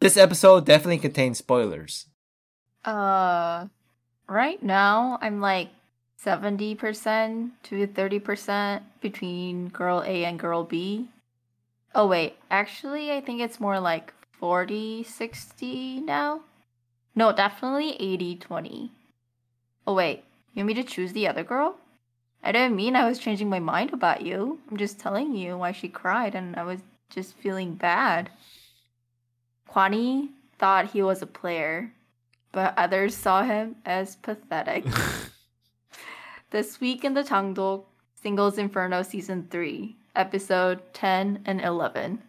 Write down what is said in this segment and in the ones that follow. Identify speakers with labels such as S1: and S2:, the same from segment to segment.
S1: This episode definitely contains spoilers.
S2: Uh, right now I'm like seventy percent to thirty percent between girl A and girl B. Oh wait, actually I think it's more like 40 60 now. No, definitely 80 20. Oh wait, you want me to choose the other girl? I didn't mean I was changing my mind about you. I'm just telling you why she cried and I was just feeling bad. Kwani thought he was a player, but others saw him as pathetic. this week in the Changdok Singles Inferno Season 3, Episode 10 and 11.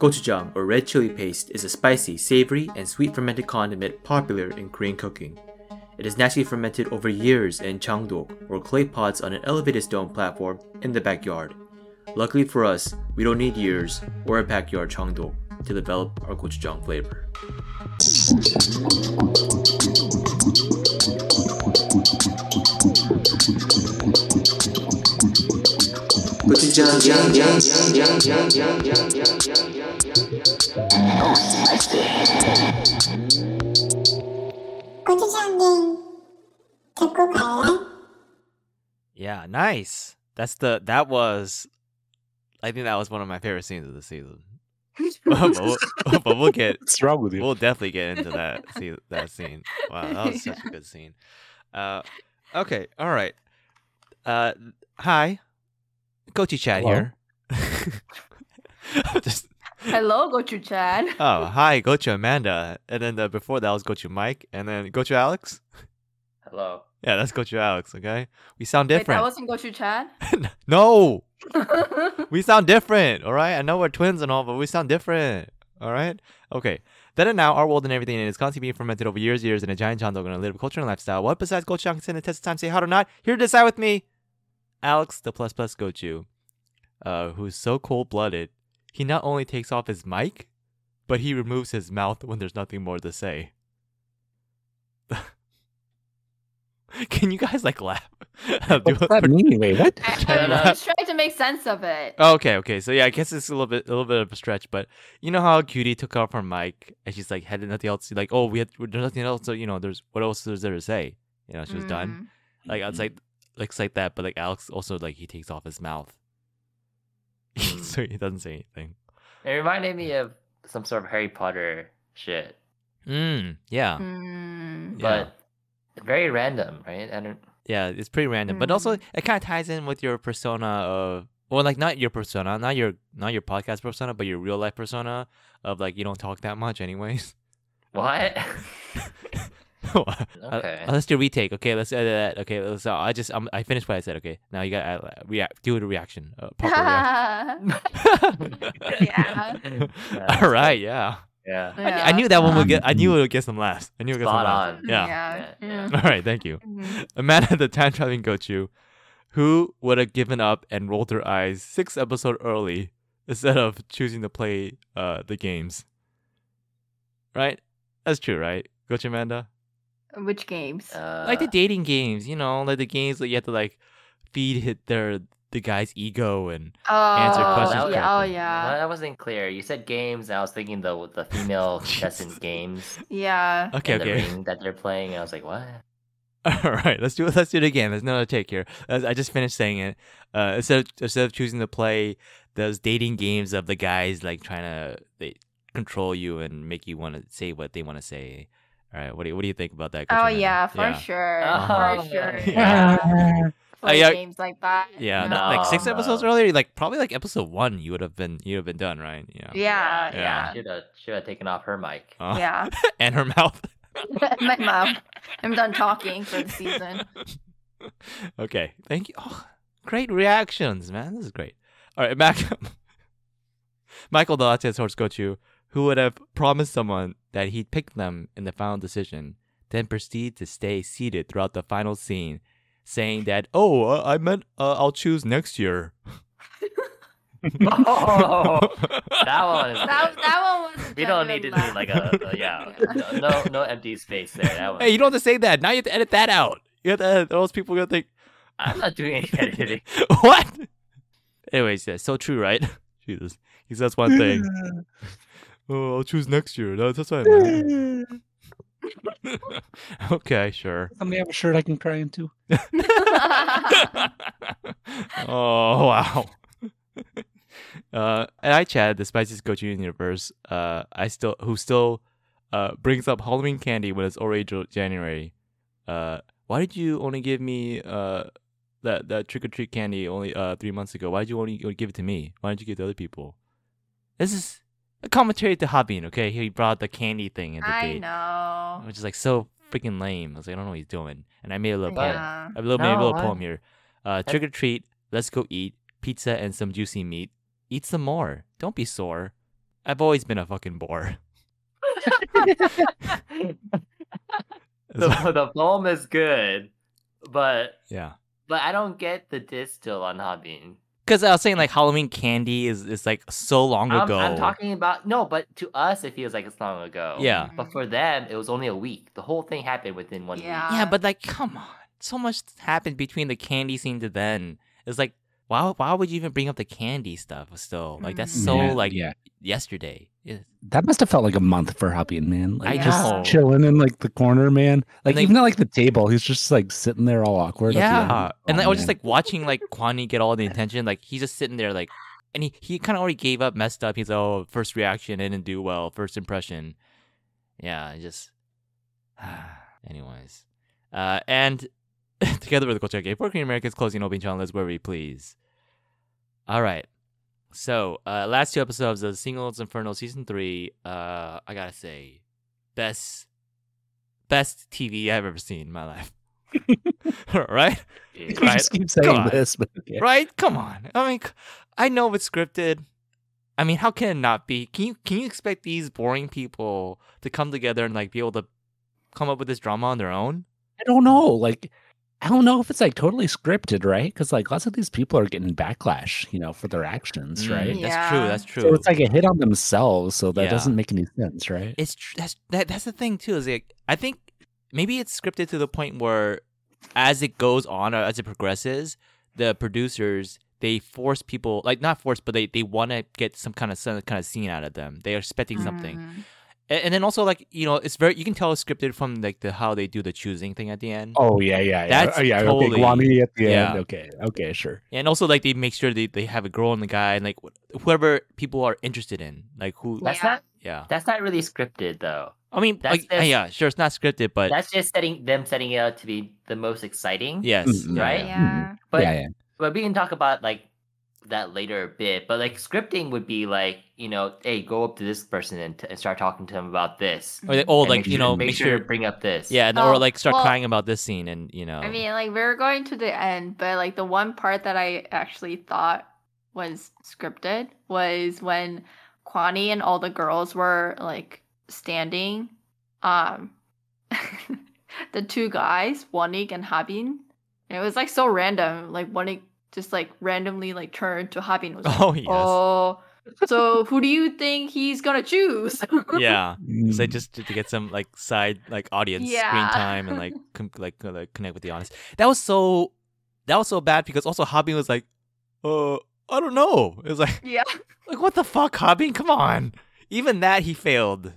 S3: Gochujang or red chili paste is a spicy, savory, and sweet fermented condiment popular in Korean cooking. It is naturally fermented over years in changdok or clay pots on an elevated stone platform in the backyard. Luckily for us, we don't need years or a backyard changdok to develop our gochujang flavor.
S4: 고추장 게임 듣고 갈래?
S5: Yeah, nice. That's the that was I think that was one of my favorite scenes of the season. but, we'll, but we'll get
S6: What's wrong with you?
S5: we'll definitely get into that see that scene. Wow, that was such a good scene. Uh, okay, all right. Uh, hi, Gochi Chad
S6: Hello.
S5: here. I'm just
S2: Hello, Gochu Chad.
S5: oh hi, Gochu Amanda, and then uh, before that was Gochu Mike, and then Gochu Alex.
S1: Hello.
S5: Yeah, that's Gochu Alex. Okay, we sound
S2: Wait, that
S5: different.
S2: wasn't Gochu Chad?
S5: no, we sound different, all right? I know we're twins and all, but we sound different, all right? Okay. Then and now, our world and everything in it is constantly being fermented over years, years in a giant chandog and a little culture and lifestyle. What besides gochujang can stand the test of time, say hot or not? Here to decide with me, Alex the plus plus gochu, uh, who's so cold blooded, he not only takes off his mic, but he removes his mouth when there's nothing more to say. can you guys like laugh? Do
S6: What's
S5: a-
S6: that mean? Wait, what?
S2: I,
S5: Yeah,
S2: I was
S5: right.
S2: just trying to make sense of it.
S5: Oh, Okay, okay. So yeah, I guess it's a little bit, a little bit of a stretch, but you know how Cutie took off her mic and she's like, had nothing else. Like, oh, we had there's nothing else. So you know, there's what else is there to say? You know, she was done. Like, it's like looks like that, but like Alex also like he takes off his mouth, so he doesn't say anything.
S7: It reminded me of some sort of Harry Potter shit,
S5: Mm, yeah,
S2: Mm.
S5: yeah,
S7: but very random, right? I don't.
S5: yeah. It's pretty random, but also
S2: Mm.
S5: it kind of ties in with your persona of. Well, like not your persona, not your not your podcast persona, but your real life persona of like you don't talk that much, anyways.
S7: What?
S5: okay.
S7: Okay.
S5: Uh, let's do a retake. Okay, let's edit that. Okay, let's. Uh, I just um, I finished what I said. Okay, now you got uh, react. Do a reaction. Uh, proper reaction.
S2: Yeah.
S7: Yeah.
S5: All right. Yeah.
S7: yeah.
S5: I knew that one would get. I knew it would get some laughs. I knew it would get some
S7: Spot
S5: laughs.
S7: on.
S5: Yeah.
S2: Yeah.
S7: Yeah, Mm-hmm. yeah.
S5: All right. Thank you.
S2: Mhm.
S5: A man at the time traveling Gochu, who would have given up and rolled her eyes six episode early instead of choosing to play uh the games. Right. That's true. Right. Gochu Amanda.
S2: Which games?
S7: Uh,
S5: like the dating games, you know, like the games that you have to like feed hit their the guy's ego and answer
S2: Oh,
S5: questions
S2: Yeah. Oh,
S5: correctly.
S2: yeah.
S7: Well, that wasn't clear. You said games, and I was thinking the the female contestant games
S2: Yeah.
S5: okay,
S7: in the
S5: okay,
S7: ring that they're playing. And I was like, what?
S5: all right, let's do it. Let's do it again. There's another take here. As I just finished saying it. Uh, instead of instead of choosing to play those dating games of the guys like trying to they control you and make you want to say what they want to say. All right, what do you, what do you think about that?
S2: Oh
S5: Katrina?
S2: yeah, for sure.
S7: Uh-huh.
S2: For sure.
S5: Yeah.
S2: Play
S5: Oh, yeah.
S2: games like that.
S5: Yeah,
S2: No.
S5: not- like six
S7: No,
S5: episodes
S7: no.
S5: earlier, like probably like episode one, you would have been you would have been done, right? Yeah,
S2: Yeah.
S5: Yeah.
S2: Yeah.
S7: Should have should have taken off her mic.
S5: Uh,
S2: Yeah.
S5: and her mouth.
S2: My mom. I'm done talking for the season.
S5: okay. Thank you. Oh, great reactions, man. This is great. All right, back up. Michael Delate source go to who would have promised someone that he'd pick them in the final decision, then proceed to stay seated throughout the final scene, saying that, "Oh, uh, I meant uh, I'll choose next year."
S7: Oh, that one is.
S2: That,
S7: good.
S2: that one was. a
S7: we don't need to
S2: genuine laugh.
S7: do like a, a- yeah.
S2: Yeah.
S7: No, no empty space there. That one.
S5: hey, you don't have to say that. Now you have to edit that out. You have to edit. Those people are gonna think,
S7: I'm not doing any editing.
S5: what? Anyways, yeah, so true, right? Jesus. He says one thing. oh, I'll choose next year. That's, that's what I meant. okay, sure.
S6: Let me have a shirt I can cry into.
S5: oh wow. uh, and I chatted the spiciest gochu in the universe. Uh, I still who still uh brings up Halloween candy when it's already Jan- January. Uh, why did you only give me uh that that trick or treat candy only uh three months ago? Why did you only only give it to me? Why didn't you give it to other people? This is a commentary to Habin. Okay, he brought the candy thing into the
S2: I
S5: date,
S2: know.
S5: which is like so freaking lame. I was like, I don't know what he's doing, and I made a little poem.
S2: Yeah.
S5: I have a little, maybe a little
S7: No, I-
S5: poem here. Uh, trick or treat, let's go eat pizza and some juicy meat. Eat some more. Don't be sore. I've always been a fucking bore.
S7: the, the poem is good, but
S5: yeah.
S7: but I don't get the diss still on Habin.
S5: Because I was saying like Halloween candy is, is like so long
S7: I'm,
S5: ago.
S7: I'm talking about no, but to us it feels like it's long ago.
S5: Yeah.
S2: Mm-hmm.
S7: But for them, it was only a week. The whole thing happened within one
S2: Yeah.
S5: Yeah, but like, come on. So much happened between the candy scene to then. It's like, why, why would you even bring up the candy stuff still? Like, that's
S7: Mm,
S5: so
S6: Yeah,
S5: like
S6: yeah.
S5: yesterday. Yeah.
S6: That must have felt like a month for Hopping, man. Like
S5: I
S6: just
S5: know.
S6: chilling in like the corner, man. Like
S5: they-
S6: even at like the table, he's just like sitting there all awkward. at the end.
S5: Yeah, and like, I
S6: Oh,
S5: was just
S6: man.
S5: like watching like Kwani get all the attention. Like he's just sitting there, like, and he, he kind of already gave up, messed up. He's oh, first reaction I didn't do well, first impression. Yeah, I just. Anyways, uh, and together with the culture gave working Americans closing open channel where we please. All right, so uh, last two episodes of Singles Inferno season three. Uh, I gotta say, best best TV I've ever seen in my life. right?
S7: week.
S6: we
S5: Right.
S6: just keep saying
S5: God.
S6: this, but okay.
S5: Right? Come on. I mean, c- I know it's scripted. I mean, how can it not be? Can you can you expect these boring people to come together and like be able to come up with this drama on their own?
S6: I don't know. Like, I don't know if it's like totally scripted, right? Because like lots of these people are getting backlash, you know, for their actions,
S5: Mm,
S6: right?
S5: That's true.
S2: Yeah.
S5: That's true.
S6: So it's like a hit on themselves. So that
S5: Yeah.
S6: doesn't make any sense, right?
S5: It's tr- that's that, that's the thing too. Is like I think maybe it's scripted to the point where, as it goes on or as it progresses, the producers they force people like not force, but they they want to get some kind of some kind of scene out of them. They are expecting something.
S2: Mm.
S5: A- and then also like you know it's very you can tell it's scripted from like the how they do the choosing thing at the end
S6: Oh yeah, yeah, yeah.
S5: That's
S6: Oh, yeah.
S5: totally-
S6: Okay, Guami at the
S5: yeah.
S6: end. Okay, okay, sure.
S5: and also like they make sure they, they have a girl and a guy and like wh- whoever people are interested in like who
S7: That's
S2: Yeah.
S7: not
S5: yeah
S7: that's not really scripted though.
S5: i mean
S7: That's-
S5: like,
S7: that's-
S5: yeah sure it's not scripted but
S7: That's just setting them setting it up to be the most exciting.
S5: yes
S6: Mm,
S5: yeah,
S7: Mm-hmm. right?
S5: yeah.
S2: Yeah.
S7: But
S6: yeah, yeah.
S7: but we can talk about like that later a bit. But like scripting would be like you know, hey, go up to this person and, t- and start talking to them about this.
S5: or like oh
S7: and
S5: like you know
S7: make sure to bring up this.
S5: yeah and, or
S2: Oh,
S5: like start
S2: well-
S5: crying about this scene and you know
S2: I mean, like we were going to the end, but like the one part that I actually thought was scripted was when Kwani and all the girls were like standing. Um, the two guys, Wanik and Habin, and it was like so random. Like Wanik just like randomly like turned to Habin. and Was like,
S5: oh yes
S2: Oh, so who do you think he's gonna choose?
S5: yeah so
S7: Mm-hmm.
S6: Mm.
S5: just to, to get some like side like audience
S2: Yeah.
S5: screen time and like com- like uh, like connect with the audience. That was so that was so bad because also Hobbin was like, uh, I don't know. It was like
S2: yeah,
S5: like what the fuck, Hobbin? Come on. Even that he failed.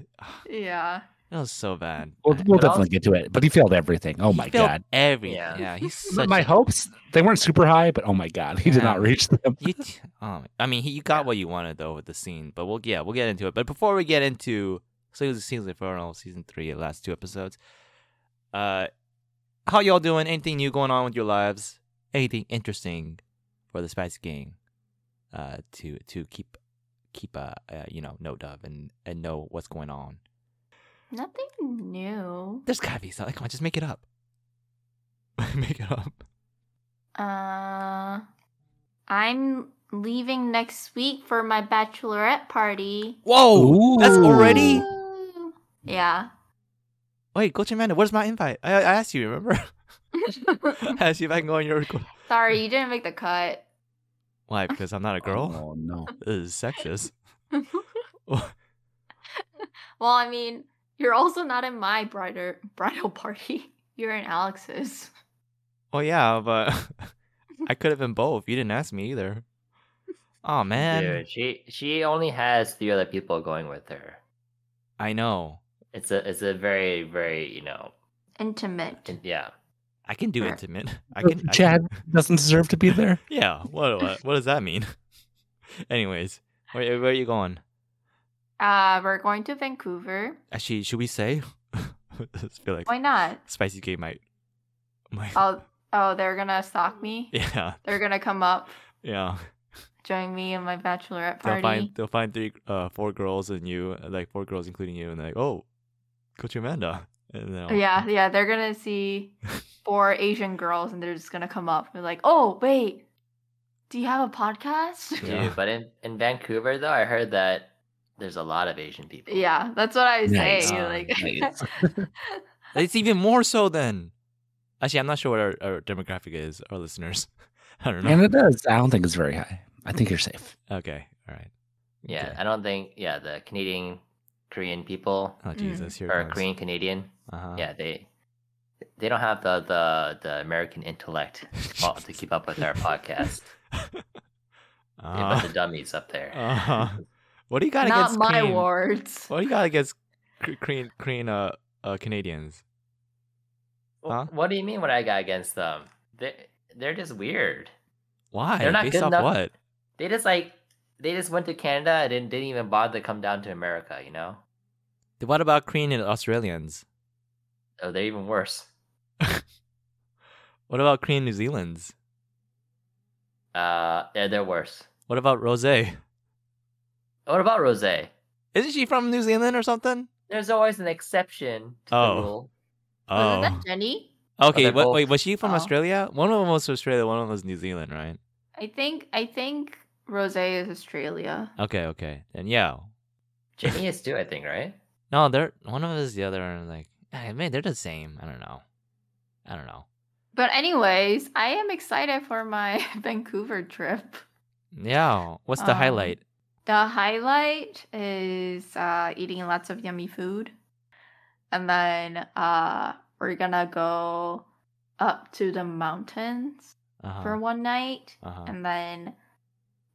S2: yeah.
S5: That was so bad.
S6: We'll,
S5: I-
S6: we'll
S7: But also-
S6: definitely get to it. But he failed everything. Oh
S5: he
S6: my
S5: failed
S6: god.
S5: Everything. Yeah,
S7: Yeah.
S5: he's such
S6: my
S5: a-
S6: hopes they weren't super high, but oh my god, he
S5: Yeah.
S6: did not reach them.
S5: you t- oh, I mean, he, you got what you wanted though with the scene, but we'll yeah, we'll get into it. But before we get into Season Season Inferno season three, the last two episodes, uh, how y'all doing? Anything new going on with your lives? Anything interesting for the Spice Gang? Uh, to to keep keep uh, uh you know note of and and know what's going on.
S2: Nothing new.
S5: There's gotta be something. Come on, just make it up. make it up.
S2: Uh, I'm leaving next week for my bachelorette party.
S5: Whoa, Oh, that's
S6: Ooh.
S5: already.
S2: Ooh. Yeah.
S5: Wait, Coach Amanda, where's my invite? I I asked you, remember? I asked you if I can go on your record.
S2: Sorry, you didn't make the cut.
S5: Why? Because I'm not a girl.
S6: Oh no.
S5: This is sexist.
S2: well, I mean, you're also not in my bridal bridal party. You're in Alex's.
S5: Oh yeah, but I could have been both. You didn't ask me either. Oh man,
S7: Dude, she she only has three other people going with her.
S5: I know.
S7: It's a it's a very very you know
S2: Intimate.
S7: in- yeah.
S5: I can do
S2: Sure.
S5: intimate. I
S6: So
S5: can. I
S6: Chad
S5: can-
S6: doesn't deserve to be there.
S5: Yeah. What, what what does that mean? Anyways, where where are you going?
S2: Uh, we're going to Vancouver.
S5: Actually, should we say? I feel like
S2: Why not?
S5: spicy gay might. might-
S2: Oh, oh, they're gonna stalk me.
S5: yeah.
S2: They're gonna come up,
S5: Yeah.
S2: join me in my bachelorette
S5: They'll
S2: party.
S5: find they'll find three uh four girls and you uh, like four girls including you and they're like oh, Coach Amanda. And then I'll-
S2: Yeah, yeah, they're gonna see four Asian girls and they're just gonna come up and be like, "Oh, wait, do you have a podcast?"
S5: Yeah.
S7: Dude, but in, in Vancouver though, I heard that there's a lot of Asian people.
S2: Yeah, that's what I say.
S6: Nice.
S2: Like,
S6: Nice.
S5: It's even more so then. Actually, I'm not sure what our, our demographic is. Our listeners. I don't know.
S6: And it does. I don't think it's very high. I think you're safe.
S5: Okay. All right.
S7: Yeah,
S5: Okay.
S7: I don't think yeah, the Canadian Korean people
S5: Oh
S2: Mm.
S5: Jesus! Here
S7: or
S5: it goes.
S7: Korean Canadian,
S5: Uh-huh.
S7: yeah, they they don't have the the, the American intellect well, to keep up with our podcast. They're a bunch
S5: Uh-huh.
S7: of dummies up there.
S5: Uh-huh. What do you got
S2: not
S5: against
S2: my
S5: Korean?
S2: words.
S5: What do you got against K- Korean Korean uh, uh Canadians?
S7: Wh-
S5: Huh?
S7: What do you mean? What I got against them? They they're just weird.
S5: Why?
S7: They're not
S5: Based
S7: good
S5: off
S7: enough-
S5: what?
S7: They just like they just went to Canada and didn't, didn't even bother to come down to America. You know?
S5: What about Korean and Australians?
S7: Oh, they're even worse.
S5: What about Korean New Zealand's?
S7: Uh, yeah, they're worse.
S5: What about Rose?
S7: What about Rose?
S5: Isn't she from New Zealand or something?
S7: There's always an exception to
S5: Oh.
S7: the rule.
S2: Wasn't that Jenny?
S5: Okay,
S7: they're
S5: what,
S7: both-
S5: wait, was she from
S2: Oh.
S5: Australia? One of them was Australia, one of them was New Zealand, right?
S2: I think I think Rose is Australia.
S5: Okay, okay. And yeah.
S7: Jenny is too, I think, right?
S5: No, they're one of them is the other and like I mean they're the same. I don't know. I don't know.
S2: But anyways, I am excited for my Vancouver trip.
S5: Yeah. What's the
S2: Um,
S5: highlight?
S2: The highlight is uh, eating lots of yummy food. And then uh, we're gonna go up to the mountains
S5: Uh-huh.
S2: for one um, night.
S5: uh-huh.
S2: And then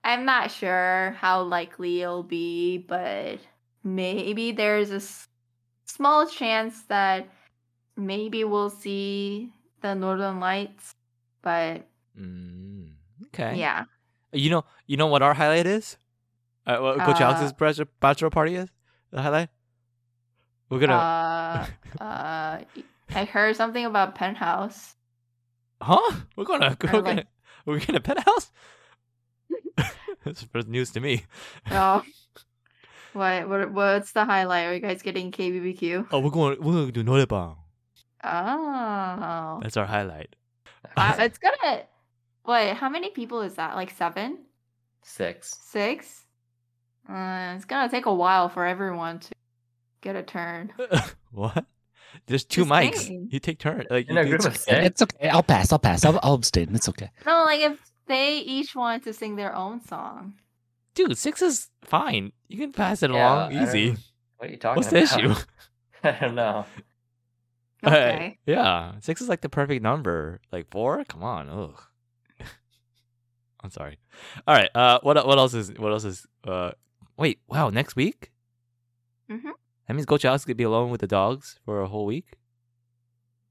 S2: I'm not sure how likely it'll be, but maybe there's a s- small chance that maybe we'll see the northern lights. But
S5: Mm, okay.
S2: yeah,
S5: You know, you know what our highlight is? Uh, what Coach Alex's
S2: Uh,
S5: bachelor, bachelor party is the highlight. We're gonna,
S2: uh, uh, I heard something about penthouse.
S5: huh? We're gonna, we're gonna,
S2: like-
S5: we're gonna penthouse. That's first news to me.
S2: Oh, what what what's the highlight? Are you guys getting KBBQ?
S5: Oh, we're going, we're gonna do Norebang.
S2: Oh,
S5: That's our highlight.
S2: uh, it's gonna. Wait, how many people is that? Like seven,
S7: Six.
S2: six? Uh, it's gonna take a while for everyone to get a turn.
S5: what? There's two
S2: Just
S5: mics.
S2: saying.
S5: You take turn. Like
S7: In
S5: you
S7: a
S5: do-
S7: group of six.
S6: It's okay. I'll pass. I'll pass. I'll, I'll abstain. It's okay.
S2: No, like if they each want to sing their own song.
S5: dude, six is fine. You can pass it
S7: Yeah, I
S5: along easy.
S7: don't- What are you talking
S5: What's the
S7: about?
S5: issue?
S7: I don't know.
S5: All right.
S2: Okay.
S5: yeah, six is like the perfect number. Like four, come on. Ugh. I'm sorry. All right. Uh, what el- what else is what else is uh? Wait, wow. Next week.
S2: Mhm.
S5: That means Coach Alex could be alone with the dogs for a whole week.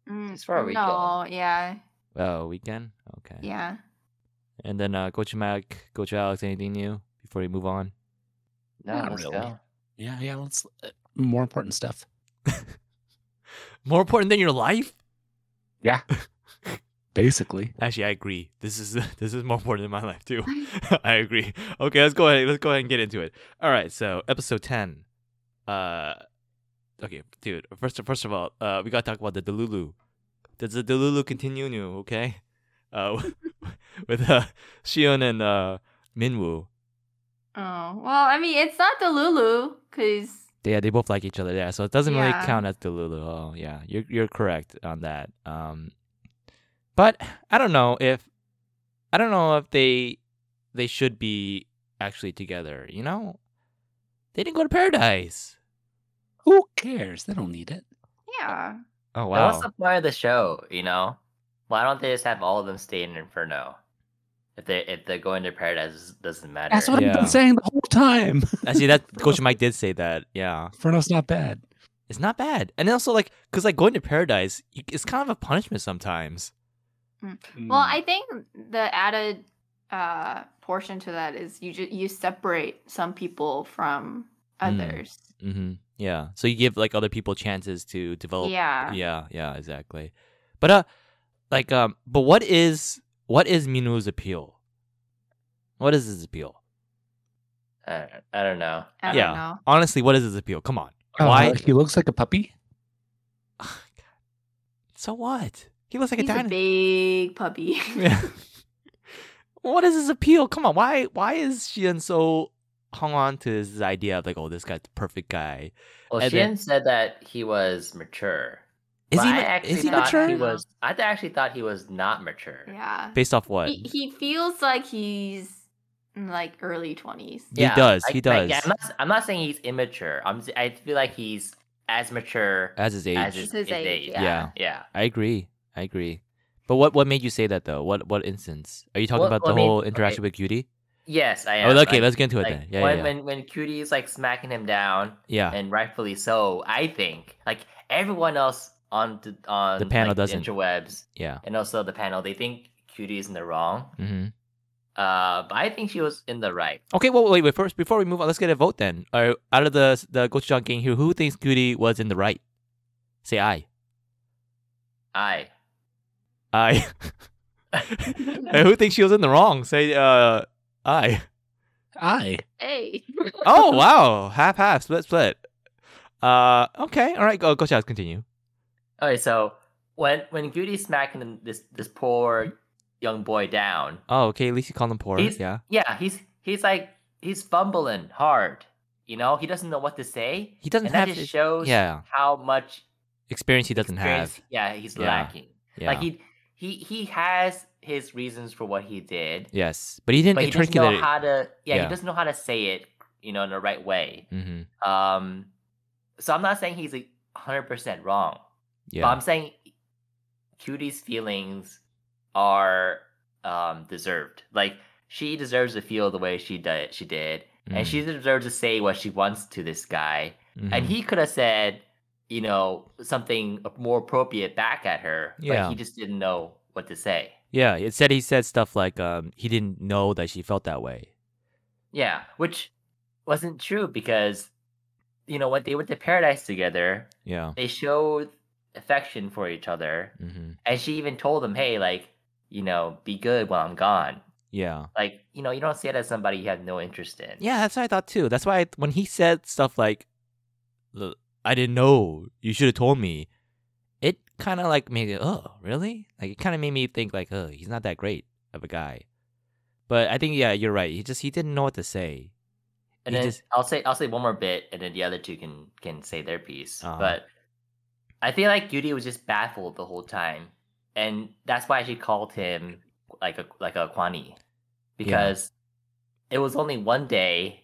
S2: Mm,
S7: It's for a weekend.
S2: No, yeah,
S5: Well, Oh, weekend. Okay.
S2: yeah.
S5: And then uh, Coach Mac, Coach Alex, anything new before we move on?
S7: No,
S6: Not
S7: let's
S6: really.
S7: go.
S6: Yeah, yeah. Let's uh, more important stuff.
S5: More important than your life?
S6: Basically,
S5: Actually, I agree. This is this is more important than my life too. I agree. Okay, let's go ahead. Let's go ahead and get into it. All right. So episode ten. Uh, okay, dude. First, first of all, uh, we gotta talk about the Delulu. Does the Delulu continue new? Okay. Uh, with uh, Shion and uh, Minwoo.
S2: Oh well, I mean it's not the Lulu because
S5: Yeah, they both like each other. Yeah, so it doesn't really
S2: Yeah.
S5: count as Delulu. Oh, yeah, you're you're correct on that. Um, but I don't know if I don't know if they they should be actually together. You know, they didn't go to paradise.
S6: who cares? They don't need it.
S2: yeah.
S5: Oh
S7: Now, What's the point of the show? You know? Why don't they just have all of them stay in Inferno? If if they if they're going to paradise doesn't matter.
S6: That's what I've
S5: Yeah.
S6: been saying the whole time.
S5: Actually, that Coach Mike did say that. Yeah,
S6: Inferno's not bad.
S5: it's not bad, and also like because like going to paradise, y- it's kind of a punishment sometimes.
S2: Well,
S5: Hmm.
S2: I think the added uh, portion to that is you ju- you separate some people from
S5: Mm.
S2: others.
S5: Mm-hmm. Yeah, so you give like other people chances to develop.
S2: yeah.
S5: yeah, yeah, exactly. But uh, like um, but what is what is Minu's appeal? What is his appeal?
S7: I, I don't know.
S2: I don't
S5: yeah.
S2: know.
S5: Honestly, what is his appeal? Come on,
S6: Uh,
S5: why?
S6: he looks like a puppy.
S5: So what? He looks like
S2: He's
S5: a
S2: a
S5: dinosaur.
S2: big puppy.
S5: Yeah. what is his appeal? Come on, why why is Xian so hung on to this idea of like, oh, this guy's the perfect guy?
S7: Well,
S5: And then-
S7: Shin said that he was mature.
S5: Is
S7: but
S5: he
S7: I
S5: ma-
S7: actually
S5: is he
S7: thought
S5: mature?
S7: He was. I th- actually thought he was not mature.
S2: yeah.
S5: Based off what?
S2: He, he feels like he's in like early 20s.
S5: he does.
S7: I-
S5: he
S7: I-
S5: does.
S7: yeah, I'm, not, I'm not saying he's immature. I'm. s- I feel like he's as mature
S5: As his age,
S7: as his,
S2: His
S7: his
S2: age,
S7: age.
S5: yeah.
S7: Yeah. yeah.
S5: I agree. I agree. But what what made you say that though? What what instance? Are you talking
S7: Well-
S5: about
S7: well,
S5: the
S7: I mean,
S5: whole interaction with Cutie?
S7: Yes, I am.
S5: oh, okay.
S7: Like-
S5: let's get into it
S7: like
S5: then. Yeah,
S7: when,
S5: yeah, yeah.
S7: when when Cutie is like smacking him down,
S5: yeah.
S7: and rightfully so, I think. Like everyone else on the on
S5: The panel
S7: like,
S5: doesn't.
S7: interwebs
S5: yeah.
S7: and also the panel, they think Cutie is in the wrong.
S5: Mm-hmm.
S7: Uh, but I think she was in the right.
S5: Okay, well, wait, wait. First, before we move on, let's get a vote then. Uh, out of the the Gochujang gang here, who thinks Cutie was in the right? Say aye.
S7: I
S5: Aye. and who thinks she was in the wrong? Say uh aye.
S6: I.
S2: Hey.
S5: Oh wow, half half, split split. Uh okay, all right, go go Shaz, continue.
S7: okay. So when when Cutie's smacking him- this this poor young boy down,
S5: Oh okay, at least you called him poor.
S7: He's-
S5: yeah,
S7: yeah, he's he's like he's fumbling hard. You know, he doesn't know what to say,
S5: he doesn't
S7: and
S5: have
S7: that just
S5: the
S7: shows
S5: yeah
S7: how much
S5: experience. He doesn't
S7: experience-
S5: have
S7: Yeah, he's
S5: Yeah.
S7: lacking.
S5: yeah.
S7: Like he he he has his reasons for what he did,
S5: yes, but he didn't
S7: but he doesn't know
S5: articulate.
S7: how to. Yeah,
S5: Yeah.
S7: he doesn't know how to say it, you know, in the right way.
S5: hmm
S7: Um, so I'm not saying he's a hundred percent wrong,
S5: Yeah,
S7: but I'm saying Cutie's feelings are um deserved. Like she deserves to feel the way she did. She did, and
S5: Mm.
S7: she deserves to say what she wants to this guy.
S5: Mm-hmm.
S7: And he could have said, you know, something more appropriate back at her.
S5: Yeah.
S7: But he just didn't know what to say.
S5: yeah, it said he said stuff like um he didn't know that she felt that way.
S7: Yeah, which wasn't true because, you know, when they went to paradise together,
S5: Yeah.
S7: they showed affection for each other.
S5: hmm
S7: And she even told him, hey, like, you know, be good while I'm gone.
S5: Yeah.
S7: Like, you know, you don't see it as somebody you have no interest in.
S5: Yeah, that's what I thought too. That's why I, when he said stuff like, "L- "I didn't know, you should have told me," it kind of like made it. Oh, really? Like it kind of made me think like, "Oh, he's not that great of a guy." But I think yeah, you're right. He just he didn't know what to say.
S7: And
S5: He
S7: then
S5: just-
S7: I'll say I'll say one more bit, and then the other two can can say their piece.
S5: Uh-huh.
S7: But I feel like Yuri was just baffled the whole time, and that's why she called him like a like a Kwani, because it was only one day,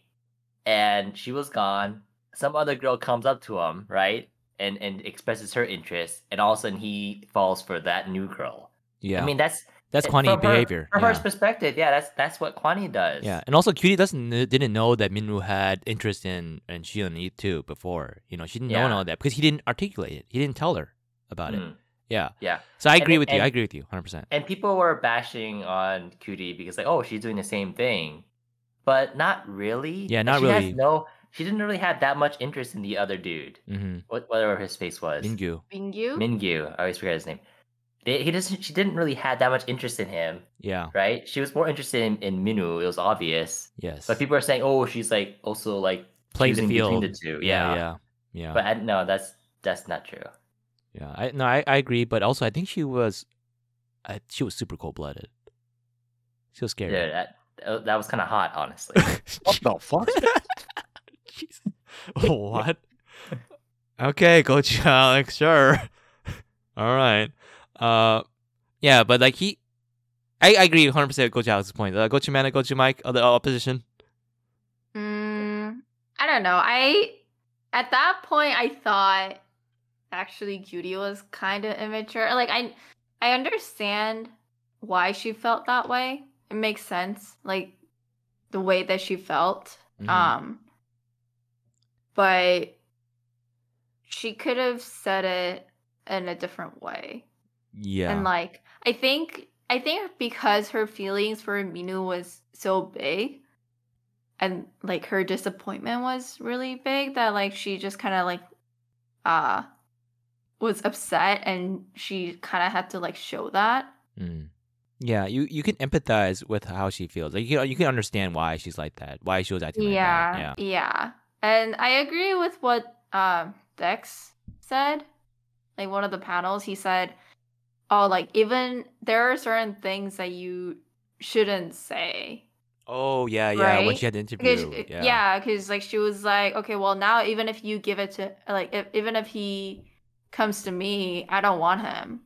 S7: and she was gone. Some other girl comes up to him, right, and and expresses her interest, and all of a sudden he falls for that new girl.
S5: Yeah,
S7: I mean, that's
S5: that's
S7: it-
S5: Kwani
S7: from her-
S5: behavior.
S7: from
S5: yeah.
S7: her perspective. Yeah, that's that's what Kwani does.
S5: Yeah, and also Cutie doesn't kn- didn't know that Minwoo had interest in and Shion too before. You know, she didn't
S7: Yeah.
S5: know all that because he didn't articulate it. He didn't tell her about it.
S7: Mm.
S5: Yeah.
S7: Yeah.
S5: So I
S7: And
S5: agree
S7: then-
S5: with you.
S7: and-
S5: I agree with you 100%.
S7: and people were bashing on Cutie because like, oh, she's doing the same thing, but not really.
S5: Yeah,
S7: Like,
S5: not
S7: she has
S5: really.
S7: no, she didn't really have that much interest in the other dude,
S5: Mhm.
S7: what, whatever his face was.
S5: Mingyu.
S2: Mingyu?
S7: Mingyu. I always forget his name. They, he doesn't. She didn't really have that much interest in him,
S5: Yeah.
S7: right? She was more interested in, in Minu. It was obvious,
S5: Yes.
S7: but people are saying, oh, she's like also like
S5: Playing the
S7: choosing between
S5: field.
S7: the two. Yeah,
S5: Yeah. Yeah.
S7: But I, no, that's that's not true.
S5: yeah. I no, I, I agree, but also I think she was I, she was super cold-blooded. She was scary.
S7: Yeah, that that was kind of hot, honestly.
S6: What the fuck?
S5: Jeez. what? okay, Coach Alex, sure. All right. Uh, yeah, but like he, I, I agree 100 percent with Coach Alex's point. Uh, Coach Amanda, Coach Mike, other uh, opposition.
S2: Mm, I don't know. I at that point I thought actually Judy was kind of immature. Like I I understand why she felt that way, it makes sense, like the way that she felt.
S5: Mhm.
S2: Um, but she could have said it in a different way.
S5: yeah.
S2: And like I think I think because her feelings for Minu was so big and like her disappointment was really big that like she just kind of like uh was upset and she kind of had to like show that.
S5: Mm. Yeah, you, you can empathize with how she feels. Like you can, you can understand why she's like that, why she was acting like
S2: yeah.
S5: that.
S2: Yeah. And I agree with what um Dex said. Like one of the panels he said, "Oh, like even there are certain things that you shouldn't say."
S5: Oh yeah, yeah. When
S2: Right?
S5: she had the
S2: Cause,
S5: interview, yeah.
S2: yeah, because like she was like, okay, well now even if you give it to like if, even if he comes to me, I don't want him,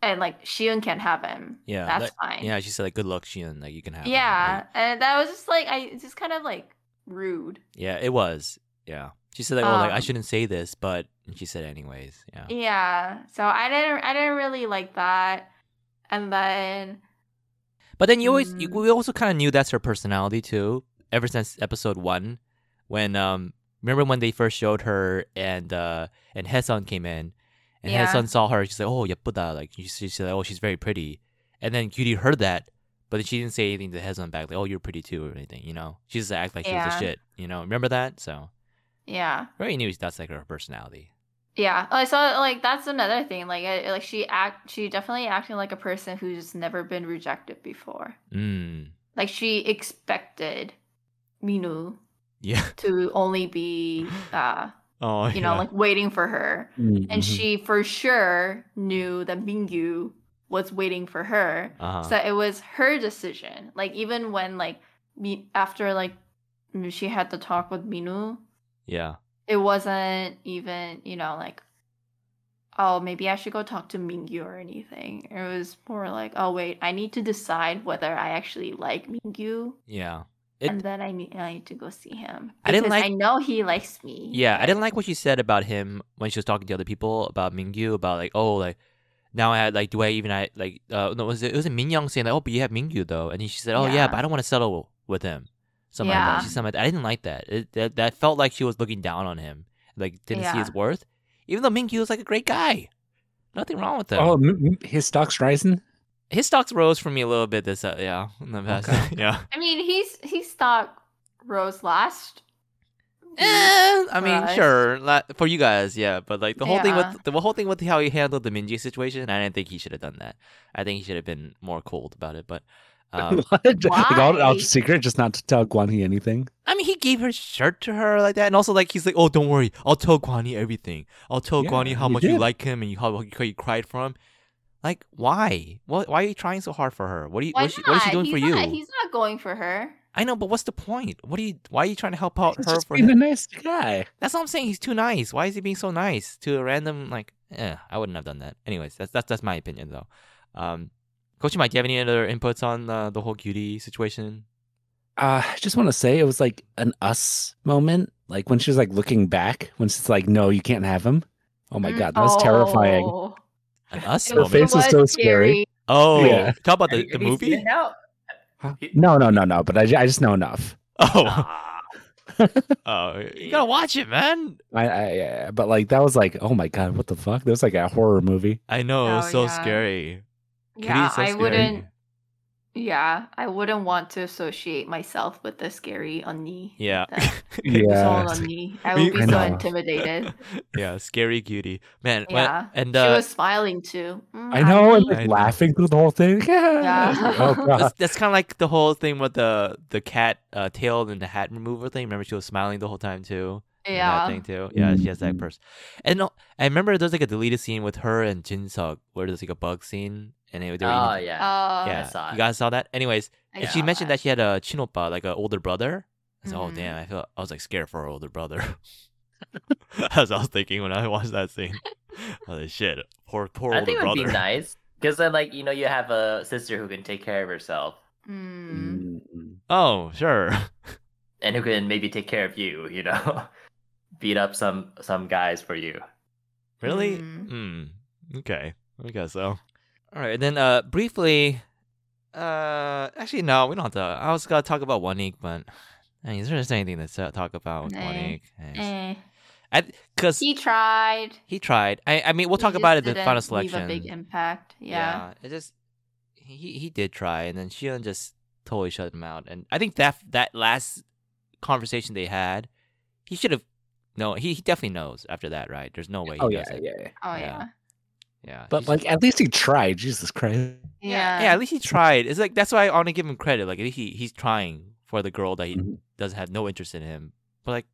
S2: and like Shion can't have him.
S5: Yeah,
S2: that's
S5: like-
S2: fine.
S5: Yeah, she said like, "Good luck, Sheehan. Like you can have." it," like-
S2: yeah, and that was just like I it's just kind of like rude.
S5: yeah, it was. Yeah, she said like, "Oh, like I
S2: Um,
S5: shouldn't say this," but and she said anyways. Yeah.
S2: Yeah, so I didn't I didn't really like that, and then
S5: But then you always you,
S2: Mm.
S5: we also kind of knew that's her personality too. Ever since episode one, when um remember when they first showed her and uh and Hesun came in, and
S2: Yeah.
S5: Hesun saw her, she's like, oh yepuda, like she, she said, oh she's very pretty, and then Cutie heard that, but then she didn't say anything to Hesun back, like oh you're pretty too or anything, you know. She just act like she was a
S2: Yeah.
S5: shit, you know. Remember that? So
S2: yeah,
S5: we already knew that's like her personality.
S2: yeah. I saw like that's another thing. Like I, like she act she definitely acting like a person who's never been rejected before.
S5: Mm.
S2: Like she expected Minu
S5: Yeah.
S2: to only be uh
S5: Oh,
S2: you know,
S5: yeah.
S2: like waiting for her.
S6: Mm-hmm.
S2: And she for sure knew that Mingyu was waiting for her.
S5: Uh-huh.
S2: So it was her decision. Like even when like me after like m- she had the talk with Minu,
S5: yeah.
S2: it wasn't even, you know, like oh, maybe I should go talk to Mingyu or anything. It was more like, oh wait, I need to decide whether I actually like Mingyu
S5: Yeah. It-
S2: and then I need, I need to go see him.
S5: I didn't
S2: because
S5: like-
S2: I know he likes me.
S5: Yeah, I didn't like what she said about him when she was talking to other people about Mingyu about like oh like now I had like do I even I like uh no was it, it was Minyoung saying like oh but you have Mingyu though and she said oh yeah,
S2: Yeah.
S5: but I don't want to settle with him something like
S2: Yeah.
S5: that she something like that. I didn't like that. It, that that felt like she was looking down on him like didn't see
S2: Yeah.
S5: his worth even though Mingyu was like a great guy nothing wrong with him
S6: Oh, m- m- his stock's rising.
S5: his stocks rose for me a little bit this uh, yeah in the past
S6: Okay.
S5: yeah
S2: I mean, he's he stock rose last.
S5: Eh, I mean,
S2: Right.
S5: sure, la- for you guys, yeah, but like the whole thing
S2: Yeah.
S5: with the whole thing with how he handled the Minji situation, I didn't think he should have done that. I think he should have been more cold about it. But um,
S6: What? Like, all, all
S2: Why?
S6: secret, just not to tell Guan Hee anything.
S5: I mean, he gave her shirt to her like that, and also like he's like, "Oh, don't worry, I'll tell Guani everything. I'll tell
S6: Yeah,
S5: Guani how
S6: he
S5: much you
S6: did.
S5: like him and you, how, how you cried for him." Like, why? What? Why are you trying so hard for her? What are you?
S2: Why
S5: What is, she, what is she
S2: not?
S5: doing
S2: he's
S5: for
S2: not,
S5: you?
S2: He's not going for her.
S5: I know, but what's the point? What are you? Why are you trying to help out
S6: He's
S5: her
S6: just
S5: for
S6: being
S5: him?
S6: a nice guy.
S5: That's what I'm saying. He's too nice. Why is he being so nice to a random like? Eh, I wouldn't have done that. Anyways, that's that's that's my opinion though. Um, Coach Mike, do you have any other inputs on uh, the whole cutie situation?
S6: Uh, I just want to say it was like an us moment. Like when she was like looking back, when she's like, "No, you can't have him." Oh my
S2: Mm,
S6: god, that was terrifying.
S2: oh.
S5: An us
S2: It
S6: Her
S5: moment.
S2: was-
S6: face
S2: it
S6: was so scary.
S5: Oh,
S6: Yeah.
S5: talk about
S7: Have
S5: the,
S7: you-
S5: the
S7: have you seen
S5: movie.
S7: it now?
S6: Huh? No, no, no, no. But I, ju- I just know enough.
S5: Oh, oh, you gotta watch it, man.
S6: I, I, I- but like that was like, oh my god, what the fuck? That was like a horror movie.
S5: I know it was so
S2: Oh, yeah.
S5: scary. Cutie
S2: Yeah,
S5: is so
S2: I
S5: scary.
S2: wouldn't. Yeah, I wouldn't want to associate myself with the scary Oni.
S5: Yeah.
S2: That-
S6: Yeah.
S2: Soul Oni. I
S5: We-
S2: would be
S6: I
S2: so
S6: know.
S2: intimidated.
S5: yeah, scary cutie, man. when-
S2: Yeah.
S5: and
S2: she
S5: uh,
S2: was smiling too. Mm,
S6: I know, and
S2: Oni.
S6: like
S5: I know.
S6: laughing through the whole thing.
S2: Yeah.
S6: oh god.
S5: that's, that's kind of like the whole thing with the the cat uh, tail and the hat remover thing. Remember, she was smiling the whole time too. and
S2: Yeah.
S5: that thing too. Yeah, she has that
S6: Mhm.
S5: purse. And uh, I remember there's like a deleted scene with her and Jin Suk where there's like a bug scene, and they, they were
S7: Oh
S5: eating-
S7: yeah.
S2: Oh,
S5: yeah,
S7: saw
S5: you
S7: it.
S5: guys saw that. Anyways,
S2: I
S5: and she
S2: saw
S5: mentioned that. she had a chinopa, like an older brother. I said, oh
S7: Mm-hmm.
S2: Mhm.
S5: damn, I feel I was like scared for her older brother. As I was thinking when I watched that scene, I was like, shit, poor poor
S7: I
S5: older
S7: think it would
S5: brother.
S7: be nice because then, like, you know, you have a sister who can take care of herself
S2: Mm.
S6: Mm.
S5: Oh sure.
S7: and who can maybe take care of you. You know, beat up some some guys for you.
S5: Really?
S2: Mm.
S5: Hmm. Okay. I guess so. All right. And then, uh, briefly, Uh, actually, no, we don't have to. I was gonna talk about One Ink, but I mean, there's anything to sa- talk about with One
S2: Eh.
S5: Ink.
S2: Eh.
S5: Because
S2: He tried.
S5: he tried. I, I mean, we'll
S2: He
S5: talk
S2: just
S5: about it in the
S2: didn't
S5: final
S2: leave
S5: selection.
S2: A big impact. Yeah.
S5: It just he he did try, and then Shion just totally shut him out. And I think that that last conversation they had, he should have. No, he, he definitely knows after that, right? There's no way he
S6: oh yeah,
S5: doesn't.
S6: yeah, yeah.
S2: Oh
S5: Yeah.
S2: yeah.
S5: Yeah,
S6: But
S5: he's-
S6: like, at least he tried. Jesus Christ.
S2: Yeah.
S7: Um,
S5: yeah, at least he tried. It's like that's why I want to give him credit. Like at least he he's trying for the girl that he
S6: Mhm.
S5: doesn't have no interest in him. But like,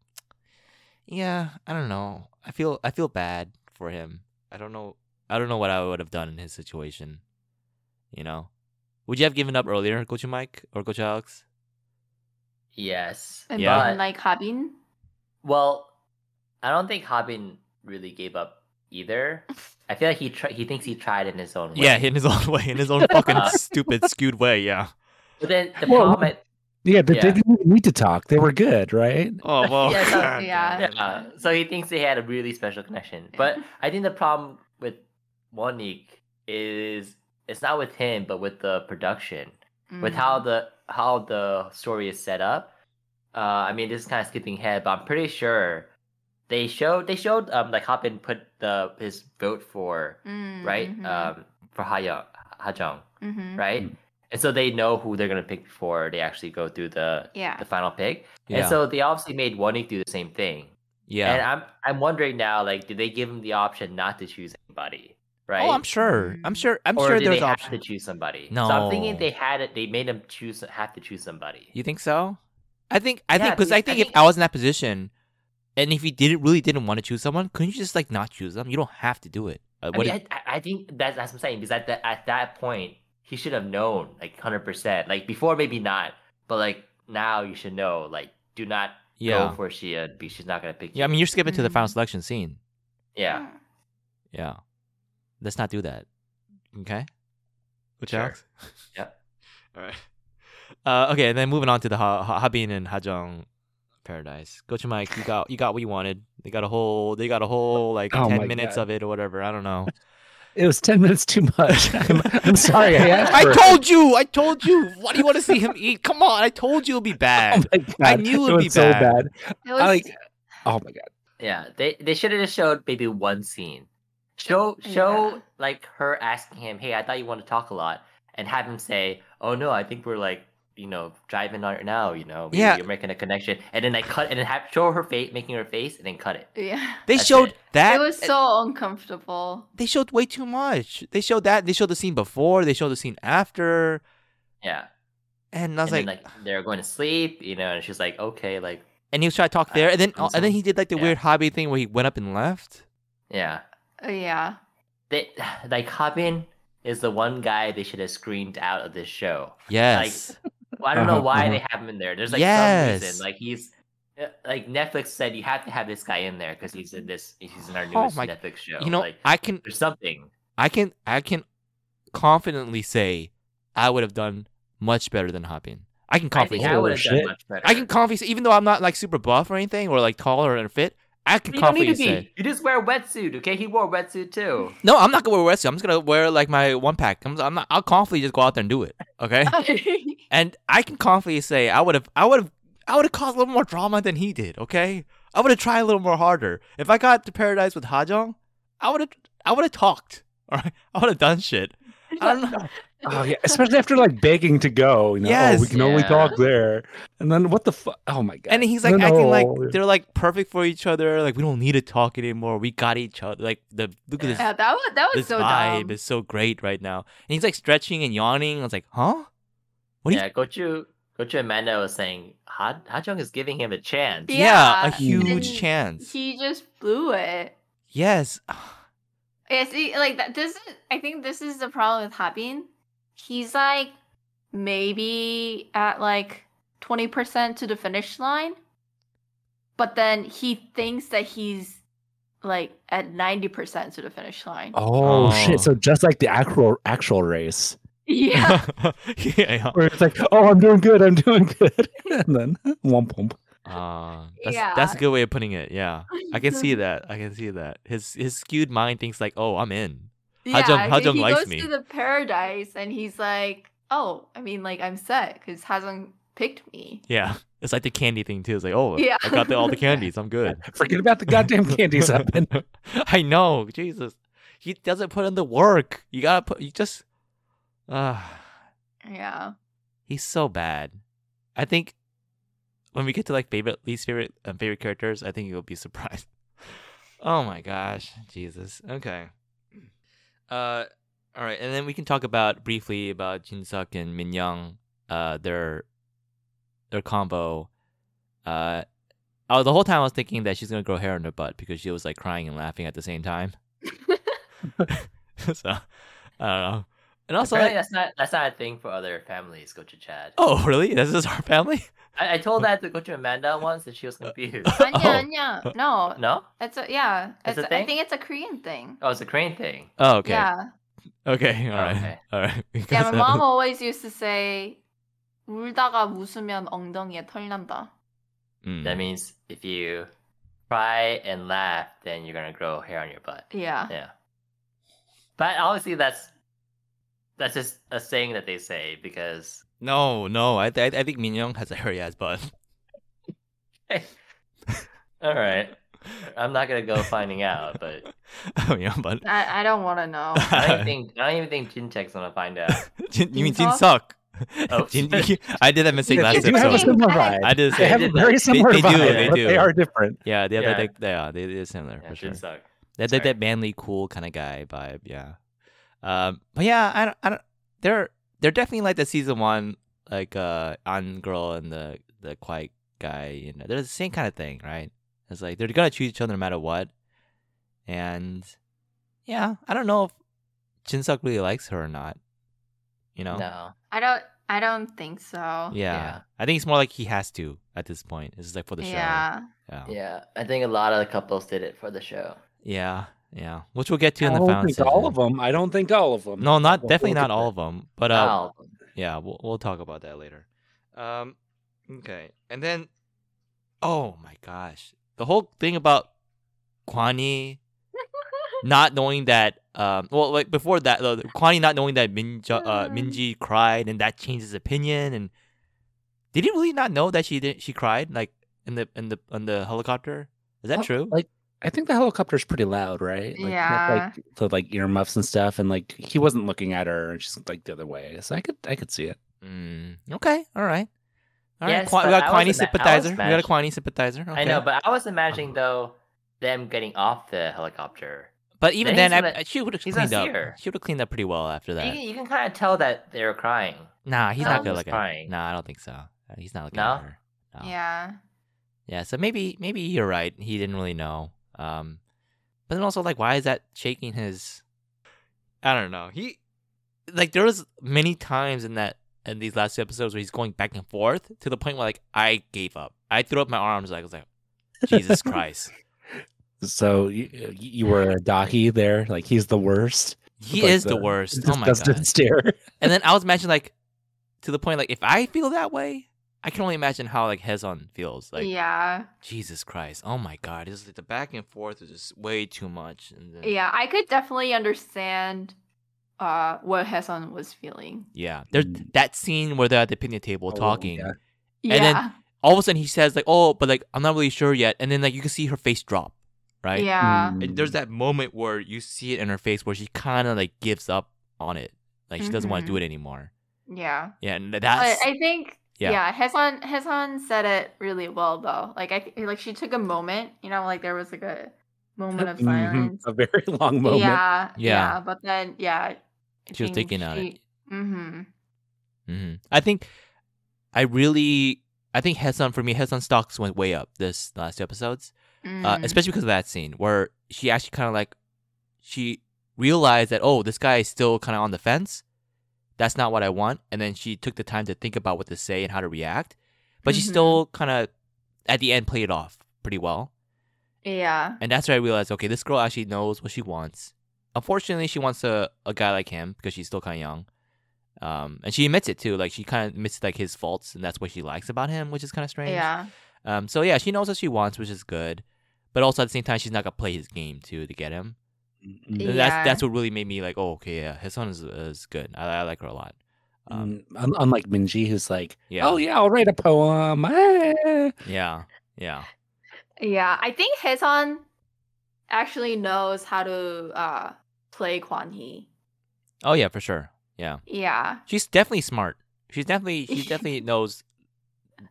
S5: yeah, I don't know. I feel I feel bad for him. I don't know. I don't know what I would have done in his situation. You know, would you have given up earlier, Coach Mike or Coach Alex?
S7: Yes.
S2: And
S5: Yeah.
S2: then like Habin.
S7: Well, I don't think Hobbin really gave up either. I feel like he tr- he thinks he tried in his own way.
S5: Yeah, in his own way, in his own fucking
S7: Uh,
S5: stupid, skewed way. Yeah.
S7: But then the
S6: Well,
S7: problem, at-
S6: Yeah, but
S7: Yeah.
S6: they didn't need to talk. They were good, right?
S5: Oh well.
S7: Yeah, so-
S5: God
S2: yeah.
S5: damn it.
S7: yeah, so he thinks they had a really special connection. But I think the problem with Monique is it's not with him, but with the production,
S2: Mm.
S7: with how the how the story is set up. Uh, I mean, this is kind of skipping ahead, but I'm pretty sure they showed they showed um like Hobbin put the his vote for
S2: Mm,
S7: right?
S2: mm-hmm.
S7: Um, for Haya Hajong,
S2: hmm
S7: right?
S5: Mm.
S7: And so they know who they're gonna pick before they actually go through the
S2: Yeah.
S7: the final pick.
S5: Yeah.
S7: And so they obviously made Wonik do the same thing. And uh,
S5: yeah.
S7: I'm I'm wondering now, like, did they give him the option not to choose anybody, right?
S5: Oh, I'm sure. I'm sure. I'm
S7: or
S5: sure
S7: did
S5: there's
S7: they have
S5: options.
S7: to choose somebody? So I'm thinking
S5: No.
S7: they had it. They made him choose have to choose somebody.
S5: You think so? I think I
S7: Yeah,
S5: think because
S7: I
S5: I think if
S7: think-
S5: I was in that position, and if you didn't really didn't want to choose someone, couldn't you just like not choose them? You don't have to do it. Uh,
S7: I
S5: what
S7: mean,
S5: if-
S7: I, I- I think that's that's what I'm saying because at that at that point he should have known like hundred percent. Like before, maybe not, but like now you should know. Like, do not
S5: yeah,
S7: go for Shia. Be she's not gonna pick.
S5: yeah. I
S7: you.
S5: mean, you're skipping to the final
S7: Mm-hmm.
S2: Mm.
S5: selection scene.
S7: yeah.
S5: Yeah, let's not do that. Okay. Which
S7: Sure.
S5: Alex?
S7: Yep.
S5: All right. Uh, okay, and then moving on to the ha- ha- Habin and Hajong paradise. Go to Mike. You got you got what you wanted. They got a whole they got a whole like
S6: Oh
S5: ten
S6: my
S5: minutes
S6: God.
S5: of it or whatever. I don't know.
S6: It was ten minutes too much. I'm, I'm sorry. I, asked
S5: I
S6: for it.
S5: told you. I told you. Why do you want to see him eat? Come on. I told you it'd be
S6: Oh
S5: bad.
S6: my god!
S5: I knew it'd
S6: was
S5: be
S6: so
S5: bad.
S2: It was
S6: I like. Oh my god!
S7: Yeah, they they should have just showed maybe one scene. Show show
S2: Yeah.
S7: like her asking him, "Hey, I thought you want to talk a lot," and have him say, "Oh no, I think we're like you know driving right now. You know, maybe
S5: Yeah.
S7: you're making a connection." And then I cut and then have show her face making her face and then cut it.
S2: yeah.
S5: They
S7: That's
S5: showed
S7: it.
S5: that.
S2: it was so uncomfortable.
S5: they showed way too much. They showed that. They showed the scene before. They showed the scene after.
S7: Yeah,
S5: And I was
S7: and
S5: like,
S7: then like they're going to sleep, you know, and she's like, "Okay, like
S5: and he was trying to talk there. And then,
S7: I'm
S5: and then
S7: sorry.
S5: he did like the
S7: Yeah.
S5: weird hobby thing where he went up and left.
S7: yeah."
S2: Uh, Yeah.
S7: They like Hobin is the one guy they should have screened out of this show.
S5: Yes.
S7: Well, I don't know
S6: Uh-huh,
S7: why
S6: uh-huh.
S7: they have him in there. There's like some
S5: Yes.
S7: reason. Like he's uh, like Netflix said you have to have this guy in there because he's in this. He's in our
S5: Oh
S7: newest
S5: my-
S7: Netflix show.
S5: you know,
S7: like,
S5: I can,
S7: there's something.
S5: I can, I can confidently say I would have done much better than Hoppin. I can
S7: I think
S5: confidently.
S7: I
S6: Holy
S7: would have done
S6: shit.
S7: much better.
S5: I can confidently, even though I'm not like super buff or anything, or like tall or fit, I can
S7: You don't need
S5: confidently
S7: to be.
S5: say.
S7: You just wear a wetsuit, okay? He wore a wetsuit too.
S5: No, I'm not gonna wear a wetsuit. I'm just gonna wear like my one pack. I'm, I'm not. I'll confidently just go out there and do it. Okay. and I can confidently say I would have. I would have. I would have caused a little more drama than he did. Okay. I would have tried a little more harder. If I got to paradise with Hajong, I would have. I would have talked. All right. I would have done shit. I don't know.
S6: Oh yeah! Especially after like begging to go. You know, oh, we
S5: Yes.
S6: can only
S7: Yeah.
S6: talk there. And then what the fuck? Oh my god!
S5: And he's like
S6: No,
S5: acting like
S6: no.
S5: they're like perfect for each other. Like we don't need to talk anymore. We got each other. Like the look at this.
S2: yeah, that was that was
S5: This
S2: so
S5: vibe
S2: dumb.
S5: is so great right now. And he's like stretching and yawning. I was like, huh? What do you
S7: yeah, Gochu. Gochu Amanda was saying Ha Hajung is giving him a chance.
S2: Yeah.
S5: Yeah, a
S2: then
S6: Mm.
S5: huge chance.
S2: He just blew it.
S5: yes.
S2: Yeah, see, e, like that. This, is- I think, this is the problem with Habin. He's like maybe at like twenty percent to the finish line, but then he thinks that he's like at ninety percent to the finish line.
S6: Oh,
S5: Oh.
S6: shit! So just like the actual actual race,
S2: Yeah,
S5: yeah.
S6: where it's like, oh, I'm doing good, I'm doing good, and then womp womp.
S5: Uh, that's
S2: Yeah.
S5: that's a good way of putting it. Yeah. I can see that. I can see that. His his skewed mind thinks like, "Oh, I'm in."
S2: yeah.
S5: Hajung- Hajung
S2: he
S5: likes
S2: goes
S5: me.
S2: to the paradise and he's like, oh, I mean, like I'm set because hasn't picked me.
S5: Yeah. It's like the candy thing too. It's like, oh,
S2: Yeah.
S5: I got the, all the candies. I'm good.
S6: Forget about the goddamn candies up and
S5: I know, Jesus. He doesn't put in the work. You gotta put. You just. Ah,
S2: Yeah.
S5: he's so bad. I think when we get to like favorite, least favorite, um, favorite characters, I think you'll be surprised. Oh my gosh, Jesus. Okay. Uh, all right, and then we can talk about briefly about Jinsuk and Minyoung. Uh, their their combo. Uh, oh, the whole time I was thinking that she's gonna grow hair on her butt because she was like crying and laughing at the same time. so, I don't know. And also,
S7: Apparently
S5: like,
S7: that's not that's not a thing for other families. Go to Chad.
S5: oh really? This is our family.
S7: I, I told that to go to Amanda once, and she was confused.
S2: Anya,
S5: Oh.
S2: Anya. No,
S7: no,
S2: it's a yeah.
S7: It's
S2: It's,
S7: a
S2: I
S7: thing?
S2: think it's a Korean thing.
S7: oh, it's a Korean thing.
S5: Oh, okay.
S2: Yeah.
S5: Okay. All
S7: Oh,
S5: right.
S7: okay.
S5: All right. Because,
S2: Yeah. My mom always used to say, "울다가 웃으면 엉덩이에 털 난다."
S5: Mm.
S7: That means if you cry and laugh, then you're gonna grow hair on your butt.
S2: Yeah.
S7: Yeah. But obviously, that's that's just a saying that they say because
S5: no, no. I, th- I think Minyoung has a hairy ass butt.
S7: all right, I'm not gonna go finding out, but
S5: oh yeah, but
S2: I, I don't want to know.
S7: I don't even think I don't even think Jintek's gonna find out.
S5: Jin, you mean Jin
S2: Jinseok?
S5: Suck?
S7: Oh,
S5: Jin, I did that mistake
S6: They
S5: last
S6: do have a
S5: episode.
S6: similar
S2: I-
S6: vibe.
S5: I did. the
S6: They
S5: same-
S6: have a
S7: did that.
S6: very similar
S5: they do,
S6: vibe,
S7: they
S6: but they
S5: do.
S6: are different.
S5: Yeah, they have
S7: Yeah.
S5: that. They, yeah, they, they're similar
S7: Yeah,
S5: for sure.
S7: Jinseok.
S5: That that,
S7: Sorry.
S5: that manly, cool kind of guy vibe. Yeah. Um. But yeah, I don't. I don't. They're they're definitely like the season one, like uh, on girl and the the quiet guy. You know, they're the same kind of thing, right? It's like they're gonna choose each other no matter what. And yeah, I don't know if Jinseok really likes her or not. You know.
S7: No.
S2: I don't. I don't think so.
S5: Yeah.
S7: Yeah.
S5: I think it's more like he has to at this point. This is like for the show.
S2: Yeah.
S5: Yeah. Yeah.
S7: Yeah, I think a lot of the couples did it for the show.
S5: Yeah. Which we'll get to in
S6: I
S5: the
S6: don't
S5: final
S6: think
S5: season.
S6: all of them. I don't think all of them.
S5: No, not
S6: We'll-
S5: definitely
S6: we'll
S5: not
S6: get
S5: all of them. But uh,
S7: All of them.
S5: yeah, we'll we'll talk about that later. Um, okay, and then, oh my gosh, the whole thing about Kwani not knowing that, um, well, like before that, though, Kwani not knowing that Minja, uh,
S2: Mm.
S5: Minji cried, and that changed his opinion. And did he really not know that she did? She cried like in the in the on the helicopter. Is that
S6: Oh,
S5: true?
S6: like- I think the helicopter's pretty loud, right? Like,
S2: Yeah.
S6: Like the like earmuffs and stuff, and like he wasn't looking at her, and she's like the other way. I guess I could I could see it.
S5: Mm, okay, all right. All right,
S7: Yes,
S5: Kwa- we
S7: but
S5: got a
S7: I was
S5: Kwani
S7: ima- I was
S5: sympathizer. We got a
S7: imagining-
S5: Kwani sympathizer. Okay. Um,
S7: I know, but I was imagining though them getting off the helicopter.
S5: But even
S7: Then
S5: then,
S7: he's
S5: I,
S7: gonna-
S5: I- she would have
S7: he's gonna
S5: cleaned
S7: see
S5: up.
S7: her.
S5: She would have cleaned up pretty well after
S7: You
S5: that.
S7: can, you can kind of tell that they were crying.
S5: Nah, he's
S2: No.
S5: not good
S7: He's
S5: looking.
S7: crying.
S5: Nah, I don't think so. Uh, He's not looking
S7: No?
S5: at her. No.
S2: Yeah.
S5: Yeah. So maybe, maybe you're right. He didn't really know. Um, but then also, like, why is that shaking his? I don't know. He, like, there was many times in that in these last two episodes where he's going back and forth to the point where like I gave up. I threw up my arms. Like I was like, Jesus Christ.
S6: So you, you were a docky there, like he's the worst.
S5: He
S6: Like
S5: is the,
S6: the
S5: worst. Oh my
S6: Disgusted
S5: god.
S6: stare.
S5: And then I was imagining like to the point like if I feel that way, I can only imagine how like Hezon feels. Like
S2: yeah.
S5: Jesus Christ. Oh my god. It's like the back and forth is just way too much. And then,
S2: Yeah. I could definitely understand uh what Hesun was feeling.
S5: Yeah. There's
S6: Mm.
S5: that scene where they're at the picnic table
S6: Oh,
S5: talking.
S6: yeah.
S2: Yeah.
S5: then- All of a sudden he says like, "Oh, but like I'm not really sure yet." And then like you can see her face drop, right?
S2: yeah.
S6: Hmm.
S5: And
S6: Mm.
S5: there's that moment where you see it in her face where she kind of like gives up on it. Like she doesn't want
S2: Mhm.
S5: to do it anymore.
S2: Yeah.
S5: Yeah, and
S2: I,
S5: mm. that's
S2: I think
S5: Yeah.
S2: yeah. Hesan Hesan said it really well though. Like I th- like she took a moment, you know, like there was like a moment of
S5: Mm-hmm.
S6: Mhm.
S2: silence.
S6: A very long moment.
S2: Yeah,
S5: Yeah.
S2: yeah. But then yeah.
S5: She was thinking on it.
S2: Mm-hmm.
S5: hmm I think I really I think Hesan for me Hesan stocks went way up this last two episodes,
S2: mm,
S5: uh, especially because of that scene where she actually kind of like she realized that oh this guy is still kind of on the fence, that's not what I want, and then she took the time to think about what to say and how to react, but she
S2: Mhm.
S5: still kind of at the end played it off pretty well,
S2: yeah.
S5: and that's where I realized okay this girl actually knows what she wants. Unfortunately, she wants a, a guy like him because she's still kind of young um, and she admits it too. Like she kind of admits like his faults, and that's what she likes about him, which is kind of strange.
S2: Yeah.
S5: Um. So yeah, she knows what she wants, which is good, but also at the same time, she's not gonna play his game too to get him.
S6: Mhm.
S5: And That's
S2: Yeah.
S5: that's what really made me like, oh okay, yeah, his son is is good. I, I like her a lot. Um,
S6: Um, un- unlike Minji, who's like,
S5: Yeah.
S6: oh yeah, I'll write a poem. Ah."
S5: Yeah. Yeah.
S2: Yeah, I think Hezon actually knows how to uh play Quan Hee.
S5: Oh yeah, for sure. Yeah.
S2: Yeah.
S5: She's definitely smart. She's definitely she definitely knows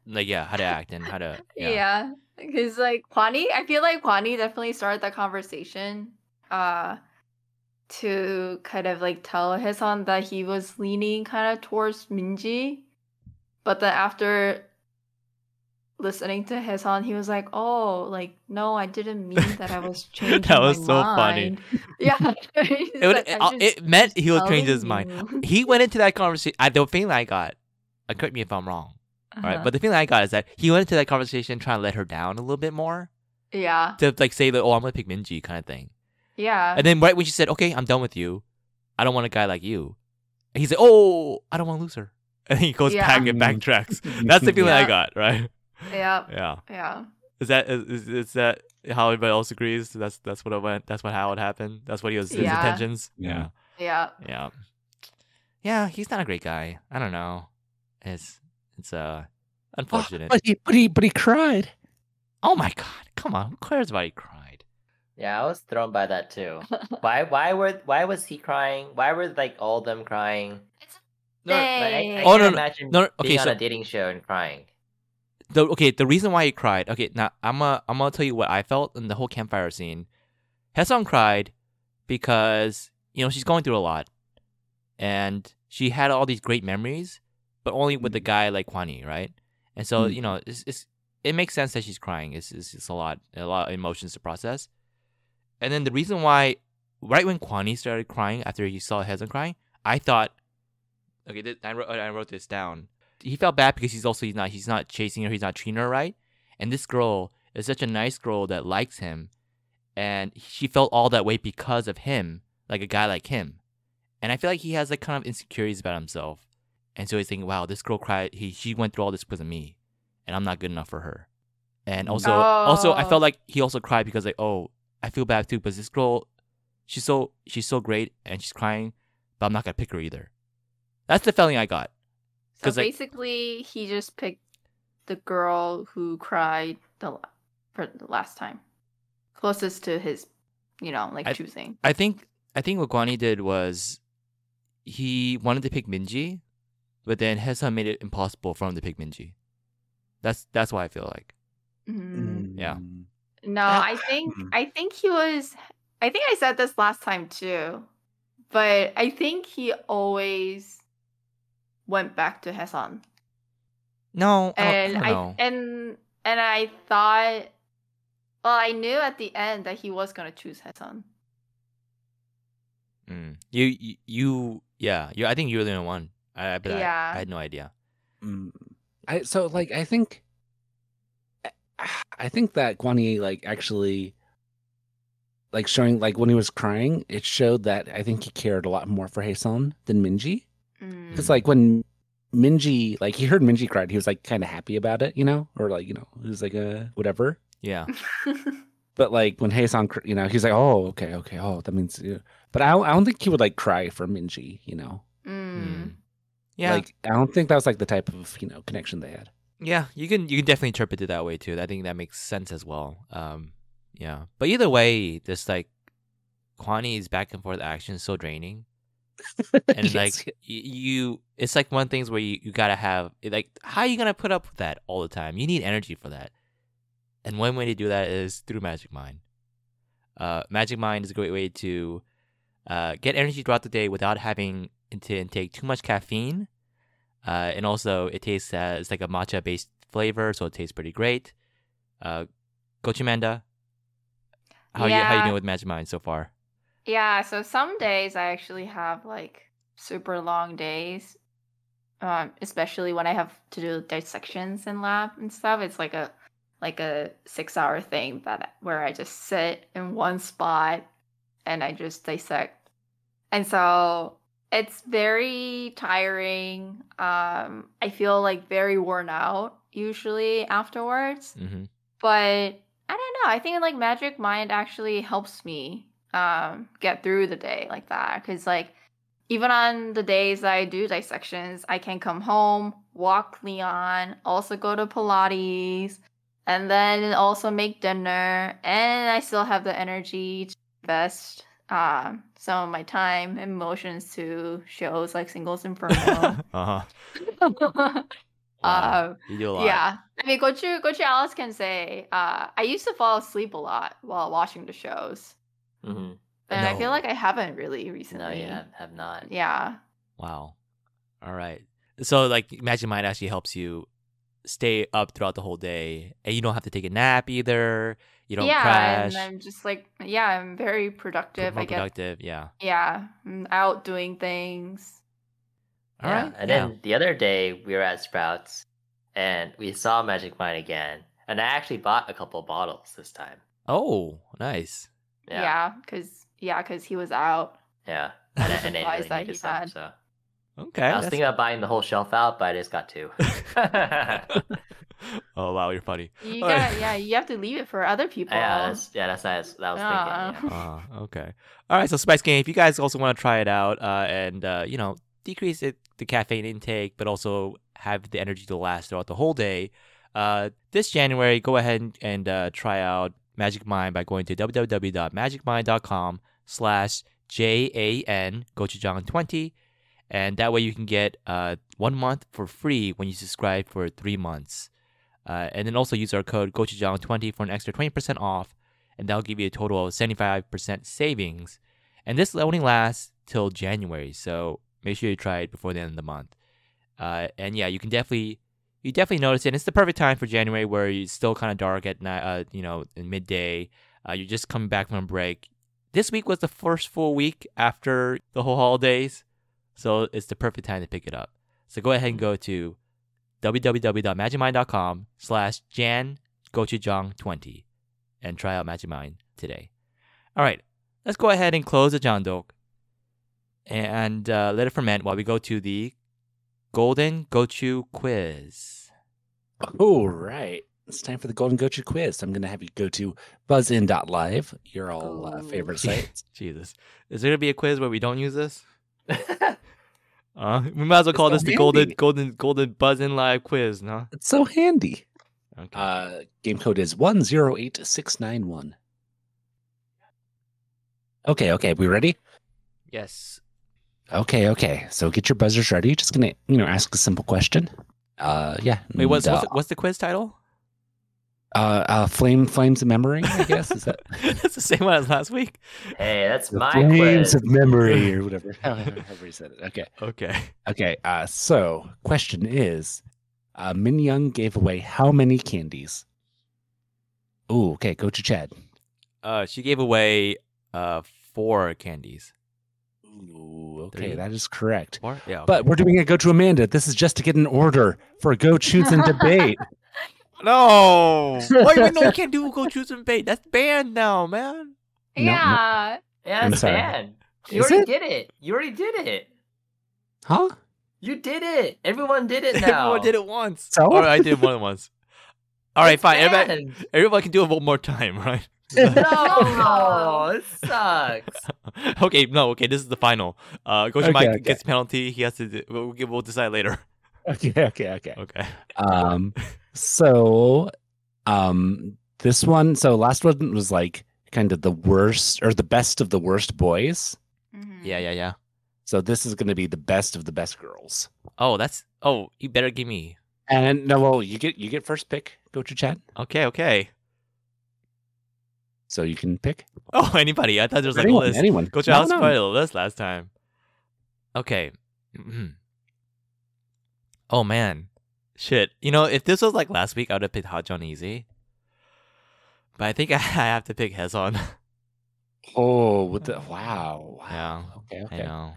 S5: like yeah, how to act and how to yeah.
S2: Yeah. Because like Quan Hee, I feel like Quan Hee definitely started the conversation uh to kind of like tell Hezon that he was leaning kind of towards Minji. But then after listening to Hezon, he was like, Oh, like no, I didn't mean that I was changing.
S5: That was
S2: my
S5: so funny.
S2: mind." Yeah. He's
S5: It, would,
S2: like,
S5: it,
S2: "I'm
S5: uh,
S2: just
S5: it meant he'll change his
S2: telling
S5: mind.
S2: you."
S5: He went into that conversation. I, the feeling I got, uh, correct me if I'm wrong, all right?
S2: Uh-huh.
S5: But the feeling I got is that he went into that conversation trying to let her down a little bit more
S2: yeah,
S5: to like say that, oh, I'm gonna pick Minji kind of thing.
S2: yeah,
S5: And then right when she said, okay, I'm done with you, I don't want a guy like you, and he said, oh, I don't want to lose her, and he goes
S2: Yeah.
S5: back and backtracks. That's the feeling I
S2: Yeah.
S5: got, right?
S2: yeah,
S5: Yeah.
S2: yeah.
S5: Is that is, is, is that how everybody else agrees? That's that's what it went. That's what how it happened. That's what he was his
S2: Yeah.
S5: intentions.
S6: Yeah.
S2: Yeah.
S5: Yeah. Yeah, he's not a great guy. I don't know. It's it's uh unfortunate.
S6: but he, but he, but he cried.
S5: oh my god, come on, who cares why he cried?
S7: Yeah, I was thrown by that too. why? Why were? Why was he crying? Why were like all them crying?
S2: It's
S7: No, like, I, I
S2: Oh,
S5: no,
S7: can't
S5: no,
S7: imagine
S5: no, no, okay,
S7: being
S5: so-
S7: on a dating show and crying.
S5: The okay, the reason why he cried, okay, now I'm uh, I'm gonna tell you what I felt in the whole campfire scene. Hesong cried because, you know, she's going through a lot. And she had all these great memories, but only with a guy like Kwani, right? And so,
S6: Mm.
S5: you know, it's, it's it makes sense that she's crying. It's, it's it's a lot a lot of emotions to process. And then the reason why right when Kwani started crying after he saw Hezon crying, I thought, okay, this, I, wrote, I wrote this down. He felt bad because he's also he's not he's not chasing her, he's not treating her right, and this girl is such a nice girl that likes him, and she felt all that way because of him, like a guy like him, and I feel like he has like kind of insecurities about himself, and so he's thinking, wow, this girl cried, he she went through all this because of me, and I'm not good enough for her, and also also I
S2: Oh.
S5: felt like he also cried because like oh I feel bad too, because this girl, she's so she's so great and she's crying, but I'm not gonna pick her either. That's the feeling I got.
S2: So
S5: 'Cause, like-
S2: basically, he just picked the girl who cried the la- for the last time, closest to his, you know, like
S5: I-
S2: choosing.
S5: I think I think what Guani did was he wanted to pick Minji, but then Hesa made it impossible for him to pick Minji. That's that's why I feel like.
S2: Mm.
S5: Yeah.
S2: No,
S5: Uh,
S2: I think
S6: mm.
S2: I think he was. I think I said this last time too, but I think he always went back to Hesan.
S5: No, I don't,
S2: and
S5: I
S2: I,
S5: don't know.
S2: and and I thought, well, I knew at the end that he was gonna choose Hesan.
S5: Mm. You, you you yeah you I think you were the only one. I, I but
S2: Yeah.
S5: I, I had no idea.
S6: Mm. I so like I think I- I think that Guan Yi like actually like showing like when he was crying, it showed that I think he cared a lot more for Haesan than Minji.
S2: Mm.
S6: Because like when Minji like he heard Minji cried, he was like kind of happy about it, you know, or like you know he was like uh whatever.
S5: Yeah.
S6: But like when Haesan, cr- you know, he's like oh okay okay oh that means. Yeah. But I don't, I don't think he would like cry for Minji, you know.
S2: Mm.
S5: Mm. Yeah.
S6: Like I don't think that was like the type of you know connection they had.
S5: Yeah, you can you can definitely interpret it that way too. I think that makes sense as well. Um, yeah, but either way, this like Kwani's back and forth action is so draining, and
S6: Yes,
S5: like y- you, it's like one things where you, you gotta have like how you gonna put up with that all the time? You need energy for that, and one way to do that is through Magic Mind. Uh, Magic Mind is a great way to uh, get energy throughout the day without having to intake too much caffeine. Uh, and also, it tastes uh, it's like a matcha based flavor, so it tastes pretty great. Uh, Gochimanda, how you how you
S2: Yeah.
S5: doing with Magic Mind so far?
S2: Yeah, so some days I actually have like super long days. Um, especially when I have to do dissections in lab and stuff. It's like a like a six hour thing that where I just sit in one spot and I just dissect. And so it's very tiring. Um, I feel like very worn out usually afterwards
S5: hmm
S2: but I don't know. I think like Magic Mind actually helps me um get through the day like that because like even on the days that I do dissections, I can come home, walk Leon, also go to Pilates, and then also make dinner. And I still have the energy to invest uh, some of my time and emotions to shows like Singles Inferno.
S5: uh-huh.
S2: uh,
S5: You do a lot.
S2: yeah. I mean, Gochu, Gochu Alice can say, uh, I used to fall asleep a lot while watching the shows.
S7: hmm
S2: And I
S5: No.
S2: feel like I haven't really
S7: No,
S2: recently.
S7: you have, have not.
S2: Yeah.
S5: Wow. All right. So like Magic Mind actually helps you stay up throughout the whole day and you don't have to take a nap either. You don't
S2: yeah.
S5: crash.
S2: And I'm just like, yeah, I'm very
S5: You're
S2: productive.
S5: more
S2: I get,
S5: productive. Yeah.
S2: yeah, I'm out doing things.
S5: All
S7: yeah.
S5: right.
S7: And
S5: yeah.
S7: then the other day we were at Sprouts and we saw Magic Mind again. And I actually bought a couple bottles this time.
S5: Oh, nice.
S7: Yeah.
S2: Yeah. Cause, yeah, cause he was out.
S7: Yeah. And, I- and I
S2: Supplies
S7: really
S2: that
S7: needed
S2: he
S7: some,
S2: had.
S7: so.
S5: Okay.
S7: I was
S5: that's-
S7: thinking about buying the whole shelf out, but I just got two. yeah,
S5: oh wow, you're funny.
S2: You
S5: Alright.
S2: got, yeah, you have to leave it for other people.
S7: that's, yeah, that's nice. That was thinking. Yeah.
S5: Uh, okay. All right. So Spice Game, if you guys also want to try it out uh, and uh, you know decrease it, the caffeine intake, but also have the energy to last throughout the whole day, uh, this January, go ahead and, and uh, try out Magic Mind by going to www.magicmind.com slash J-A-N gochujang20. And that way you can get uh, one month for free when you subscribe for three months. Uh, and then also use our code gochujang20 for an extra 20% off and that'll give you a total of 75% savings. And this only lasts till January, so make sure you try it before the end of the month. Uh, and yeah, you can definitely you definitely notice it. And it's the perfect time for January where it's still kind of dark at night, uh, you know, in midday. Uh, you're just coming back from a break. This week was the first full week after the whole holidays, so it's the perfect time to pick it up. So go ahead and go to www.magicmind.com slash Jan Gochujang 20 and try out Magic Mind today. All right, let's go ahead and close the Jandok and uh, let it ferment while we go to the Golden Gochu quiz.
S6: All Oh, right. It's time for the Golden Gochu quiz. I'm going to have you go to buzzin.live, your all uh,
S2: Oh.
S6: favorite sites.
S5: Jesus. Is there going to be a quiz where we don't use this? Uh, we might as well call
S6: It's
S5: this
S6: so
S5: the Golden
S6: handy.
S5: Golden Golden Buzz in Live quiz, no?
S6: It's so handy.
S5: Okay.
S6: Uh, game code is 108691. Okay, okay. We ready?
S5: yes.
S6: Okay, okay. So get your buzzers ready. Just going to, you know, ask a simple question. Uh, yeah.
S5: Wait, what's,
S6: and,
S5: what's,
S6: uh,
S5: the, what's the quiz title?
S6: uh, uh, flame, flames of memory, I guess. Is that
S5: That's the same one as last week.
S7: hey, that's
S6: The
S7: my
S6: flames
S7: quiz.
S6: of memory or whatever? However however you said it. Okay.
S5: Okay.
S6: Okay, uh, so question is, uh, Min Young gave away how many candies? Ooh, okay, go to Chad.
S5: Uh, she gave away uh four candies.
S6: Ooh,
S5: Three.
S6: okay, that is correct.
S5: Four? Yeah. okay.
S6: But we're doing a go to Amanda. This is just to get an order for go choose and debate.
S5: No. Wait, wait, no, you can't do go choose and bait. That's banned now, man.
S6: No, no.
S2: yeah.
S7: Yeah,
S6: I'm
S7: it's
S6: sorry.
S7: banned. You
S6: Is
S7: already
S6: it?
S7: did it. You already did it.
S6: huh?
S7: You did it. Everyone did it now.
S5: Everyone did it once.
S6: So?
S5: Or I did it more than once. All right, fine. Everybody,
S7: Banned.
S5: everybody can do it one more time, right?
S7: No, it sucks.
S5: okay, no, okay. This is the final. Uh, Goshi
S6: Okay,
S5: Mike
S6: okay.
S5: gets penalty. He has to. Do, we'll, we'll decide later.
S6: Okay, okay, okay.
S5: Okay.
S6: Um, so, um, this one, so last one was like kind of the worst or the best of the worst boys.
S2: Mhm.
S5: Yeah, yeah, yeah.
S6: So this is going to be the best of the best girls.
S5: Oh, that's. Oh, you better give me.
S6: And no, well, you get you get first pick. Go to Chad,
S5: Okay, okay.
S6: so you can pick
S5: Oh, anybody? I thought there was like
S6: anyone.
S5: a list.
S6: anyone.
S5: Go to
S6: No,
S5: Alex
S6: no.
S5: Spider list last time. Okay. Mhm. oh man, shit. You know, if this was like last week, I would have picked Hot John Easy. But I think I, I have to pick Hezon.
S6: Oh, with the wow, wow. Okay,
S5: I
S6: okay.
S5: know.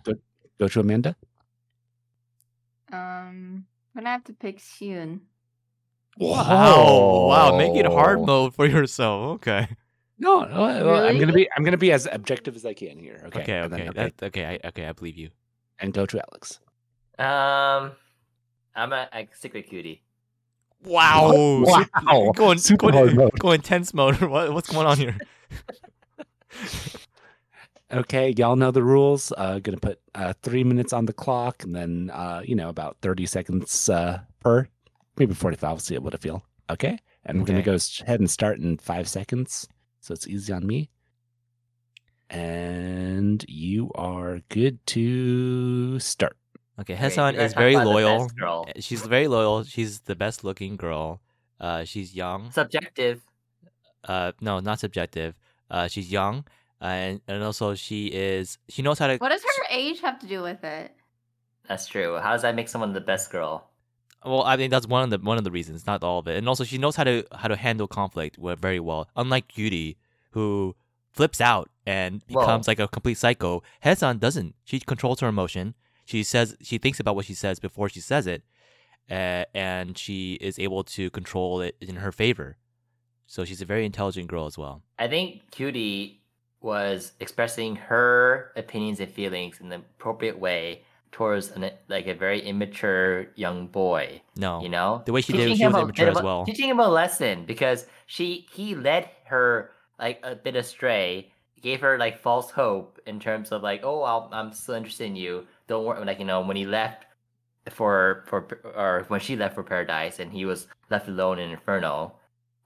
S6: Go to Amanda.
S2: Um, I'm gonna have to pick Shun.
S5: Wow! Wow! Make it hard
S6: Whoa.
S5: mode for yourself. Okay.
S6: No, no, well, I'm
S2: Really?
S6: gonna be I'm gonna be as objective as I can here. Okay,
S5: Okay.
S6: and
S5: Okay.
S6: then-
S5: That, okay. I, okay. I believe you.
S6: and go to Alex.
S7: Um, I'm a I stick with cutie.
S5: Wow!
S6: Wow.
S5: Super- Going
S6: Super
S5: going,
S6: hard mode.
S5: going tense mode. what, what's going on here?
S6: Okay, y'all know the rules. Uh, gonna put uh, three minutes on the clock, and then uh, you know about thirty seconds uh, per, maybe forty-five. We'll see what it feel. Okay, and we're gonna
S5: Okay.
S6: go s- ahead and start in five seconds, so it's easy on me. And you are good to start.
S5: Okay,
S7: Wait,
S5: Hesan
S7: you guys
S5: is
S7: talk
S5: very
S7: about the
S5: loyal.
S7: best girl.
S5: Uh, She's very loyal. She's the best looking girl. Uh, she's young.
S7: Subjective.
S5: Uh, no, not subjective. Uh, she's young, uh, and and also she is. She knows how to.
S2: What does her age have to do with it?
S7: That's true. How does that make someone the best girl?
S5: Well, I think that's one of the one of the reasons, not all of it. And also, she knows how to how to handle conflict we- very well. Unlike Yuri, who flips out and
S7: Whoa.
S5: becomes like a complete psycho, Hesan doesn't. She controls her emotion. She says she thinks about what she says before she says it, uh, and she is able to control it in her favor. So she's a very intelligent girl as well.
S7: I think Cutie was expressing her opinions and feelings in the appropriate way towards an, like a very immature young boy.
S5: No,
S7: You know,
S5: The way she did it,
S7: Teaching
S5: she
S7: him
S5: was
S7: a
S5: immature
S7: bit
S5: as
S7: of a-
S5: well.
S7: Teaching him a lesson because she he led her like a bit astray, gave her like false hope in terms of like, oh, I'll, I'm still interested in you. Don't worry, like you know when he left for for or when she left for paradise and he was left alone in inferno,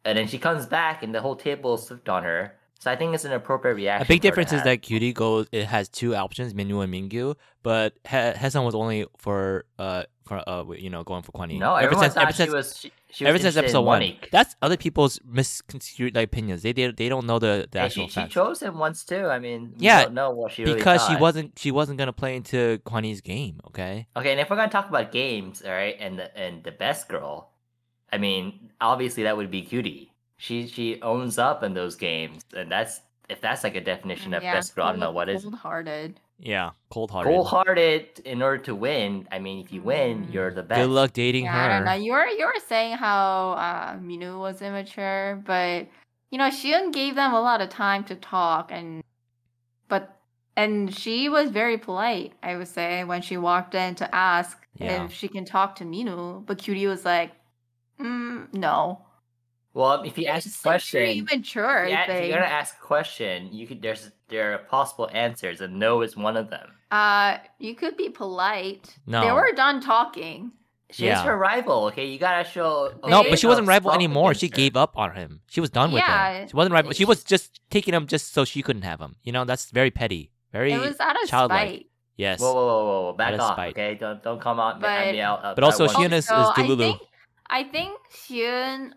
S7: and then she comes back and the whole table is flipped on her. So I think it's an appropriate reaction.
S5: a big
S7: for her to
S5: difference is
S7: have.
S5: that Cutie goes. It has two options, Minwoo and Mingyu, but he- Hesan was only for uh for uh you know going for Kwani.
S7: no,
S5: Ever
S7: everyone
S5: since-
S7: thought
S5: ever
S7: she
S5: since-
S7: was. She, she was
S5: ever since
S7: interested in
S5: episode one.
S7: Monique.
S5: That's other people's misconstrued like, opinions. They, they they don't know the, the
S7: And
S5: actual
S7: she, she
S5: facts
S7: chose him once too. I mean, we
S5: Yeah,
S7: don't know what she really
S5: because she
S7: thought.
S5: wasn't she wasn't gonna play into Kwani's game. Okay,
S7: Okay, and if we're gonna talk about games, all right, and the and the best girl, I mean, obviously that would be Cutie. She she owns up in those games, and that's if that's like a definition of
S2: Mm, Yeah,
S7: best girl. I don't know
S2: cold-
S7: what is
S2: cold-hearted.
S5: yeah, cold hearted.
S7: wholehearted in order to win. I mean, if you win,
S2: Mm.
S7: you're the best.
S5: Good luck dating
S2: Yeah, I don't know.
S5: her.
S2: You were you were saying how uh, Minu was immature, but you know Shion gave them a lot of time to talk, and but and she was very polite. I would say when she walked in to ask
S5: Yeah.
S2: if she can talk to Minu, but Cutie was like, mm, "No."
S7: Well, if you ask
S2: It's
S7: a
S2: like very
S7: question,
S2: immature.
S7: if you a- if
S2: thing.
S7: you're gonna ask a question, you could there's there are possible answers, and no is one of them.
S2: Uh, you could be polite. They
S5: No.
S2: were done talking.
S7: She's
S5: Yeah.
S7: her rival. Okay, you gotta show. a
S5: No,
S7: bit
S5: but she wasn't
S7: of
S5: rival
S7: spunk
S5: anymore. She
S7: against her.
S5: gave up on him. She was done with
S2: Yeah.
S5: him. She wasn't rival. She was just taking him just so she couldn't have him. You know, that's very petty. Very
S2: It was out of
S5: childlike.
S2: spite.
S5: yes.
S7: Whoa, whoa, whoa, whoa, whoa! Back
S5: is
S7: off,
S5: spite.
S7: okay? Don't don't come out.
S2: But-
S7: But, me out, uh,
S5: But also
S7: I want-
S5: Hyun is- is Delulu.
S2: Oh, I think, I think Hyun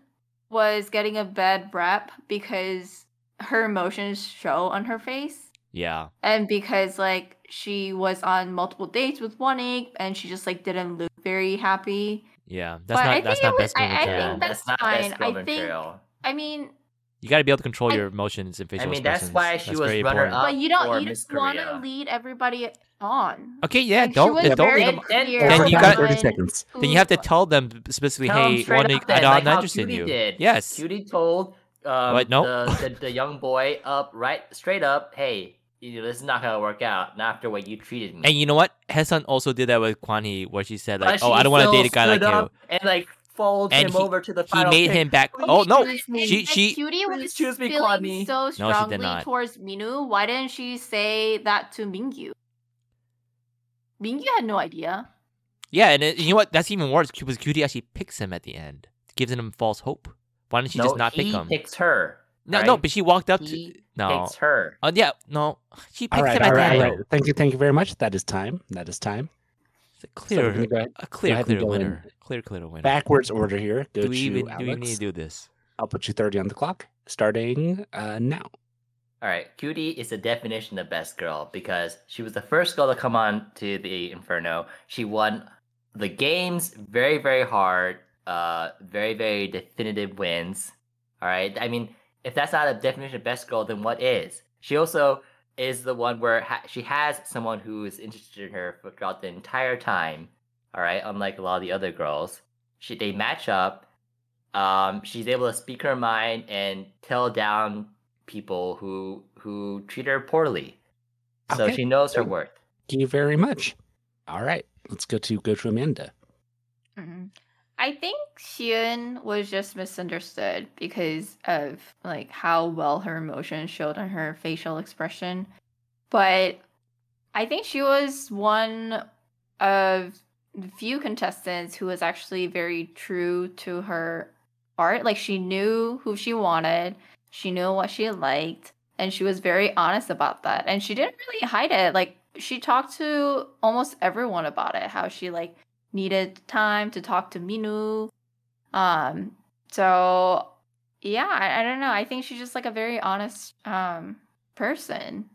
S2: was getting a bad rep because her emotions show on her face.
S5: Yeah.
S2: And because like she was on multiple dates with one egg and she just like didn't look very happy.
S5: Yeah. That's
S2: But
S5: not
S2: I
S5: that's
S2: think
S5: not
S2: it was-
S5: best girl
S2: I think
S5: material.
S2: that- that's
S7: not best
S2: fine.
S7: girl
S2: I think-
S7: material.
S2: I mean,
S5: You got to be able to control
S2: I-
S5: your emotions and facial
S7: mean, that's
S5: expressions.
S7: why she was
S5: very
S7: runner
S5: important.
S7: up.
S2: but you don't
S7: or
S2: you
S7: Miss
S2: just want to
S7: Korea.
S2: lead everybody on.
S5: Okay, yeah,
S2: Like, she
S5: don't
S2: was
S5: then don't
S2: very
S5: lead them.
S7: Then-
S2: clear
S5: then you
S2: on
S5: got-
S6: 30 seconds.
S5: Then you have to
S2: who-
S5: tell them specifically,
S7: Tell 'em
S5: hey,
S7: straight
S5: one,
S7: up
S5: I
S7: then,
S5: don't
S7: like how
S5: interested in
S7: Cutie
S5: you.
S7: Did.
S5: Yes,
S7: Cutie told um,
S5: What? No.
S7: the, the, the young boy up right straight up. Hey, you know, this is not gonna work out. Not after what you treated me.
S5: and you know what? Hesan also did that with Kwan Hee, where she said
S7: But
S5: like, oh,
S7: she
S5: I don't want to
S7: still
S5: date a guy like
S7: stood up and like followed
S5: And
S7: him
S5: he-
S7: over to the
S5: you. He
S7: final.
S5: made
S7: pick.
S5: him back.
S7: Please
S5: Oh no,
S2: Excuse me,
S5: she
S2: if
S5: she.
S2: Cutie was
S7: excuse me,
S2: feeling
S7: Kwani.
S2: so
S5: No, she did
S2: strongly
S5: not.
S2: towards Minu. Why didn't she say that to Mingyu? Mingyu had no idea.
S5: Yeah, and it, you know what? That's even worse because Cutie actually picks him at the end, gives him false hope. Why didn't she
S7: no,
S5: just not
S7: he
S5: pick him?
S7: picks her.
S5: no,
S7: right?
S5: no, but she walked up to
S7: he
S5: no.
S7: picks her.
S5: Oh yeah, no, she
S6: All
S5: picks
S6: right,
S5: him
S6: all
S5: at the
S6: right,
S5: end.
S6: all right. Thank you, thank you very much. That is time. That is time.
S5: It's a
S6: So we're
S5: clear,
S6: gonna go ahead-
S5: a clear,
S6: ahead and
S5: clear
S6: go in.
S5: winner. Clear, clear winner.
S6: backwards order here.
S5: do
S6: Go to
S5: we even
S6: Alex.
S5: do we even need to do this?
S6: I'll put you 30 on the clock starting uh, now.
S7: All right, Cutie is the definition of best girl because she was the first girl to come on to the Inferno. She won the games very, very hard, uh, very, very definitive wins. All right, I mean, if that's not a definition of best girl, then what is? She also is the one where ha- she has someone who is interested in her for- throughout the entire time. All right, unlike a lot of the other girls, she they match up. Um, she's able to speak her mind and tell down people who who treat her poorly. So
S6: Okay.
S7: she knows her
S6: Good.
S7: worth.
S6: Thank you very much. All right, let's go to go to Amanda.
S2: Mhm. I think Xion was just misunderstood because of like how well her emotions showed on her facial expression. but I think she was one of the few contestants who was actually very true to her art. Like she knew who she wanted, she knew what she liked, and she was very honest about that. And she didn't really hide it. Like she talked to almost everyone about it, how she like needed time to talk to Minu. Um, so yeah, I, I don't know. I think she's just like a very honest um person.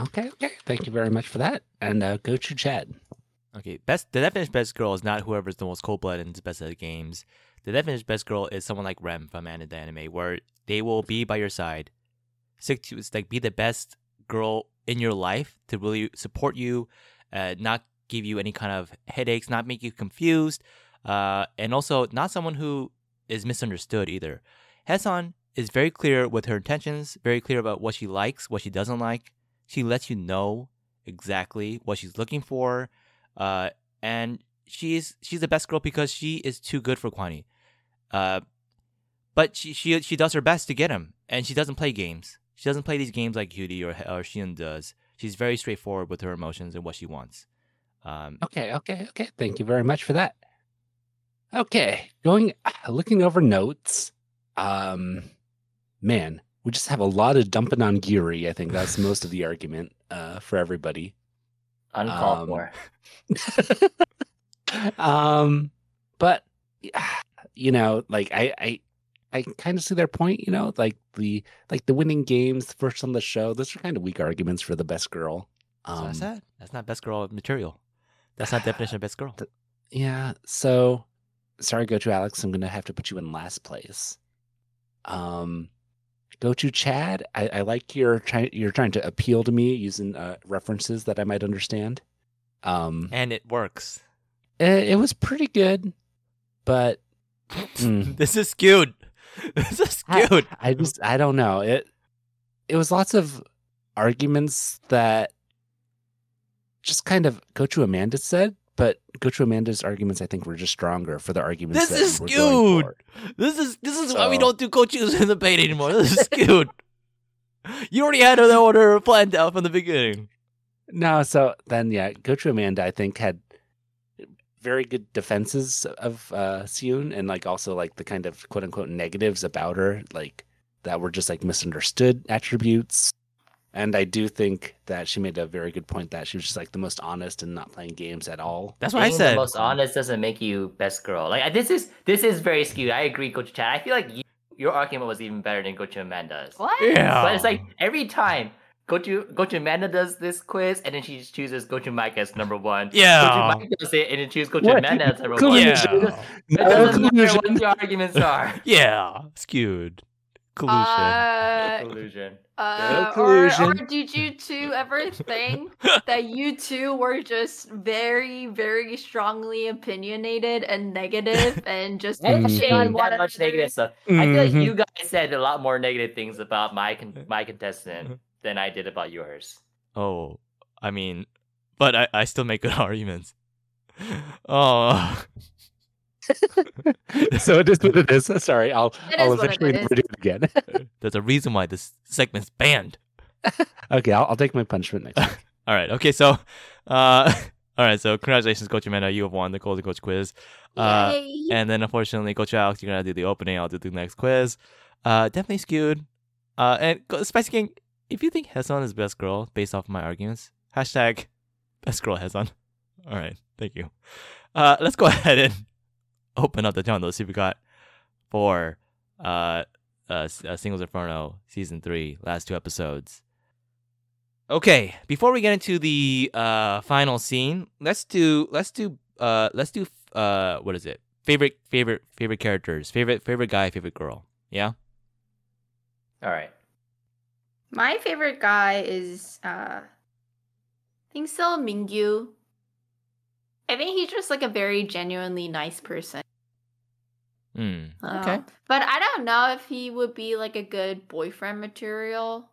S6: Okay, okay. Thank you very much for that. And uh, go to Chad.
S5: Okay, best the definition of best girl is not whoever's the most cold blooded and is best at the games. The definition of best girl is someone like Rem from Anna the Anime, where they will be by your side, stick to it's like be the best girl in your life to really support you, uh, not give you any kind of headaches, not make you confused, uh, and also not someone who is misunderstood either. Hesan is very clear with her intentions, very clear about what she likes, what she doesn't like. She lets you know exactly what she's looking for, uh, and she's she's the best girl because she is too good for Kwani. Uh, but she she she does her best to get him, and she doesn't play games. She doesn't play these games like Yuri or or Shion does. She's very straightforward with her emotions and what she wants. Um,
S6: Okay, okay, okay. Thank you very much for that. Okay, going looking over notes. Um, man, we just have a lot of dumping on Geary. I think that's most of the argument uh, for everybody. Um,
S7: Uncalled for.
S6: um, but yeah, you know, like I, I, I kind of see their point. You know, like the like the winning games, the first on the show. Those are kind of weak arguments for the best girl.
S5: so
S6: Um,
S5: that's that. That's not best girl material. That's not definition of best girl.
S6: Yeah. So sorry, go to Alex. I'm gonna have to put you in last place. Um, go to Chad. I, I like your try, you're trying to appeal to me using uh, references that I might understand. Um,
S5: And it works.
S6: it, it was pretty good, but Mm.
S5: this is skewed. This is
S6: I-
S5: skewed.
S6: I just I don't know it. It was lots of arguments that just kind of Gochu Amanda said, but Gochu Amanda's arguments I think were just stronger for the arguments.
S5: This
S6: that
S5: is
S6: we were going
S5: skewed.
S6: for.
S5: This is this is why we
S6: So-
S5: don't do coaches in the paint anymore. This is skewed. you already had an order planned out from the beginning.
S6: No, so then yeah, Gochu Amanda I think had very good defenses of uh Seun and like also like the kind of quote unquote negatives about her, like that were just like misunderstood attributes. And I do think that she made a very good point that she was just like the most honest and not playing games at all.
S5: That's what
S7: Being
S5: I said.
S7: the most honest doesn't make you best girl. Like this is this is very skewed. I agree, Coach Chad. I feel like you, your argument was even better than Coach Amanda's.
S2: What?
S5: Yeah.
S7: But it's like every time Gochu Gochu Amanda does this quiz, and then she just chooses Gochu Mike as number one.
S5: Yeah.
S7: Gochu Mike does it, and then chooses Gochu
S6: What?
S7: Amanda as number one.
S5: Yeah.
S6: Collusion.
S7: It doesn't matter what your arguments are.
S5: Yeah. Skewed. Collusion.
S2: Uh,
S7: Collusion.
S2: uh,
S6: No
S2: or, or
S6: collusion.
S2: did you two ever think that you two were just very, very strongly opinionated and negative and just
S7: I didn't
S2: shitting
S7: say
S2: on
S7: that
S2: one
S7: much
S2: another?
S7: negative stuff. I feel like
S5: Mm-hmm.
S7: you guys said a lot more negative things about my con- my contestant
S5: Mm-hmm.
S7: than I did about yours.
S5: oh, I mean, but I, I still make good arguments. Oh,
S6: Mm-hmm. so it is what it is. Sorry, I'll
S2: It
S6: I'll
S2: is what it
S6: eventually
S2: is.
S6: never do it again.
S5: there's a reason why this segment's banned.
S6: okay, I'll, I'll take my punishment next time.
S5: All right. Okay. So, uh, all right. So, congratulations, Coach Amanda. You have won the Coach Coach quiz. Uh,
S2: Yay.
S5: And then, unfortunately, Coach Alex, you're gonna do the opening. I'll do the next quiz. Uh, definitely skewed. Uh, and go- Spicy King, if you think Hesan is best girl based off my arguments, hashtag best girl Hesan. All right, thank you. Uh, let's go ahead and open up the channel. See if we got for uh, uh, S- uh, Singles Inferno season three, last two episodes. Okay, before we get into the uh, final scene, let's do let's do uh, let's do uh, what is it? Favorite favorite favorite characters, favorite favorite guy, favorite girl. Yeah.
S7: All right.
S2: My favorite guy is uh I think so Mingyu. I think he's just like a very genuinely nice person.
S5: Mm.
S2: Okay. but I don't know if he would be like a good boyfriend material.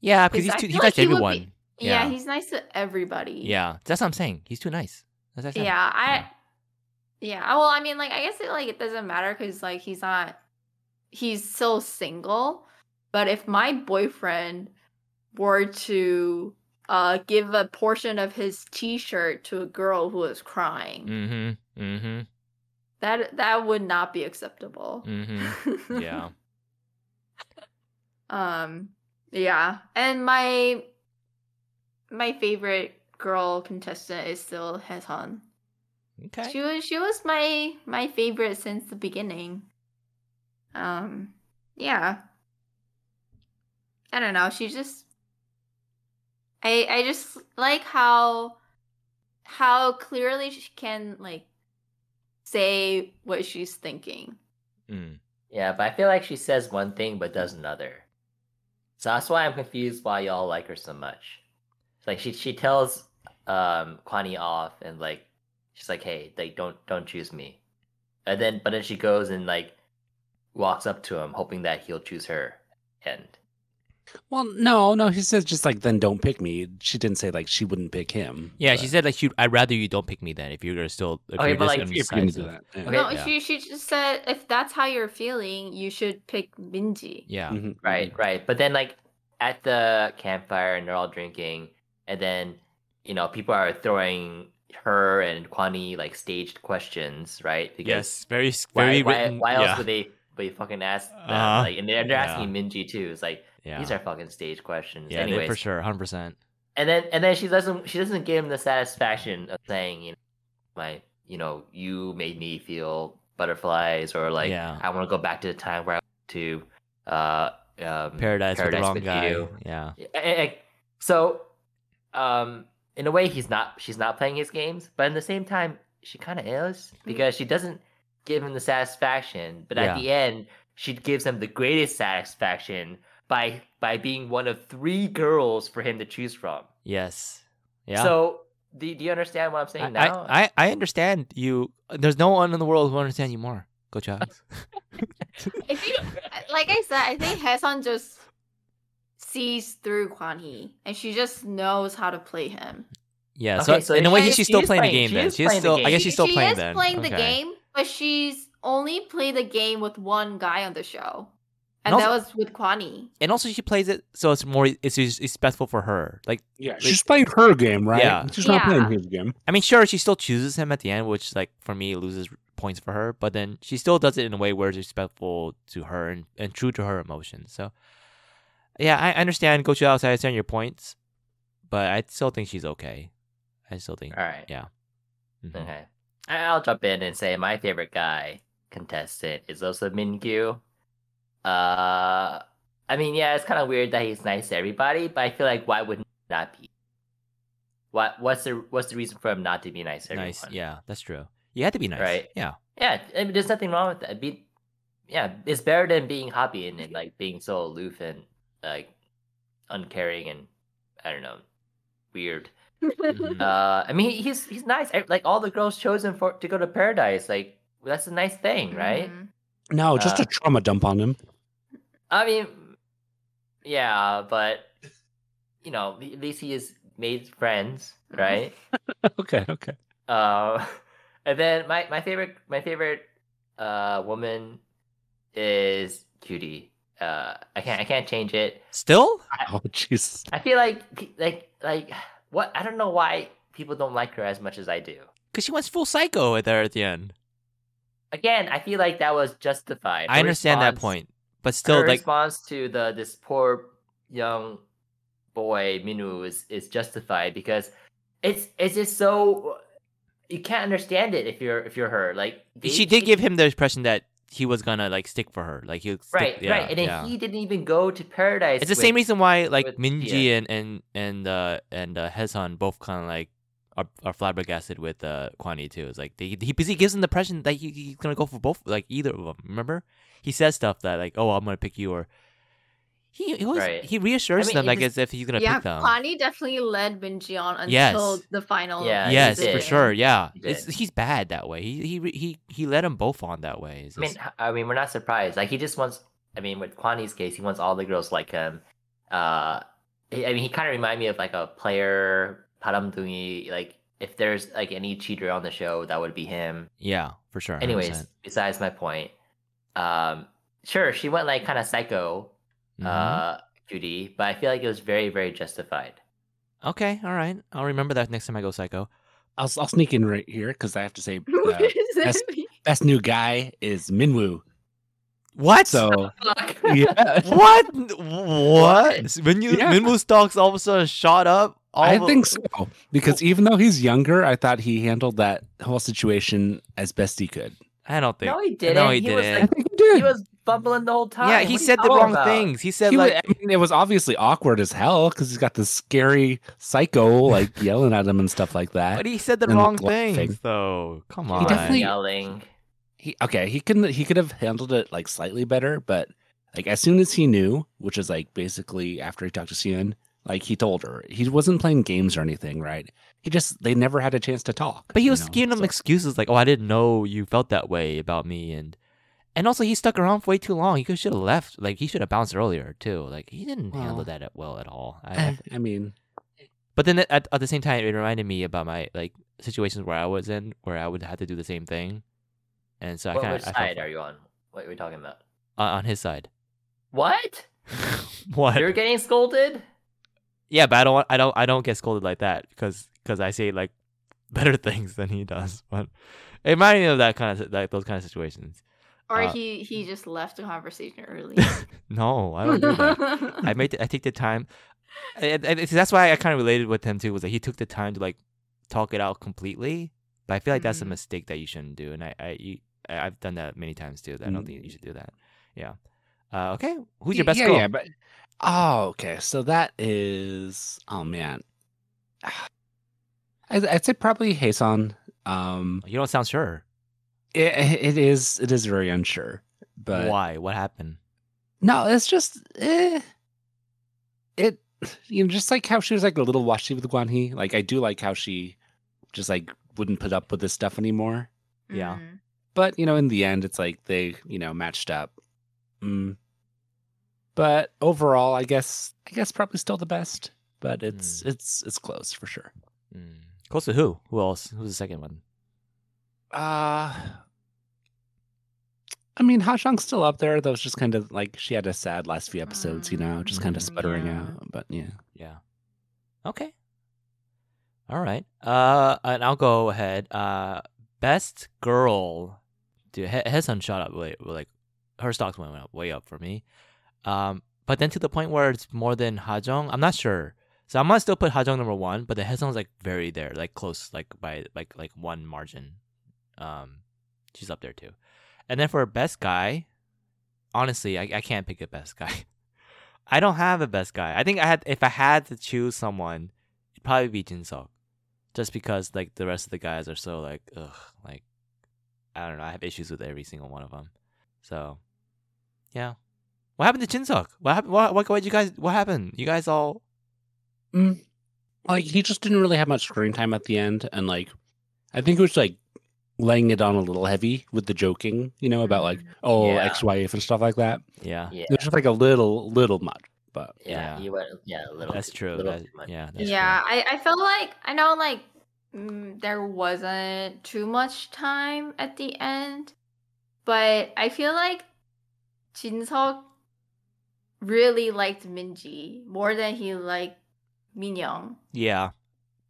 S5: Yeah, because he's too,
S2: Because I feel
S5: he
S2: like
S5: likes
S2: he would be-
S5: everyone.
S2: Yeah,
S5: Yeah.
S2: he's nice to everybody.
S5: Yeah, that's what I'm saying. He's too nice. That's what I said.
S2: Yeah,
S5: Yeah.
S2: I Yeah, well, I mean like I guess it like it doesn't matter cuz like he's not he's still single, but if my boyfriend were to uh, give a portion of his T-shirt to a girl who was crying,
S5: Mm-hmm. Mm-hmm.
S2: that that would not be acceptable.
S5: Mm-hmm. Yeah.
S2: Um yeah. And my my favorite girl contestant is still Hezhan. She
S5: Okay.
S2: was she was my my favorite since the beginning. Um yeah. I don't know, she just I I just like how how clearly she can like say what she's thinking.
S5: Mm.
S7: Yeah, but I feel like she says one thing but does another. So that's why I'm confused why y'all like her so much. Like she she tells um Kwani off and like she's like, Hey, like don't don't choose me. And then but then she goes and like walks up to him hoping that he'll choose her and
S6: Well, no, no. He says just like then don't pick me. She didn't say like she wouldn't pick him.
S5: Yeah,
S6: but-
S5: she said like, you, I'd rather you don't pick me then if you're gonna still agree
S7: Okay,
S5: to
S7: but,
S5: this
S7: like,
S5: and
S7: if you're
S6: She didn't
S5: decide
S6: do
S5: to-
S6: that. yeah.
S7: Okay.
S2: No,
S5: yeah.
S2: she she just said if that's how you're feeling, you should pick Minji.
S5: Yeah.
S6: Mhm.
S7: Mm-hmm. Right, right. But then like at the campfire and they're all drinking and then you know, people are throwing her and Kwani like staged questions, right? Because
S5: Yes. Very s-
S7: why,
S5: very
S7: why,
S5: written.
S7: why else
S5: yeah.
S7: would they would they fucking ask them?
S5: Uh-huh.
S7: Like, and they're, they're
S5: Yeah.
S7: asking Minji too. It's like
S5: yeah.
S7: these are fucking stage questions.
S5: yeah, they-
S7: Anyways, Mm-hmm.
S5: for sure, hundred percent.
S7: and then and then she doesn't she doesn't give him the satisfaction of saying you know my you know you made me feel butterflies or like
S5: Yeah.
S7: I want to go back to the time where I went to uh um,
S5: Paradise, with the
S7: Paradise
S5: wrong
S7: with
S5: guy.
S7: you.
S5: Yeah.
S7: Eh, eh, eh. so um in a way he's not she's not playing his games but in the same time she kind of is
S5: Hmm.
S7: because she doesn't give him the satisfaction but
S5: Yeah.
S7: at the end she gives him the greatest satisfaction by by being one of three girls for him to choose from
S5: Yes. Yeah.
S7: so do, do you understand what i'm saying
S5: I,
S7: now
S5: I, I I understand you. There's no one in the world who understands you more. Go Chucks.
S2: I think, like I said, I think Hesan just sees through Quan Hee, and she just knows how to play him.
S5: Yeah. so,
S7: Okay, so
S5: in a way,
S7: she
S5: he-
S7: is-
S5: she's
S7: she
S5: still
S7: is
S5: playing the
S7: playing-
S5: game.
S7: she
S5: Then
S7: is
S5: she's
S7: playing the
S5: still. I guess
S7: game.
S5: she's still
S2: she
S5: playing
S2: is
S5: then.
S2: playing the
S5: Okay.
S2: game, but she's only played the game with one guy on the show, and,
S5: And
S2: that was with Quan Hee.
S5: And also, she plays it so it's more. It's it's respectful for her. Like,
S6: Yeah, she's playing her game, right?
S5: Yeah.
S6: She's not
S2: Yeah.
S6: playing his game.
S5: I mean, sure, she still chooses him at the end, which like for me loses points for her. But then she still does it in a way where it's respectful to her and, and true to her emotions. So, yeah, I I understand. Go Chucks. I understand your points, but I still think she's okay. I still think.
S7: all right
S5: Yeah. Mhm.
S7: okay I- i'll jump in and say my favorite guy contestant is also mingyu uh I mean, yeah, it's kind of weird that he's nice to everybody, but I feel like why would he not be? What what's the what's the reason for him not to be nice to everyone?
S5: Nice. Yeah, that's true. You had to be nice.
S7: Right.
S5: Yeah.
S7: yeah. I mean, there's nothing wrong with that. Be, yeah, it's better than being happy and, and like being so aloof and like uncaring and I don't know, weird.
S5: Mhm.
S6: Mm-hmm.
S7: Uh, I mean, he's he's nice. I- Like all the girls chose him for to go to paradise. Like that's a nice thing, right?
S2: Mhm.
S6: No, just
S7: Uh,
S6: a trauma dump on him.
S7: I mean, yeah, but you know, at least he has made friends, right?
S6: okay, okay.
S7: Uh, and then my, my favorite my favorite uh woman is Cutie. Uh, I can't I can't change it.
S5: Still?
S6: Oh, jeez.
S7: I feel like p- like like what I don't know why people don't like her as much as I do.
S5: Because she went full psycho at there at the end.
S7: Again, I feel like that was justified.
S5: I
S7: Her
S5: understand that
S7: response-
S5: point. But still,
S7: her
S5: like,
S7: response to the this poor young boy Minu is is justified because it's it's just so you can't understand it if you're if you're her. Like they-
S5: she did give him the impression that he was gonna, like, stick for her. Like, he would stick,
S7: right,
S5: yeah,
S7: right, and then
S5: yeah.
S7: he didn't even go to paradise.
S5: It's the same
S7: with-
S5: reason why, like,
S7: with
S5: Minji
S7: Tia.
S5: and, and, and, uh, and, uh, Hezhan both kind of, like, are, are flabbergasted with, uh, Kwan Yi, too. It's like, they, he, because he gives him the impression that he, he's gonna go for both, like, either of them. Remember? He says stuff that, like, oh, I'm gonna pick you, or. He, he always
S7: Right.
S5: he reassures
S7: I mean,
S5: them
S7: it
S5: like
S7: just-
S5: as if he's gonna
S2: Yeah,
S5: pick them.
S2: Quan Hee definitely led Minji on until
S5: Yes.
S2: the final.
S7: Yeah, he
S5: yes,
S7: did.
S5: for sure. Yeah,
S7: He
S5: it's,
S7: did.
S5: he's bad that way. He he re- he he led them both on that way. It's
S7: I mean,
S5: just-
S7: h- I mean, we're not surprised. Like he just wants. I mean, with Kwani's case, he wants all the girls like him. Uh, he- I mean, he kind of reminded me of like a player Paramdungi. Like if there's like any cheater on the show, that would be him.
S5: yeah, for sure.
S7: Anyways,
S5: 100%.
S7: besides my point, um, sure, she went like kind of psycho.
S5: Mhm.
S7: Uh, Judy, but I feel like it was very, very justified.
S5: Okay, all right. I'll remember that next time I go psycho.
S6: I'll, I'll sneak in right here because I have to say
S2: Who
S6: uh,
S2: does that
S6: that's-
S2: mean?
S6: best new guy is Minwoo.
S5: What?
S6: So
S7: Fuck.
S6: yeah,
S5: what? What? When you
S6: Yeah.
S5: Minwoo stocks all of a sudden shot up. All
S6: I
S5: of-
S6: think so because even though he's younger, I thought he handled that whole situation as best he could.
S5: I don't think.
S7: No, he didn't.
S5: No, he
S7: was,
S5: didn't.
S6: I
S7: like-
S6: think he did.
S7: he was bumbling the whole time.
S5: yeah, he
S7: What are you
S5: said the
S7: talking
S5: wrong
S7: about?
S5: things. He said
S6: He was-
S5: like,
S6: I mean, it was obviously awkward as hell because he's got this scary psycho like yelling at him and stuff like that.
S5: but he said the
S6: and
S5: wrong
S6: laughing.
S5: things though. Come on.
S6: He definitely-
S7: yelling.
S6: he okay he couldn't he could have handled it like slightly better but like as soon as he knew which is like basically after he talked to Sion like he told her he wasn't playing games or anything right he just they never had a chance to talk
S5: But he
S6: you
S5: was
S6: know,
S5: giving them
S6: so-
S5: excuses like, "Oh, I didn't know you felt that way about me," and and also he stuck around for way too long. He could should have left. Like he should have bounced earlier too. Like he didn't handle
S6: Well.
S5: that at- well at all. I,
S6: Eh,
S5: I-
S6: I mean
S5: but then at, at the same time, it reminded me about my like situations where I was in where I would have to do the same thing, and so I
S7: what
S5: kind
S7: which
S5: of
S7: side are you on? What are we talking about?
S5: on his side.
S7: What?
S5: what?
S7: You're getting scolded?
S5: Yeah, but I don't want, I don't I don't get scolded like that because because I say like better things than he does. But it reminded me of that kind of like those kind of situations.
S2: Or
S5: Uh,
S2: he he just left the conversation early.
S5: No, I don't do that. I made the, I take the time. And, and it's- that's why I kind of related with him too. Was that he took the time to like talk it out completely? But I feel like that's a
S6: Mm-hmm.
S2: Mhm.
S5: mistake that you shouldn't do. And I I you, I- I've done that many times too. That I don't
S6: Mm.
S5: think you should do that. Yeah. Uh, okay. Who's
S6: y-
S5: your best
S6: yeah,
S5: girl?
S6: yeah but oh okay so that is oh man I'd, I'd say probably Hasan um
S5: You don't sound sure.
S6: it, it is it is very unsure but
S5: Why? What happened?
S6: No, it's just eh, it. You know, just like how she was like a little washy with Guan Hee. Like I do like how she just like wouldn't put up with this stuff anymore.
S5: Yeah.
S2: Mhm.
S6: But you know, in the end, it's like they you know matched up. Mm. But overall, I guess I guess probably still the best. But it's it's it's close for sure.
S5: Mm. Close to who? Who else? Who's the second one?
S6: Uh I mean, Hashang's still up there. That was just kind of like she had a sad last few episodes, you know, just kind of
S5: Mm,
S6: sputtering
S2: yeah.
S6: out. But yeah.
S5: Yeah. Okay. All right. Uh, and I'll go ahead. Uh, best girl. Dude, He- Hesun shot up. Way, like, her stocks went up way up for me. Um, but then to the point where it's more than Hajong. I'm not sure. So I might still put Hajong number one, but the Hesun's like very there, like close, like by like like one margin. Um, she's up there too. And then for best guy, honestly, I, I can't pick a best guy. I don't have a best guy. I think I had if I had to choose someone, it'd probably be Jin Seok, just because like the rest of the guys are so like ugh, like I don't know. I have issues with every single one of them. So, yeah. What happened to Jin Seok? What happened? What what what you guys? What happened? You guys all?
S6: Mm. Like he just didn't really have much screen time at the end, and like I think it was like laying it on a little heavy with the joking, you know, about like oh
S7: Yeah.
S6: ex-wife and stuff like that.
S5: Yeah,
S7: Yeah.
S6: It was just like a little little much, but
S7: Yeah.
S5: Uh, Yeah.
S7: You went yeah, a little
S5: that's
S7: too-
S5: true.
S7: little
S5: That-
S7: too much.
S5: yeah, that's
S2: Yeah, I, I felt like I know like mm, there wasn't too much time at the end, but I feel like Jin Seok really liked Minji more than he liked Min Young.
S5: True. Yeah,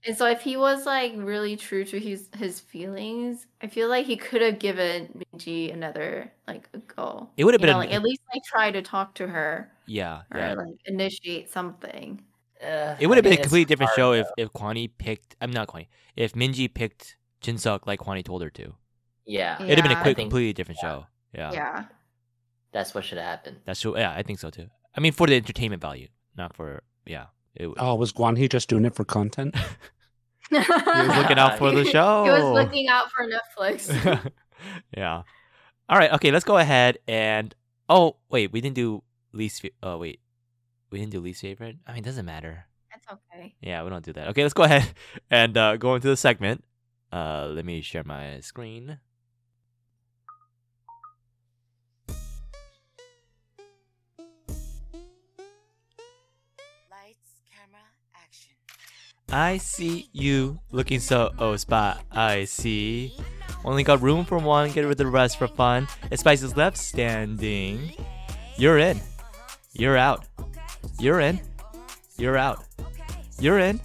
S2: And so if he was like really true to his his feelings, I feel like he could have given Minji another like a go.
S5: It would have
S2: You know,
S5: been an-
S2: like at least like try to talk to her
S5: yeah,
S2: or
S5: yeah.
S2: like initiate something.
S7: Uh,
S5: It would have
S7: I
S5: been a
S7: mean, it's
S5: completely different
S7: hard,
S5: show
S7: though.
S5: if if Kwani picked. I'm not Kwani. If Minji picked Jin Seok like Kwani told her to,
S7: Yeah.
S5: it'd have been a
S2: Yeah.
S5: quick,
S7: I think-
S5: completely different
S7: yeah.
S5: show. Yeah.
S2: yeah.
S7: That's what should have happened.
S5: That's true. Yeah, I think so too. I mean, for the entertainment value, not for yeah. It,
S6: oh, was Guan Hee just doing it for content?
S2: he
S5: he was looking out for the show.
S2: He was looking out for Netflix.
S5: yeah. All right. Okay. Let's go ahead and oh wait, we didn't do least. Fa- oh wait, we didn't do least favorite. I mean, it doesn't matter.
S2: That's okay.
S5: Yeah, we don't do that. Okay, let's go ahead and uh, go into the segment. Uh, let me share my screen.
S8: Lights, camera, action.
S5: I see you looking so oh spot. I see. Only got room for one. Get rid of the rest for fun. It's Spices left standing. You're in. You're out. You're in. You're out. You're in.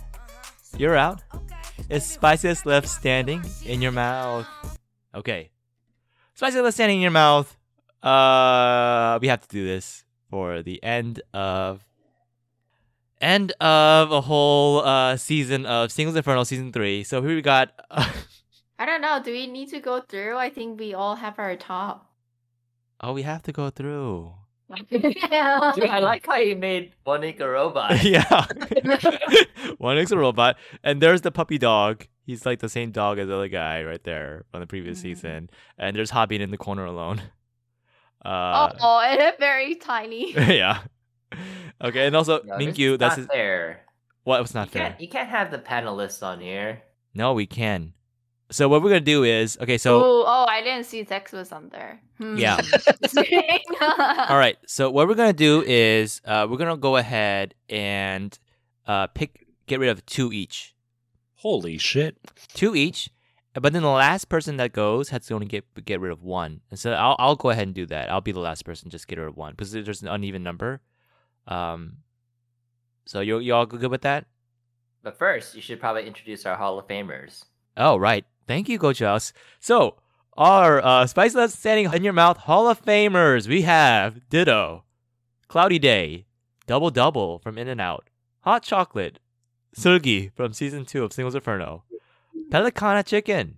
S5: You're out. It's spiciest left standing in your mouth. Okay. Spiciest left standing in your mouth. Uh, we have to do this for the end of end of a whole uh season of Singles Inferno season three. So here we got.
S2: I don't know. Do we need to go through? I think we all have our top.
S5: oh, we have to go through.
S2: yeah.
S7: Dude, I like how you made Monica robot.
S5: yeah. One is a robot, and there's the puppy dog. He's like the same dog as the other guy right there from the previous
S7: Mm-hmm.
S2: Mhm.
S5: season. And there's Hobbit in the corner alone. Uh,
S2: Oh, and it's very tiny.
S5: yeah. Okay, and also
S7: No, this
S5: Minkyu.
S7: is
S5: That's
S7: not
S5: his,
S7: fair.
S5: what was not
S7: you
S5: fair.
S7: Can't, you can't have the panelists on here.
S5: No, we can. So what we're gonna do is okay. So
S2: Oh, oh, I didn't see Tex was on there. Hmm.
S5: yeah.
S2: Just kidding.
S5: All right. So what we're gonna do is uh, we're gonna go ahead and uh, pick get rid of two each.
S6: Holy shit.
S5: two each. But then the last person that goes has to only get get rid of one. And so I'll I'll go ahead and do that. I'll be the last person, just get rid of one because there's an uneven number. Um, so you you all good with that?
S7: But first, you should probably introduce our Hall of Famers.
S5: Oh right, thank you, Coach House. So our uh, spice left standing in your mouth Hall of Famers we have Ditto, Cloudy Day, Double Double from In and Out, Hot Chocolate, Surgi from season two of Singles Inferno, Pelicana Chicken,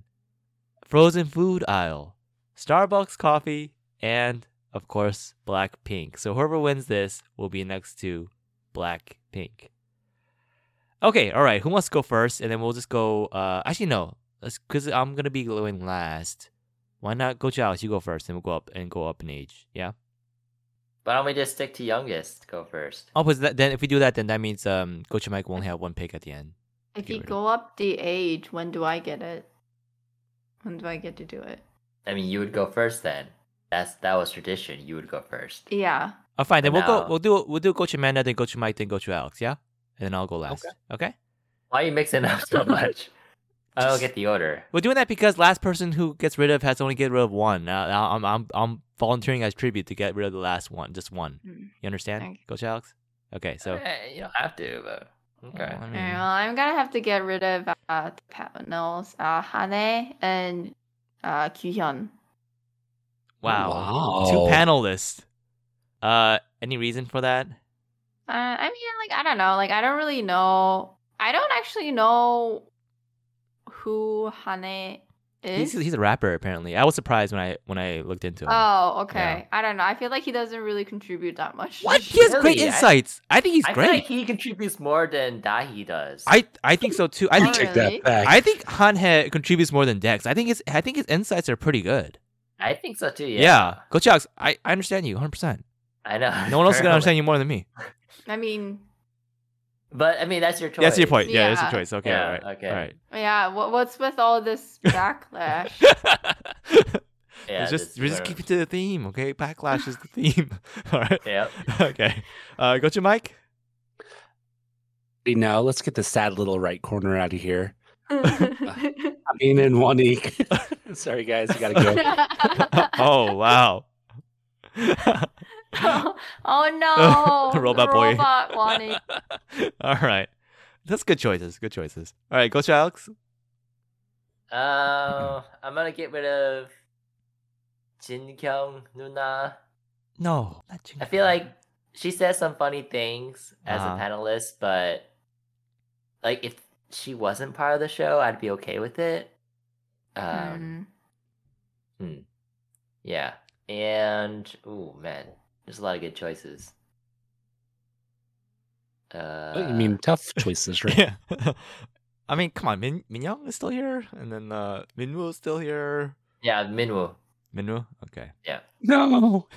S5: Frozen Food Aisle, Starbucks Coffee, and of course Blackpink. So whoever wins this will be next to Blackpink. Okay, all right. Who wants to go first? And then we'll just go. Uh, actually, no. Let's because I'm gonna be going last. Why not go, Charles? You go first, and we'll go up and go up in age. Yeah.
S7: Why don't we just stick to youngest go first?
S5: Oh, but that, then if we do that, then that means um, Coach Mike won't have one pick at the end.
S2: If
S5: Get
S2: you
S5: rid of-
S2: go up the age, when do I get it? When do I get to do it?
S7: I mean, you would go first then. That's that was tradition. You would go first.
S2: Yeah.
S5: Oh, fine. Then we'll go.
S7: No.
S5: We'll do. We'll do Coach Amanda, then Coach Mike, then Coach Alex. Yeah. And then I'll go last. Okay.
S7: Why are you mixing up so much? I don't
S5: Just-
S7: get the order.
S5: We're doing that because last person who gets rid of has to only get rid of one. Now now I'm I'm I'm volunteering as tribute to get rid of the last one, just one.
S2: Mm.
S5: You understand,
S2: Okay.
S5: Coach Alex? Okay. So.
S7: Eh, you don't have to, but okay.
S5: Well, I
S2: Alright,
S5: mean-
S2: well, I'm gonna have to get rid of uh, the Patnels, uh, Hane, and uh, Kyuhyun.
S5: Wow.
S6: Wow.
S5: Two panelists. Uh, any reason for that?
S2: Uh, I mean, like I don't know, like I don't really know. I don't actually know who Hane
S5: He's,
S7: Eh?
S2: is.
S5: he's a rapper apparently. I was surprised when I when I looked into him.
S2: oh, okay. I don't know. I feel like he doesn't really contribute that much.
S5: what? He has great
S7: Really? I-
S5: insights. I, think he's
S7: I
S5: great.
S7: feel like he contributes more than Dahi does.
S5: I I think so too. I
S2: Oh,
S5: think
S2: really?
S6: Take that back.
S5: I think Hanhe contributes more than Dex. I think his I think his insights are pretty good.
S7: I think so too.
S5: Yeah.
S7: Yeah.
S5: Go Chucks. I, I understand you 100%.
S7: I know.
S5: No one else is going to understand you more than me.
S2: I mean,
S7: But I mean, that's your choice.
S5: That's your point. Yeah, that's your
S2: Yeah.
S5: choice. Okay.
S7: Yeah,
S5: all right.
S7: okay.
S5: All right.
S2: yeah. What, what's with all this backlash?
S7: Yeah, uh,
S5: Let's just
S7: this-
S5: we just
S7: whatever.
S5: keep it to the theme, okay? Backlash is the theme. all right.
S7: Yep.
S5: Okay. Uh go to Mike.
S6: You know, let's get the sad little right corner out of here.
S2: oh
S6: I'm being in one eek. Sorry, guys. You got to go.
S5: oh wow.
S2: Oh, no!
S5: The robot
S2: the
S5: boy.
S2: Robot wanted.
S5: All right. That's good choices. Good choices. All right, go to Alex.
S7: Uh, I'm gonna get rid of Jin Kyung Nuna.
S5: No, not Jing.
S7: I feel like she says some funny things as
S5: Uh-huh.
S7: a panelist, but like if she wasn't part of the show, I'd be okay with it. Um,
S2: Um,
S7: yeah. And oh man, there's a lot of good choices. Uh,
S6: you mean tough choices, right?
S5: Yeah. I mean, come on, Min Minyoung is still here, and then uh, Minwoo is still here.
S7: Yeah, Minwoo.
S5: Minwoo, okay.
S6: No.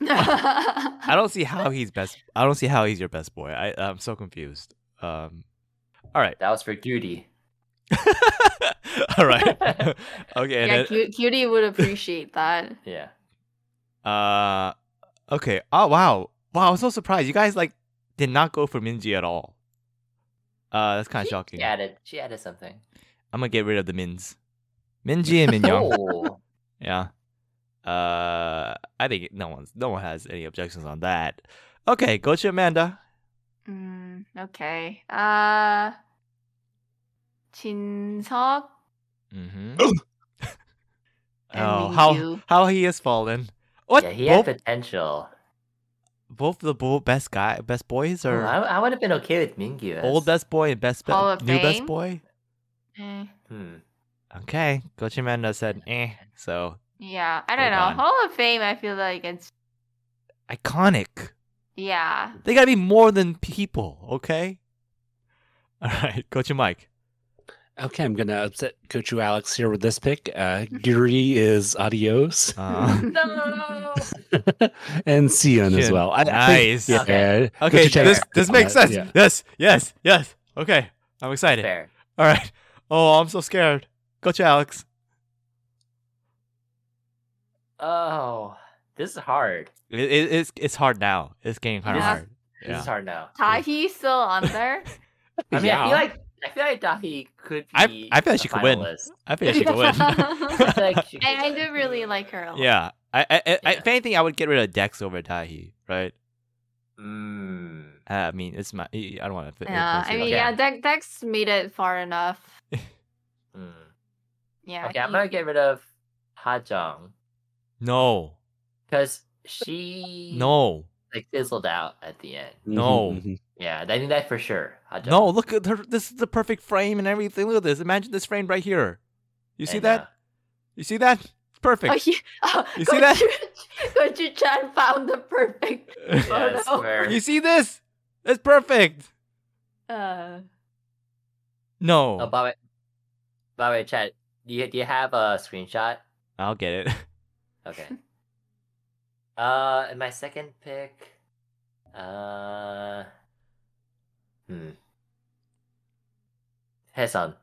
S2: Mm.
S5: I don't see how he's best. I don't see how he's your best boy. I I'm so confused. Um, all right,
S7: That was for Judy.
S5: all right, okay.
S2: yeah,
S5: And then,
S2: Cu- Cutie would appreciate that.
S7: Yeah.
S5: uh, okay. Oh wow, wow! I'm so surprised. You guys like did not go for Minji at all. Uh, that's kind of shocking.
S7: She added. She added something.
S5: I'm gonna get rid of the Mins, Minji and Minyoung.
S7: Oh,
S5: Yeah. Uh, I think no one's no one has any objections on that. Okay, go to Amanda.
S2: Okay. Uh Jinseok
S5: Mm-hmm.
S2: and
S5: oh, how
S2: Mingyu.
S5: how he has fallen. What?
S7: Yeah, he
S5: both,
S7: had potential.
S5: both the bo- best guy, best boys,
S7: Oh,
S5: or
S7: I, I would have been okay with Mingyu. as-
S5: old best boy and best be-
S2: Hall of
S5: new best
S2: Fame?
S5: boy.
S2: Eh,
S7: Hmm.
S5: Okay, Gochi Manda said eh, so
S2: yeah, I don't
S5: Hold
S2: know.
S5: on.
S2: Hall of Fame I feel like it's
S5: iconic.
S2: yeah.
S5: They gotta be more than people, okay? All right, Coach Mike.
S6: Okay, I'm gonna upset Coach Alex here with this pick. Uh, Giri is adios,
S5: Uh,
S2: No.
S6: and Sion as
S5: Sion.
S6: well. I, I think-
S5: nice.
S6: yeah,
S7: Okay.
S6: Coach
S5: Okay,
S6: Alex-
S5: this this makes
S6: uh,
S5: sense.
S6: yeah.
S5: Yes, yes, yes. Okay, I'm excited.
S7: Fair.
S5: All right. Oh, I'm so scared. Coach Alex.
S7: Oh, this is hard.
S5: It, it, it's it's hard now. It's getting hard.
S7: This is-
S5: hard.
S7: This
S5: Yeah.
S7: is hard now.
S2: Tahi's still on there.
S7: I mean, I
S6: Yeah.
S7: feel like I feel like Dahi could
S5: I-
S7: be.
S5: I feel like
S7: a
S5: she could win.
S7: finalist.
S5: I think she could win.
S7: I feel like she could
S2: I, I
S7: win.
S2: do really like her a lot.
S5: yeah. I, I, I, I-
S7: Yeah.
S5: if anything, I would get rid of Dex over Tahi, right?
S7: Mm.
S5: Uh, I mean, it's my. I don't want to.
S2: Yeah, I mean, yeah, Dex, Dex made it far enough.
S7: Mm.
S2: Yeah.
S7: Okay, I'm
S2: he-
S7: gonna get rid of Ha Jung
S5: No,
S7: because she
S5: no,
S7: like fizzled out at the end.
S5: No.
S6: Mhm, mhm.
S7: Yeah, I think that for sure. Ha Jung.
S5: no. Look at her. This is the perfect frame and everything. Look at this. Imagine this frame right here. You see
S7: And,
S5: that?
S7: uh,
S5: You see that? It's perfect.
S2: Oh, you, oh,
S5: You see that?
S2: Gochu Chan found the perfect.
S7: yeah, I
S2: Oh, no.
S7: swear.
S5: you see this? It's perfect.
S2: Uh,
S5: No,
S7: Oh, by the way, by the way, chat. Do you, do you have a screenshot?
S5: I'll get it.
S7: Okay. uh, and my second pick. Uh. Hmm. Hesan.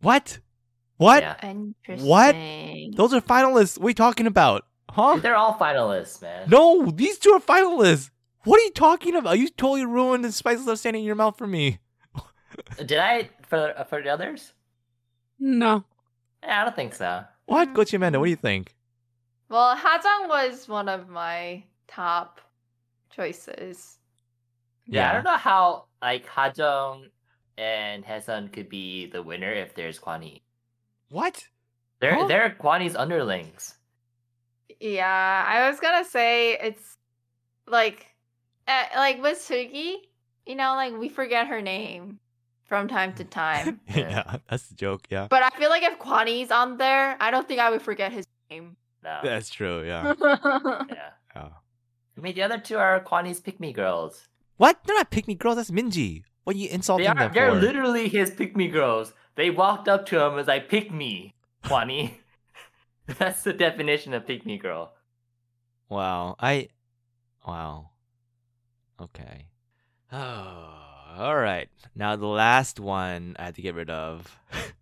S5: What? What?
S7: Yeah.
S2: interesting.
S5: Those are finalists. What are you talking about? Huh?
S7: They're all finalists, man.
S5: Oh. No, these two are finalists. What are you talking about? You totally ruined the spices of standing in your mouth for me.
S7: Did I for for the others?
S6: No.
S7: Yeah, I don't think so.
S5: What,
S7: Mm.
S5: Gochi Amanda? What do you think?
S2: Well, Hazang was one of my top choices.
S7: Yeah, I don't know how like Hajong and Hesan could be the winner if there's Kwani.
S5: What?
S7: They're
S5: Huh?
S7: they're Kwani's underlings.
S2: Yeah, I was gonna say it's like, uh, like with Sugi, you know, like we forget her name from time to time.
S5: Yeah. that's the joke. Yeah,
S2: But I feel like if Kwani's on there, I don't think I would forget his name.
S7: No.
S5: that's true. Yeah.
S2: yeah,
S7: Yeah.
S5: Oh.
S7: I mean, the other two are Kwani's pick me girls.
S5: What? They're not pick me girls. That's Minji. What are you insulting
S7: They are,
S5: them
S7: they're
S5: for?
S7: literally his pick me girls. They walked up to him and was like, pick me, Kwani. That's the definition of pick me girl.
S5: Wow. I. Wow. Okay. Oh, all right. Now the last one I have to get rid of.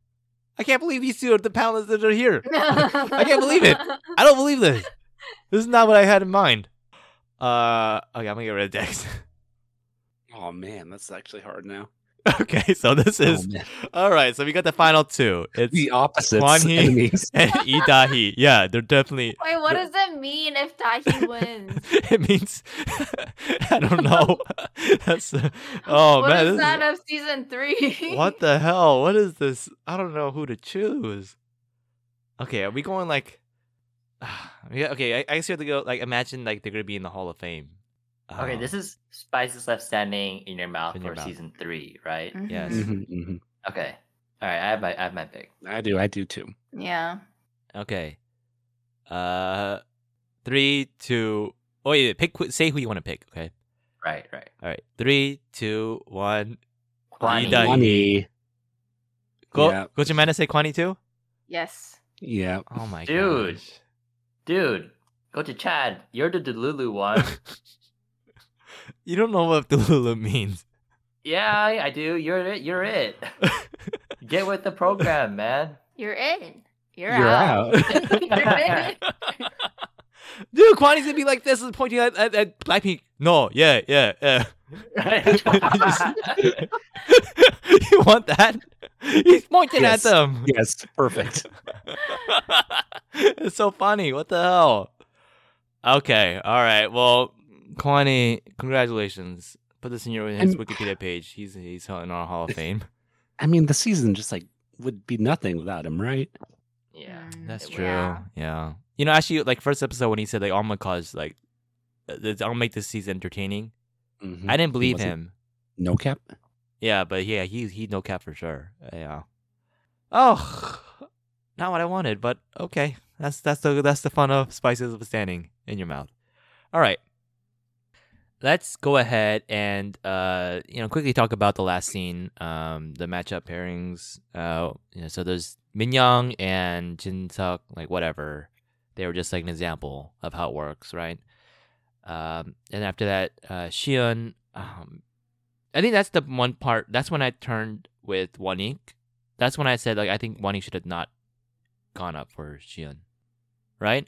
S5: I can't believe these two are the panelists that are here. I can't believe it. I don't believe this. This is not what I had in mind. Uh, okay, I'm gonna get rid of Dex.
S6: Oh man, that's actually hard now.
S5: okay, so this
S6: Oh,
S5: is
S6: man.
S5: all right. So we got the final two. It's
S6: the opposite
S5: Kwon-hee.
S6: enemies.
S5: and Idahi. Yeah, they're definitely.
S2: Wait, what does it mean if Dahi wins?
S5: it means I don't know. That's oh
S2: What
S5: man. this
S2: is
S5: is-
S2: that of season three?
S5: what the hell? What is this? I don't know who to choose. Okay, are we going like? yeah. Okay, I, I guess you have to go. Like, imagine like they're gonna be in the Hall of Fame.
S7: Okay,
S5: Uh,
S7: this is Spices Left Standing in Your Mouth
S5: In
S7: for
S5: Your Mouth.
S7: season three, right?
S5: Yes.
S6: Mhm, mhm.
S7: Okay. All right, I have my I have my pick.
S6: I do, I do too.
S2: Mm-hmm. Yeah.
S5: Uh-huh, Okay. Uh, three, two. Oh, yeah. Pick. who- Say who you want to pick. Okay.
S7: Right, right.
S5: All right. Three, two, one.
S7: Kwani.
S5: Done.
S6: Kwani.
S5: Go.
S6: Yeah.
S5: Go. Jimena say Kwani too.
S2: Yes.
S6: Yeah.
S5: Oh my
S7: Dude.
S5: gosh.
S7: Dude, go to Chad. You're the Delulu one.
S5: You don't know what Delulu means.
S7: yeah, I I do. You're it. You're it. Get with the program, man.
S2: You're in. You're,
S6: You're
S2: out.
S6: out.
S2: You're in.
S5: Dude, Kwani's gonna be like this and pointing at, at, at Blackpink. No, yeah, yeah, yeah. you want that? He's pointing
S6: Yes.
S5: at them.
S6: Yes. Perfect.
S5: it's so funny. What the hell? Okay. All right. Well, Kwani, congratulations. Put this in your his
S6: And-
S5: Wikipedia page. He's he's in our Hall of Fame.
S6: I mean, the season just like would be nothing without him, right?
S7: Yeah.
S2: Mm.
S5: That's true. Yeah.
S2: Yeah.
S5: You know, actually, like first episode when he said like I'm gonna cause like uh, th- I'll make this season entertaining. I didn't believe
S6: Mm-hmm. wasn't.
S5: him.
S6: No cap.
S5: Yeah, but yeah, he he no cap for sure. Yeah. Oh, not what I wanted, but okay. That's that's the that's the fun of spices of standing in your mouth. All right. Let's go ahead and uh, you know quickly talk about the last scene, um, the matchup pairings. Uh, you know, so there's Minyoung and Jin Suk, like whatever. They were just like an example of how it works, right? Um, and after that, uh, Shion. Um, I think that's the one part. That's when I turned with Wanik. That's when I said like I think Wanik should have not gone up for Shion, right?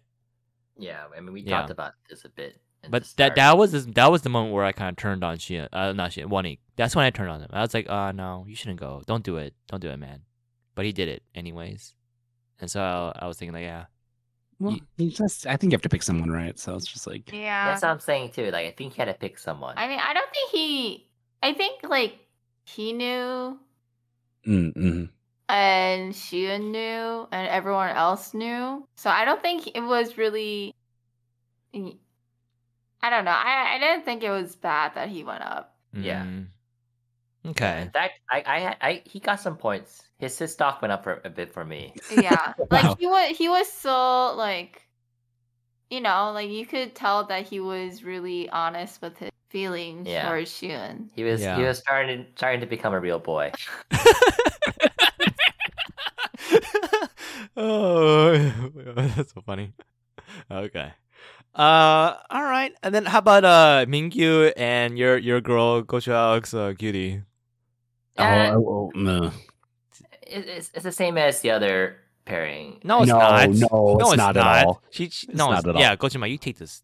S7: Yeah. I mean, we
S5: Yeah.
S7: talked about this a bit. at
S5: But
S7: the
S5: that
S7: start.
S5: that was this- that was the moment where I kind of turned on Shion. Uh, not Shion, Wanik. That's when I turned on him. I was like, uh no, you shouldn't go. Don't do it. Don't do it, man." But he did it anyways, and so I, I was thinking like, yeah,
S6: Well, you just I think you have to pick someone, right? So it's just like
S2: Yeah.
S7: That's what I'm saying too. Like, I think he had to pick someone.
S2: Um, I mean, I don't think he. I think like he knew,
S6: mm, mm.
S2: and Shion knew, and everyone else knew. So I don't think it was really. I don't know. I I didn't think it was bad that he went up.
S7: Yeah.
S5: mm,
S7: In
S5: okay,
S7: fact, I, I, had- I, he got some points. His his stock went up for a bit for me.
S2: Yeah, like
S6: Wow.
S2: he was he was so like, you know, like you could tell that he was really honest with his feelings
S7: Yeah.
S2: for Shion.
S7: He was he
S5: Yeah.
S7: was starting to, starting to become a real boy.
S5: oh, that's so funny. Okay. Uh, all right. And then how about uh Mingyu and your your girl Gochu Alex uh, cutie?
S7: Uh,
S6: oh, oh, oh, no.
S7: it, it's, it's the same as the other pairing.
S5: No, it's
S6: no,
S5: not.
S6: no, it's, not, at all.
S5: She, she-
S6: It's
S5: no,
S6: not
S5: it's,
S6: at all.
S5: yeah, Gochu, Ma, you take this.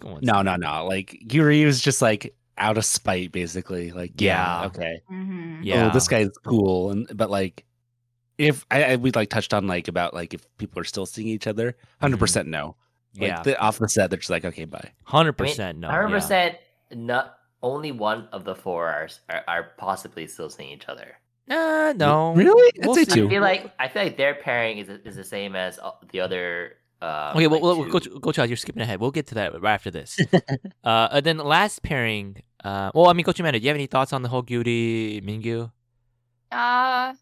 S5: Go on.
S6: No, no, no. Like Yuri was just like out of spite, basically. Like, yeah,
S5: Yeah.
S6: okay.
S2: Mm-hmm.
S5: Yeah.
S6: Oh, this guy's cool, and but like, if I, I we like touched on like about like if people are still seeing each other, 100 percent no. Like,
S5: Mm-hmm. yeah,
S6: the, off the set, they're just like, okay, bye.
S5: hundred
S7: I mean,
S5: percent. No,
S7: hundred
S5: yeah.
S7: percent. Not only one of the four are, are are possibly still seeing each other.
S5: Uh, no,
S6: really? I'd
S5: We'll
S6: say
S5: see.
S6: two.
S7: I feel like I feel like their pairing is is the same as uh, the other. Uh,
S5: Okay, well,
S7: like
S5: well
S7: two.
S5: Gochu, Gochu, you're skipping ahead. We'll get to that right after this. uh, and then last pairing. Uh, well, I mean, Gochu, Man, do you have any thoughts on the whole Gyuri Mingyu?
S2: Uh,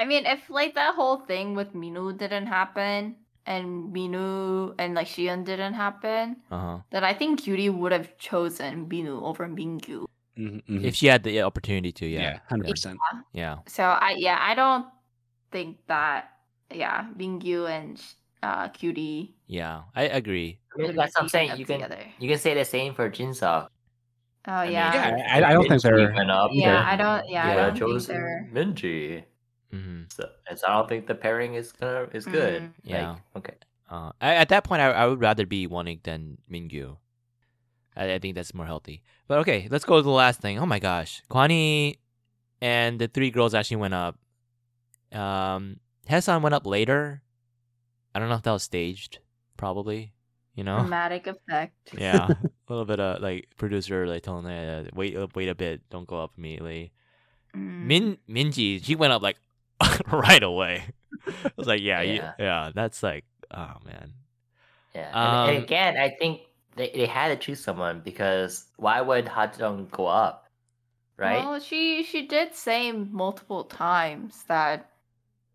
S2: I mean, if like that whole thing with Minu didn't happen, and Minu and like Shion didn't happen,
S5: Uh huh.
S2: then I think Yuri would have chosen Minu over Mingyu.
S6: Mhm, mhm.
S5: Mm-hmm, if she had the opportunity to, yeah,
S6: yeah, hundred percent.
S5: yeah,
S2: So I yeah, I don't think that yeah, Mingyu and uh Cutie
S5: yeah. I agree.
S7: I mean, that's what I'm saying. You can
S2: together.
S7: you can say the same for Jinsa.
S2: Oh
S7: mean,
S2: yeah.
S6: Yeah, I- I don't think they're-
S7: went up.
S2: Yeah,
S6: either.
S2: I don't. Yeah,
S5: Yeah,
S2: I don't think
S7: Chosen
S2: they're.
S7: Minji.
S5: hmm
S7: So, and so I don't think the pairing is gonna is good.
S2: Mhm.
S5: Yeah.
S7: Like, okay.
S5: Uh, I, at that point, I, I would rather be Wonik than Mingyu. I, I think that's more healthy. But okay, let's go to the last thing. Oh my gosh, Kwani and the three girls actually went up. Um, Hesan went up later. I don't know if that was staged. Probably, you know.
S2: Dramatic effect.
S5: yeah, a little bit of like producer like telling her, uh, wait, wait a bit, don't go up immediately.
S2: Mm.
S5: Min Minji, she went up like right away. I was like, yeah, yeah,
S7: Yeah.
S5: yeah that's like, oh man,
S7: Yeah. And, and
S5: Um,
S7: again, I think they, they had to choose someone because why would Hajong go up? Right?
S2: Well, she she did say multiple times that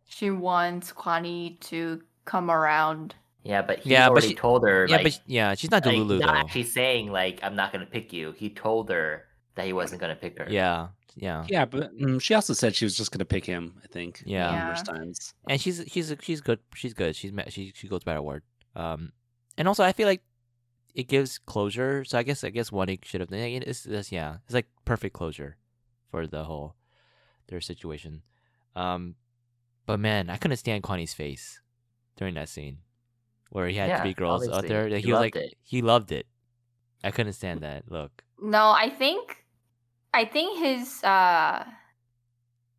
S2: she wants Kwani to come around.
S7: yeah, but he
S5: Yeah, but
S7: already
S5: she-
S7: told her
S5: yeah,
S7: like,
S5: but sh- yeah, she's not
S7: like,
S5: Delulu
S7: not
S5: though.
S7: actually saying like I'm not gonna pick you. He told her that he wasn't gonna pick her.
S5: Yeah, yeah,
S6: Yeah, but mm, she also said she was just gonna pick him. I think.
S5: Yeah.
S6: numerous
S2: Yeah.
S6: times.
S5: and she's she's she's good. She's good. She's ma- she she goes by her word. Um, and also I feel like it gives closure. So I guess I guess one should have. It's, it's yeah, it's like perfect closure for the whole their situation. Um, but man, I couldn't stand Connie's face during that scene where he had
S7: Yeah,
S5: three girls out
S7: obviously.
S5: there. That
S7: He
S5: he, was like
S7: loved it.
S5: he loved it. I couldn't stand that look.
S2: No, I think I think his uh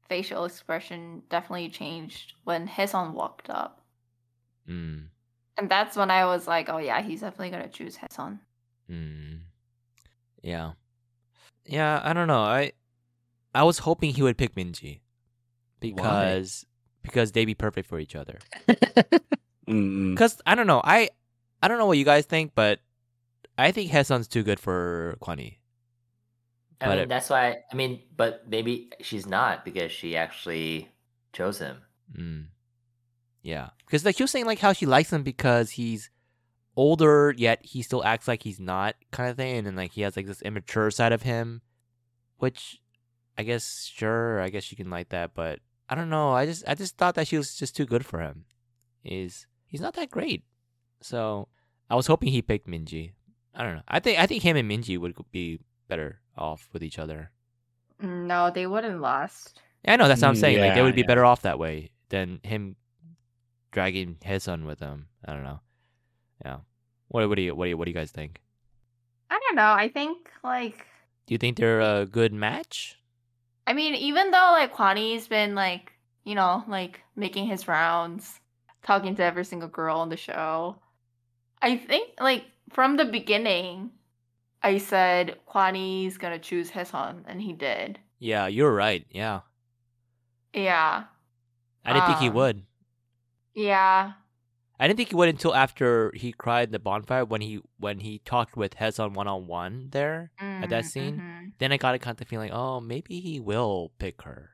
S2: facial expression definitely changed when Heson walked up.
S5: Mm,
S2: And that's when I was like, oh yeah, he's definitely gonna choose Heson.
S5: mm. Yeah. yeah, I don't know. I I was hoping he would pick Minji because because they'd be perfect for each other.
S6: Mm-mm.
S5: Because I don't know. I I don't know what you guys think, but I think Heson's too good for Kwani.
S7: I
S5: But
S7: mean,
S5: it-
S7: that's why. I mean, but maybe she's not because she actually chose him.
S5: Mm. Yeah, because like she was saying, like how she likes him because he's older, yet he still acts like he's not, kind of thing, and then like he has like this immature side of him, which I guess sure, I guess she can like that, but I don't know. I just I just thought that she was just too good for him. Is he's not that great, so I was hoping he picked Minji. I don't know. I think I think him and Minji would be better off with each other.
S2: Mm, No, they wouldn't last.
S5: Yeah, I know that's what I'm
S6: Mm,
S5: saying. like they
S6: yeah,
S5: would be
S6: yeah.
S5: better off that way than him dragging his son with him. I don't know. Yeah. What what do you what do you what do you guys think?
S2: I don't know. I think like
S5: Do you think they're a good match?
S2: I mean, even though like Kwani's been like, you know, like making his rounds, talking to every single girl on the show, I think like from the beginning, I said Kwani's gonna choose Heson, and he did.
S5: Yeah, you're right. Yeah.
S2: Yeah,
S5: I didn't think he
S2: Um,
S5: would.
S2: yeah,
S5: I didn't think he would until after he cried in the bonfire when he when he talked with Hezon one on one there. At that
S2: Mm,
S5: scene? Then I got a kind of feeling, oh, maybe he will pick her.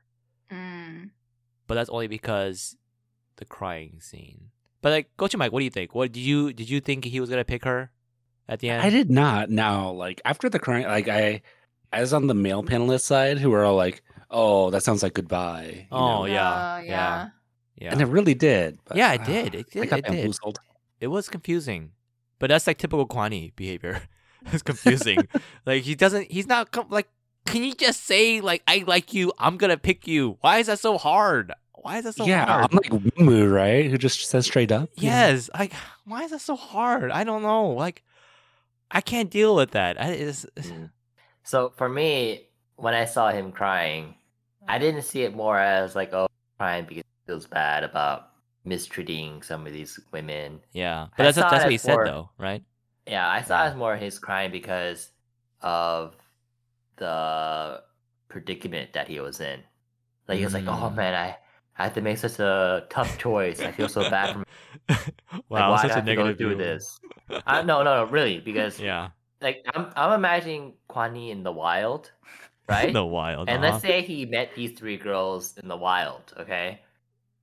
S2: mhm, mm.
S5: but that's only because the crying scene. But like, go to Mike. What do you think? What did you did you think he was gonna pick her at the end?
S6: I did not. Now, like after the crying, like I, I was on the male panelist side who were all like, "Oh, that sounds like goodbye." you
S5: Oh
S6: know?
S5: yeah,
S2: Uh,
S5: yeah, yeah.
S6: and it really did.
S5: Yeah, it
S6: ah,
S5: did. It
S6: I
S5: did-
S6: got
S5: it did.
S6: bamboozled.
S5: It was confusing, but that's like typical Kwani behavior. it's confusing. like he doesn't. He's not com- like. Can you just say like I like you? I'm gonna pick you. Why is that so hard? Why is that so
S6: yeah,
S5: hard?
S6: I'm like Wimu, right? Who just says straight up.
S5: Yes, like why is that so hard? I don't know. Like I can't deal with that. I, it's,
S7: Mm. So for me, when I saw him crying, I didn't see it more as like, oh, crying because he feels bad about mistreating some of these women.
S5: yeah, but
S7: I
S5: that's
S7: saw
S5: that's
S7: it
S5: what he said
S7: for-
S5: though, right?
S7: Yeah, I saw it as more his crying because of the predicament that he was in. Like he was like, oh
S5: Mm.
S7: man, I, I have to make such a tough choice. I feel so bad for myself.
S5: wow,
S7: like, why
S5: such
S7: do I
S5: a
S7: have to go
S5: negative
S7: do
S5: view.
S7: this? I, no, no, no, really, because
S5: Yeah,
S7: like I'm, I'm imagining Quan Yi in the wild, right?
S5: in the wild.
S7: And
S5: uh-huh.
S7: let's say he met these three girls in the wild, okay?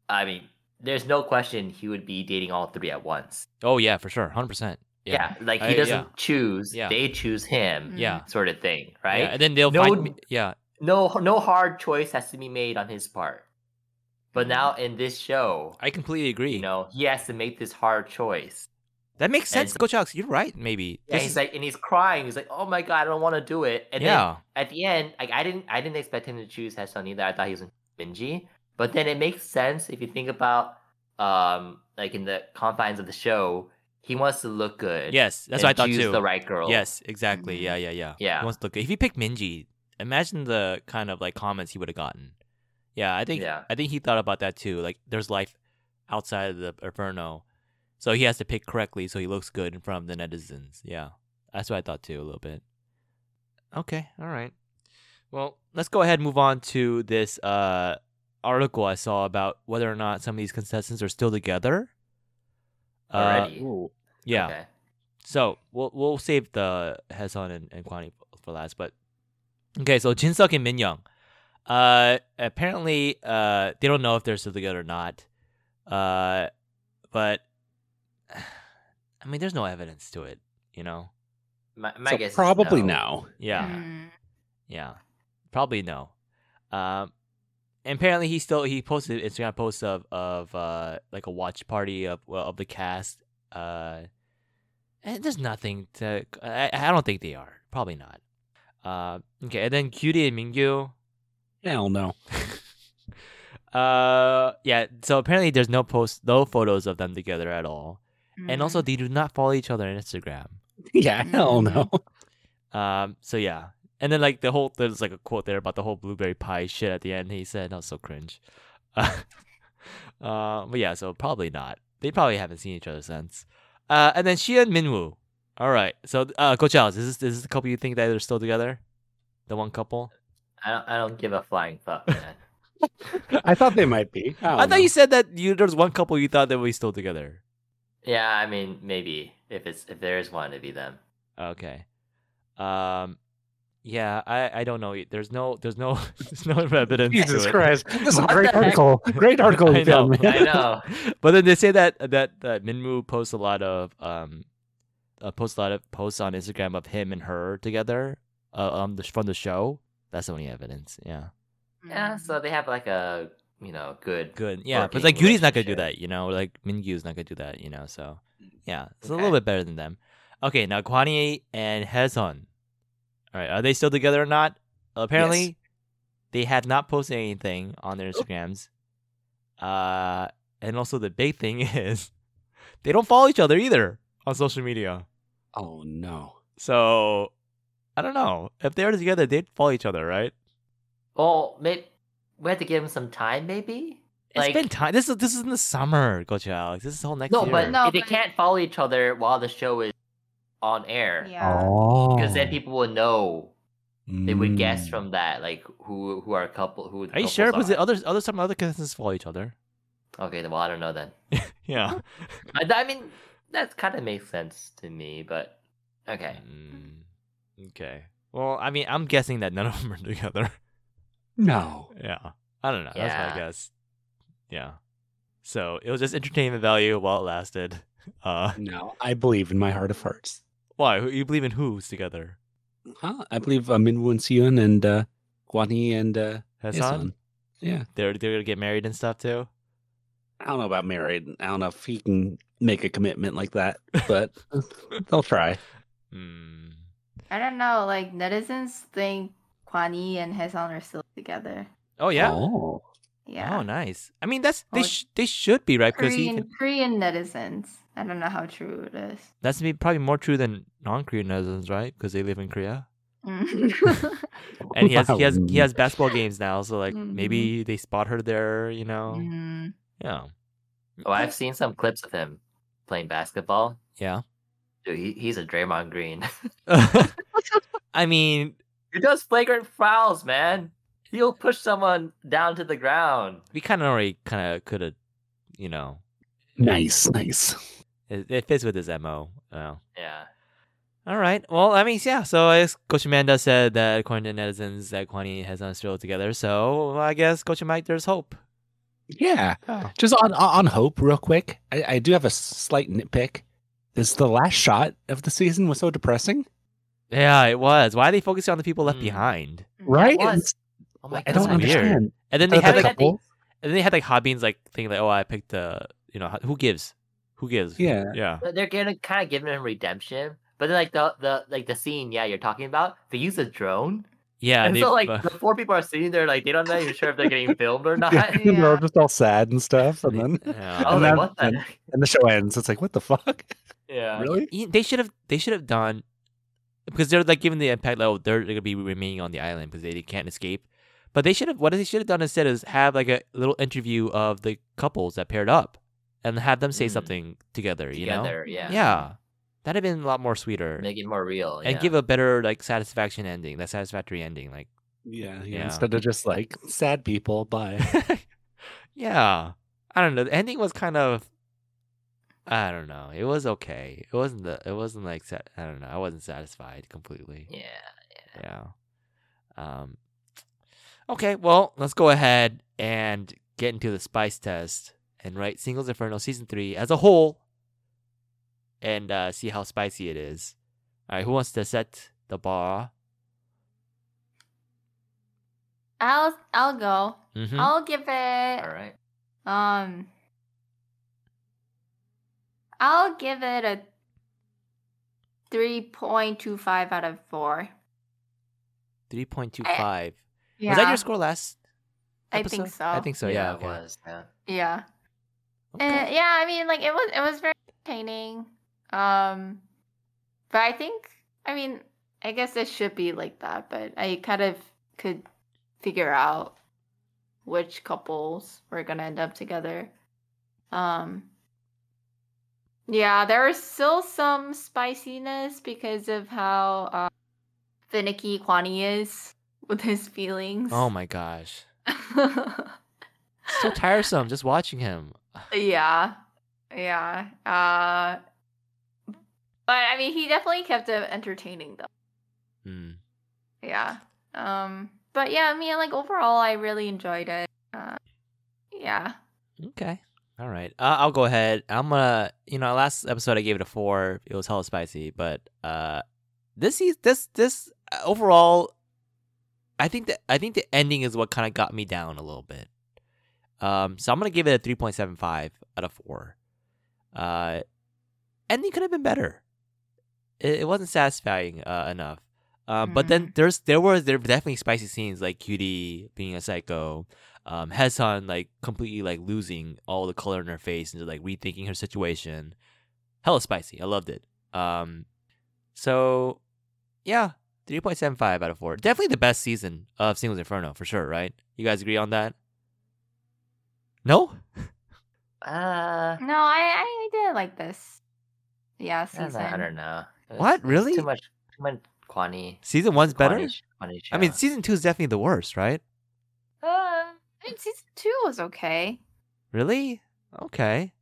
S7: I mean, there's no question he would be dating all three at once.
S5: oh yeah, for sure, hundred percent.
S7: Yeah, like
S5: I-
S7: he
S5: yeah.
S7: doesn't choose,
S5: Yeah.
S7: they choose him,
S5: yeah,
S7: sort of thing,
S5: yeah.
S7: Mm, right?
S5: And then they'll
S7: No-
S5: find me. Yeah,
S7: No no hard choice has to be made on his part. But now in this show,
S5: Mm. I completely agree.
S7: you know, he has to make this hard choice.
S5: that makes sense,
S7: and-
S5: Coach Alex. You're right. Maybe.
S7: And
S5: This
S7: he's
S5: is-
S7: like and he's crying. He's like, "Oh my god, I don't want to do it." And then
S5: yeah,
S7: at the end, like I didn't I didn't expect him to choose Heson either. I thought he was Minji. But then it makes sense if you think about um like in the confines of the show, he wants to look good.
S5: yes, that's
S7: and
S5: what I thought
S7: choose
S5: too.
S7: The right girl.
S5: Yes, exactly.
S2: Mhm.
S5: Yeah, yeah, yeah.
S7: Mm-hmm. Yeah.
S5: He wants to look good. If he picked Minji, imagine the kind of like comments he would have gotten. Yeah, I think
S7: Yeah.
S5: I think he thought about that too. Like there's life outside of the Inferno. So he has to pick correctly so he looks good in front of the netizens. Yeah. That's what I thought too a little bit. Okay, all right. Well, let's go ahead and move on to this uh article I saw about whether or not some of these contestants are still together. Uh,
S7: Already.
S6: Ooh.
S5: yeah.
S7: Okay.
S5: So we'll we'll save the Hesun and, and Kwani for last. But okay, so Jin Suk and Min Young. Uh, apparently, uh, they don't know if they're still together or not. Uh, but I mean, there's no evidence to it, you know.
S7: My, my
S6: So
S7: guess is
S6: probably
S7: no.
S6: now.
S5: Yeah,
S2: Mm.
S5: yeah, probably no. Um, and apparently he still he posted Instagram posts of of uh like a watch party of well, of the cast. Uh, and there's nothing to. I, I don't think they are. Probably not. Uh, okay, and then Cutie and Mingyu.
S6: Hell no.
S5: uh, yeah. So apparently there's no posts, no photos of them together at all, and also
S2: Mm.
S5: they do not follow each other on Instagram.
S6: Yeah, hell
S5: Mm.
S6: no.
S5: Um. So yeah, and then like the whole there's like a quote there about the whole blueberry pie shit at the end. He said, "That was so cringe." Uh, uh, but yeah, so probably not. They probably haven't seen each other since. Uh, and then she and Minwoo. All right. So, uh, Coach Alice, is this, is this the couple you think that they're still together? The one couple.
S7: I don't, I don't give a flying fuck, man.
S6: I thought they might be.
S5: I,
S6: don't
S5: thought
S6: know.
S5: you said that you there was one couple you thought that we still together.
S7: yeah, I mean, maybe if it's if there is one, it'd be them.
S5: Okay. Um. Yeah, I I don't know. There's no there's no there's no evidence. to
S6: Jesus
S5: it.
S6: Christ! This is a
S7: What
S6: great
S7: the heck?
S6: article. Great article
S5: I
S6: you found,
S5: know.
S6: man.
S7: I know.
S5: but then they say that that that Minmu posts a lot of um, uh, posts a lot of posts on Instagram of him and her together. Uh, um, the, from the show. That's the only evidence. Yeah,
S2: Mm-hmm.
S7: Yeah, so they have like a you know good.
S5: good. Yeah, but
S7: Working
S5: like Yuri's not gonna do
S7: relationship.
S5: that. You know, like Mingyu's not gonna do that. You know, so yeah, it's a
S7: Okay.
S5: little bit better than them. Okay, now Kwanye and Hezon. All right, are they still together or not? Apparently, they have not posted anything on
S7: Oh.
S5: their Instagrams. Uh, and also the big thing is they don't follow each other either on social media.
S6: Oh no!
S5: So I don't know if they were together, they'd follow each other, right?
S7: Well, maybe we have to give them some time, maybe.
S5: it's been time. This is this is in the summer, Gocha Alex. This is all next
S7: No,
S5: year.
S7: but
S2: No,
S7: if they
S2: but-
S7: can't follow each other while the show is on air,
S2: Yeah.
S6: Oh, Mm.
S7: because then people will know. They would guess from that, like who who are a couple. Who the
S5: Are you
S7: couples
S5: sure? Because
S7: are.
S5: the other other some other contestants follow each other.
S7: Okay, then, well, I don't know then.
S5: Yeah.
S7: I, I mean, that kind of makes sense to me, but okay.
S5: Mm, okay. Well, I mean, I'm guessing that none of them are together.
S6: No.
S5: Yeah. I don't know. That's
S7: Yeah.
S5: my guess. Yeah. So it was just entertainment value while it lasted. Uh,
S6: No, I believe in my heart of hearts.
S5: why? Who- You believe in who's together?
S6: Huh? I believe uh, Minwoo and Seon and uh, Kwani and uh,
S5: Hassan?
S6: Hyesun. Yeah,
S5: They're they're gonna get married and stuff too.
S6: I don't know about married. I don't know if he can make a commitment like that, but they'll try.
S5: Mm.
S2: I don't know. Like netizens think Kwan Yi and Haesan are still together.
S5: Oh yeah. Oh,
S6: Oh.
S2: Yeah.
S5: nice. I mean, that's they
S2: Well,
S5: sh- they should be right because he
S2: Korean Korean netizens. I don't know how true it is.
S5: that's be probably more true than non-Korean netizens, right? Because they live in Korea, Oh.
S2: Mm.
S5: and he has he has he
S6: Wow.
S5: has basketball games now. So like maybe they spot her there, you know?
S2: Mm.
S5: Yeah,
S7: Oh, I've seen some clips of him playing basketball.
S5: yeah.
S7: Dude, he, he's a Draymond Green.
S5: I mean,
S7: he does flagrant fouls, man. He'll push someone down to the ground.
S5: we kind of already kind of could have, you know,
S6: Nice, nice.
S5: it, it fits with his mo. Oh.
S7: Yeah.
S5: All right. Well, I mean, yeah. So I guess Coach Amanda said that according to netizens, that Kwani has not still together. So I guess Coach Mike, there's hope.
S6: Yeah. Just on on hope, real quick. I, I do have a slight nitpick. Is the last shot of the season was so depressing,
S5: Yeah, it was. Why are they focusing on the people left
S7: Mm.
S5: behind?
S6: right?
S7: was.
S6: It's-
S7: Oh my god.
S6: I don't
S5: that's weird.
S6: understand.
S5: And then
S6: The-
S5: they
S6: the
S5: had like,
S7: that they-
S6: couple-
S5: and then they had like Hobbins like thinking like, oh, I picked the, you know, ho- who gives, who gives?
S6: Yeah.
S5: yeah.
S7: But They're gonna kind of giving him redemption, but then like the the like the scene, yeah, you're talking about. They use a drone,
S5: Yeah,
S7: and
S5: they-
S7: so like
S5: uh,
S7: the four people are sitting there, like they don't know even sure if they're getting filmed or not.
S6: Yeah,
S7: I
S6: and They're all
S2: Yeah.
S6: just all sad and stuff, and then
S5: yeah. Oh,
S6: And
S7: was like,
S6: that-
S7: what the? heck?"
S6: and the show ends. It's like, what the fuck?
S7: Yeah.
S6: Really?
S5: Y- e, they should have they should have done because they're like giving the impact like oh, they're gonna be remaining on the island because they can't escape. But they should have what they should have done instead is have like a little interview of the couples that paired up and have them say
S7: Mm.
S5: something together. You
S7: Together,
S5: know,
S7: yeah.
S5: yeah, that'd have been a lot more sweeter
S7: Make it more real.
S5: and
S7: yeah.
S5: give a better like satisfaction ending, that satisfactory ending, like.
S6: Yeah, yeah.
S5: Yeah.
S6: Instead of just like sad people, bye.
S5: yeah. I don't know. The ending was kind of I don't know. It was okay. It wasn't the it wasn't like sat, I don't know. I wasn't satisfied completely.
S7: Yeah.
S5: Yeah. Um Okay, well, let's go ahead and get into the spice test and write Singles Inferno season 3 as a whole and uh see how spicy it is. All right, who wants to set the bar?
S2: I'll I'll go.
S5: Mhm.
S2: I'll give it
S7: All right.
S2: um I'll give it a 3.25 out of 4.
S5: 3.25.
S2: Yeah.
S5: Was that your score last
S2: I think
S5: episode?
S2: so.
S5: I think so. Yeah,
S7: yeah,
S5: okay.
S7: it was. Yeah.
S2: Yeah.
S5: Okay.
S2: And Uh, yeah, I mean like it was it was very entertaining. Um but I think I mean I guess it should be like that, but I kind of could figure out which couples were going to end up together. Um Yeah, there was still some spiciness because of how uh, finicky Kwani is. with his feelings.
S5: Oh my gosh. So tiresome just watching him.
S2: yeah. Yeah. Uh but I mean he definitely kept it entertaining though.
S5: Mm.
S2: Yeah. Um but yeah, I mean like overall I really enjoyed it. Uh yeah.
S5: Okay. All right. Uh, I'll go ahead. I'm gonna. You know, last episode I gave it a four. It was hella spicy, but uh, this seas- this this uh, overall, I think that I think the ending is what kind of got me down a little bit. Um, so I'm gonna give it a three point seven five out of four. Uh, ending could have been better. It, it wasn't satisfying uh, enough. Um, but then there's there was there were definitely spicy scenes like Cutie being a psycho, um, Hesan like completely like losing all the color in her face and just, like rethinking her situation. Hella spicy. I loved it. Um, so yeah, three point seven five out of four. Definitely the best season of Singles Inferno for sure. Right? You guys agree on that? No.
S7: Uh,
S2: No, I I, I did like this. Yeah, season.
S7: I don't know. It was-
S5: What?
S7: it was
S5: Really?
S7: Too much. Too much Kwani.
S5: Season one's better.
S7: Kwani- Kwani
S5: I mean,
S7: show. Ah.
S5: season two is definitely the worst, right?
S2: Uh, I mean, season two was okay.
S5: Really? Okay.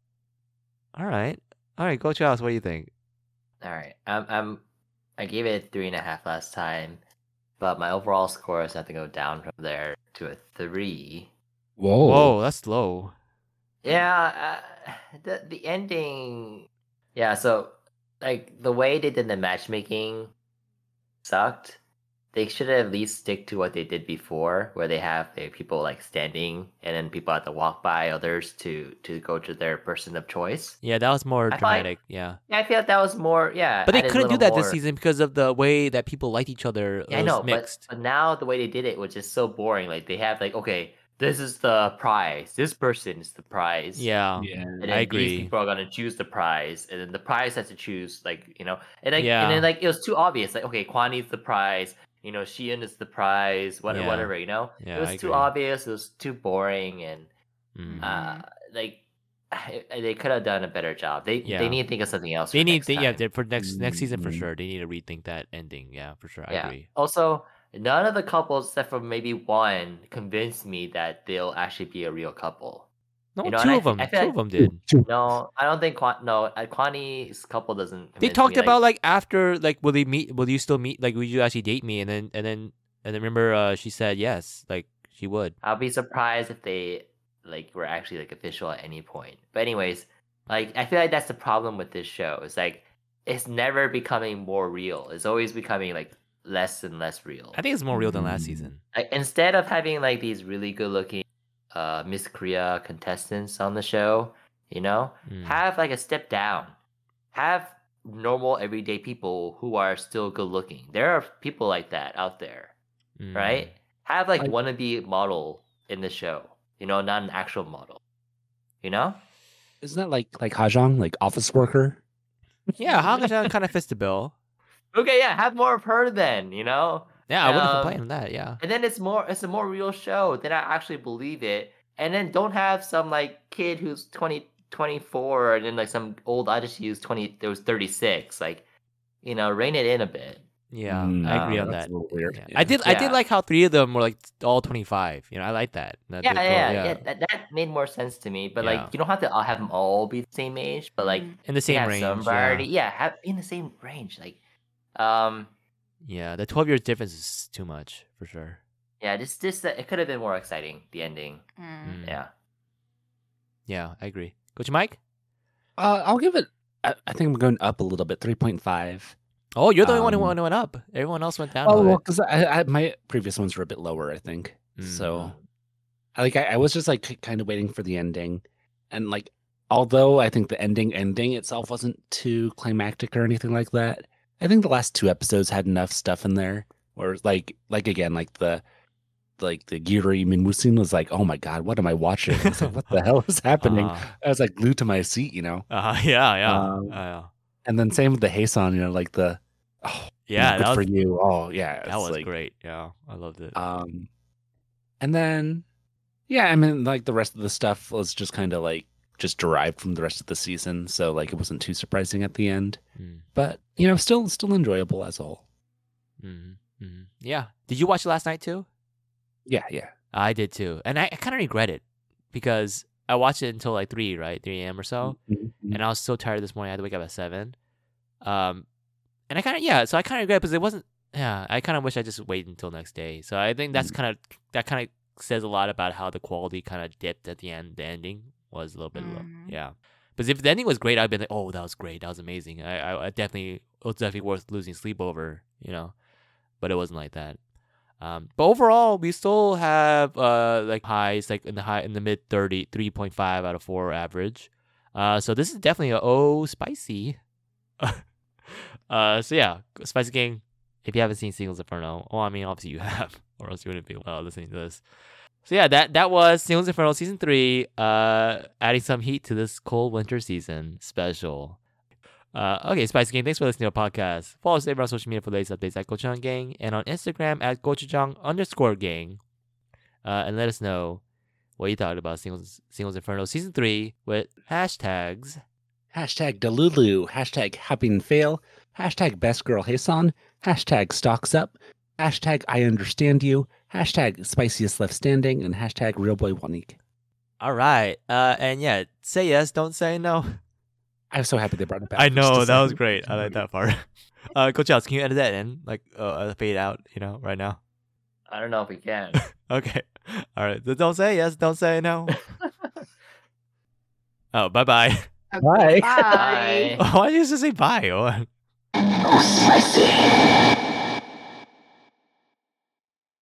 S5: All right. All right. Go, Charles. What do you think?
S7: All right. Um, I'm, I gave it three and a half last time, but my overall score is going to go down from there to a three.
S5: Mm.
S6: Whoa.
S5: Whoa, that's low.
S7: Yeah, uh, the the ending. Yeah, so like the way they did the matchmaking sucked. They should at least stick to what they did before, where they have the people like standing, and then people have to walk by others to to go to their person of choice.
S5: Yeah, that was more
S7: I find-
S5: dramatic. Yeah.
S7: Yeah, I feel like that was more. Yeah,
S5: But they
S7: added a
S5: couldn't do that
S7: little
S5: this
S7: more-
S5: season because of the way that people liked each other.
S7: Yeah, I
S5: it was
S7: know, but,
S5: mixed.
S7: but now the way they did it was just so boring. Like they have like, okay, this is the prize. This person is the prize.
S5: yeah.
S6: Yeah.
S7: and then
S5: I agree.
S7: These people are gonna choose the prize, and then the prize has to choose, like you know, and like
S5: Yeah.
S7: and then like it was too obvious. Like okay, Kwani's the prize. You know, Sheehan is the prize. Whatever,
S5: Yeah.
S7: whatever. You know,
S5: Yeah,
S7: it was
S5: I
S7: too
S5: agree.
S7: obvious. It was too boring, and
S5: Mm.
S7: uh, like they could have done a better job. They
S5: Yeah.
S7: they need to think of something else.
S5: They
S7: for
S5: need,
S7: next
S5: they, yeah,
S7: time.
S5: they- for next next season for
S6: Mm.
S5: sure. They need to rethink that ending. Yeah, for sure. I
S7: Yeah.
S5: agree.
S7: Also, none of the couples, except for maybe one, convinced me that they'll actually be a real couple.
S5: No,
S7: You know,
S5: two
S7: and I
S5: of them.
S7: thi- I
S5: Two
S7: feel
S5: of them did.
S7: No, I don't think Quan. No, uh, Kwani's couple doesn't.
S5: They
S7: convince
S5: talked
S7: me,
S5: about like after like will they meet? Will you still meet? Like will you actually date me? And then and then and then remember uh, she said yes. Like she would.
S7: I'll be surprised if they like were actually like official at any point. But anyways, like I feel like that's the problem with this show. It's like it's never becoming more real. It's always becoming like less and less real.
S5: I think it's more real than last
S6: Mm.
S5: season.
S7: Like instead of having like these really good looking uh Miss Korea contestants on the show, you know,
S5: Mm.
S7: have like a step down. Have normal everyday people who are still good looking. There are people like that out there
S5: Mm.
S7: right? Have like
S6: I-
S7: wannabe model in the show, you know, not an actual model. You know?
S6: Isn't that like like Hajong, like office worker?
S5: Yeah, Hakushan kind of fits the bill.
S7: Okay, yeah, have more of her then, you know?
S5: Yeah, I wouldn't
S7: Um,
S5: complain on that. Yeah.
S7: And then it's more it's a more real show, then I actually believe it. And then don't have some like kid who's 20 24 and then like some old odyssey who's 20 there was 36 like you know rein it in a bit
S5: Yeah,
S6: Mm,
S5: I agree
S7: uh,
S5: on
S6: that's
S5: that.
S6: a little weird.
S5: Yeah. I did. I did
S7: Yeah.
S5: like how three of them were like all twenty five. You know, I like that. That
S7: yeah
S5: they-
S7: yeah, yeah,
S5: yeah.
S7: That, that made more sense to me but
S5: Yeah.
S7: like you don't have to all have them all be the same age but like
S5: in the same
S7: have
S5: range.
S7: some
S5: yeah.
S7: variety yeah have in the same range like um
S5: Yeah, the twelve years difference is too much for sure.
S7: Yeah, just just that it could have been more exciting. The ending.
S5: Mm.
S2: Mm.
S7: Yeah.
S5: yeah, I agree. Coach Mike.
S6: Uh, I'll give it. I, I think I'm going up a little bit, three point five.
S5: Oh, you're the only one
S6: Um,
S5: who went up. Everyone else went down. a
S6: Oh,
S5: little
S6: well,
S5: bit.
S6: because I, I, my previous ones were a bit lower, I think.
S5: Mm.
S6: So, Mm-hmm. I, like, I, I was just like kind of waiting for the ending, and like, although I think the ending ending itself wasn't too climactic or anything like that, I think the last two episodes had enough stuff in there, where like, like again, like the. Like the Giri Minwusin was like, oh my god, what am I watching? I was like, what the hell is happening?
S5: Uh-huh.
S6: I was like glued to my seat, you know.
S5: Uh-huh, yeah, yeah,
S6: Um,
S5: uh,
S6: And then same with the Haysan, you know, like the oh,
S5: yeah.
S6: good
S5: That
S6: for
S5: was,
S6: you. Oh yeah,
S5: that
S6: it's
S5: was
S6: like,
S5: great. Yeah, I loved it.
S6: Um, and then yeah, I mean, like the rest of the stuff was just kind of like just derived from the rest of the season, so like it wasn't too surprising at the end.
S5: Mm,
S6: But you know, still still enjoyable as a whole.
S5: mhm. hmm Yeah. Did you watch it last night too?
S6: Yeah, yeah.
S5: I did too, and I, I kind of regret it because I watched it until like three, right, three a.m. or so,
S6: Mm-hmm.
S5: and I was so tired this morning. I had to wake up at seven. Um, and I kind of yeah, so I kind of regret because it wasn't. Yeah, I kind of wish I just waited until next day. So I think that's kind of that kind of says a lot about how the quality kind of dipped at the end. The ending was a little bit low.
S2: Mhm.
S5: Yeah, because if the ending was great, I'd been like, oh, that was great, that was amazing. I, I, I definitely it was definitely worth losing sleep over, you know. But it wasn't like that. Um, but overall, we still have uh like highs like in the high in the mid 30, 3.5 out of four average. Uh, so this is definitely a oh spicy. uh, so yeah, Spicy Gang. If you haven't seen Singles Inferno, well, I mean, obviously you have, or else you wouldn't be uh, listening to this. So yeah, that that was Singles Inferno season three. Uh, adding some heat to this cold winter season special. Uh, okay, Spicy Gang, thanks for listening to our podcast. Follow us everywhere on social media for the latest updates at Gochujang Gang and on Instagram at Gochujang underscore gang. Uh, and let us know what you thought about Singles Singles Inferno season three with hashtags
S6: Hashtag Delulu. Hashtag Happy and Fail. Hashtag Best Girl Hassan. Hashtag Stocks Up. Hashtag I Understand You. Hashtag Spiciest Left Standing. And hashtag Real Boy Wanik.
S5: All right. Uh, and yeah, say yes, don't say no.
S6: I'm so happy they brought it back.
S5: I
S6: It's just
S5: know that was
S6: like-
S5: great. I like that part. Uh, Coach Charles, can you edit that in, like uh, uh, fade out, you know, right now?
S7: I don't know if we can.
S5: Okay. All right. So don't say yes, don't say no. oh, bye bye.
S6: Bye.
S2: Bye.
S5: Why did you just say bye? Oh,
S4: Oh, spicy.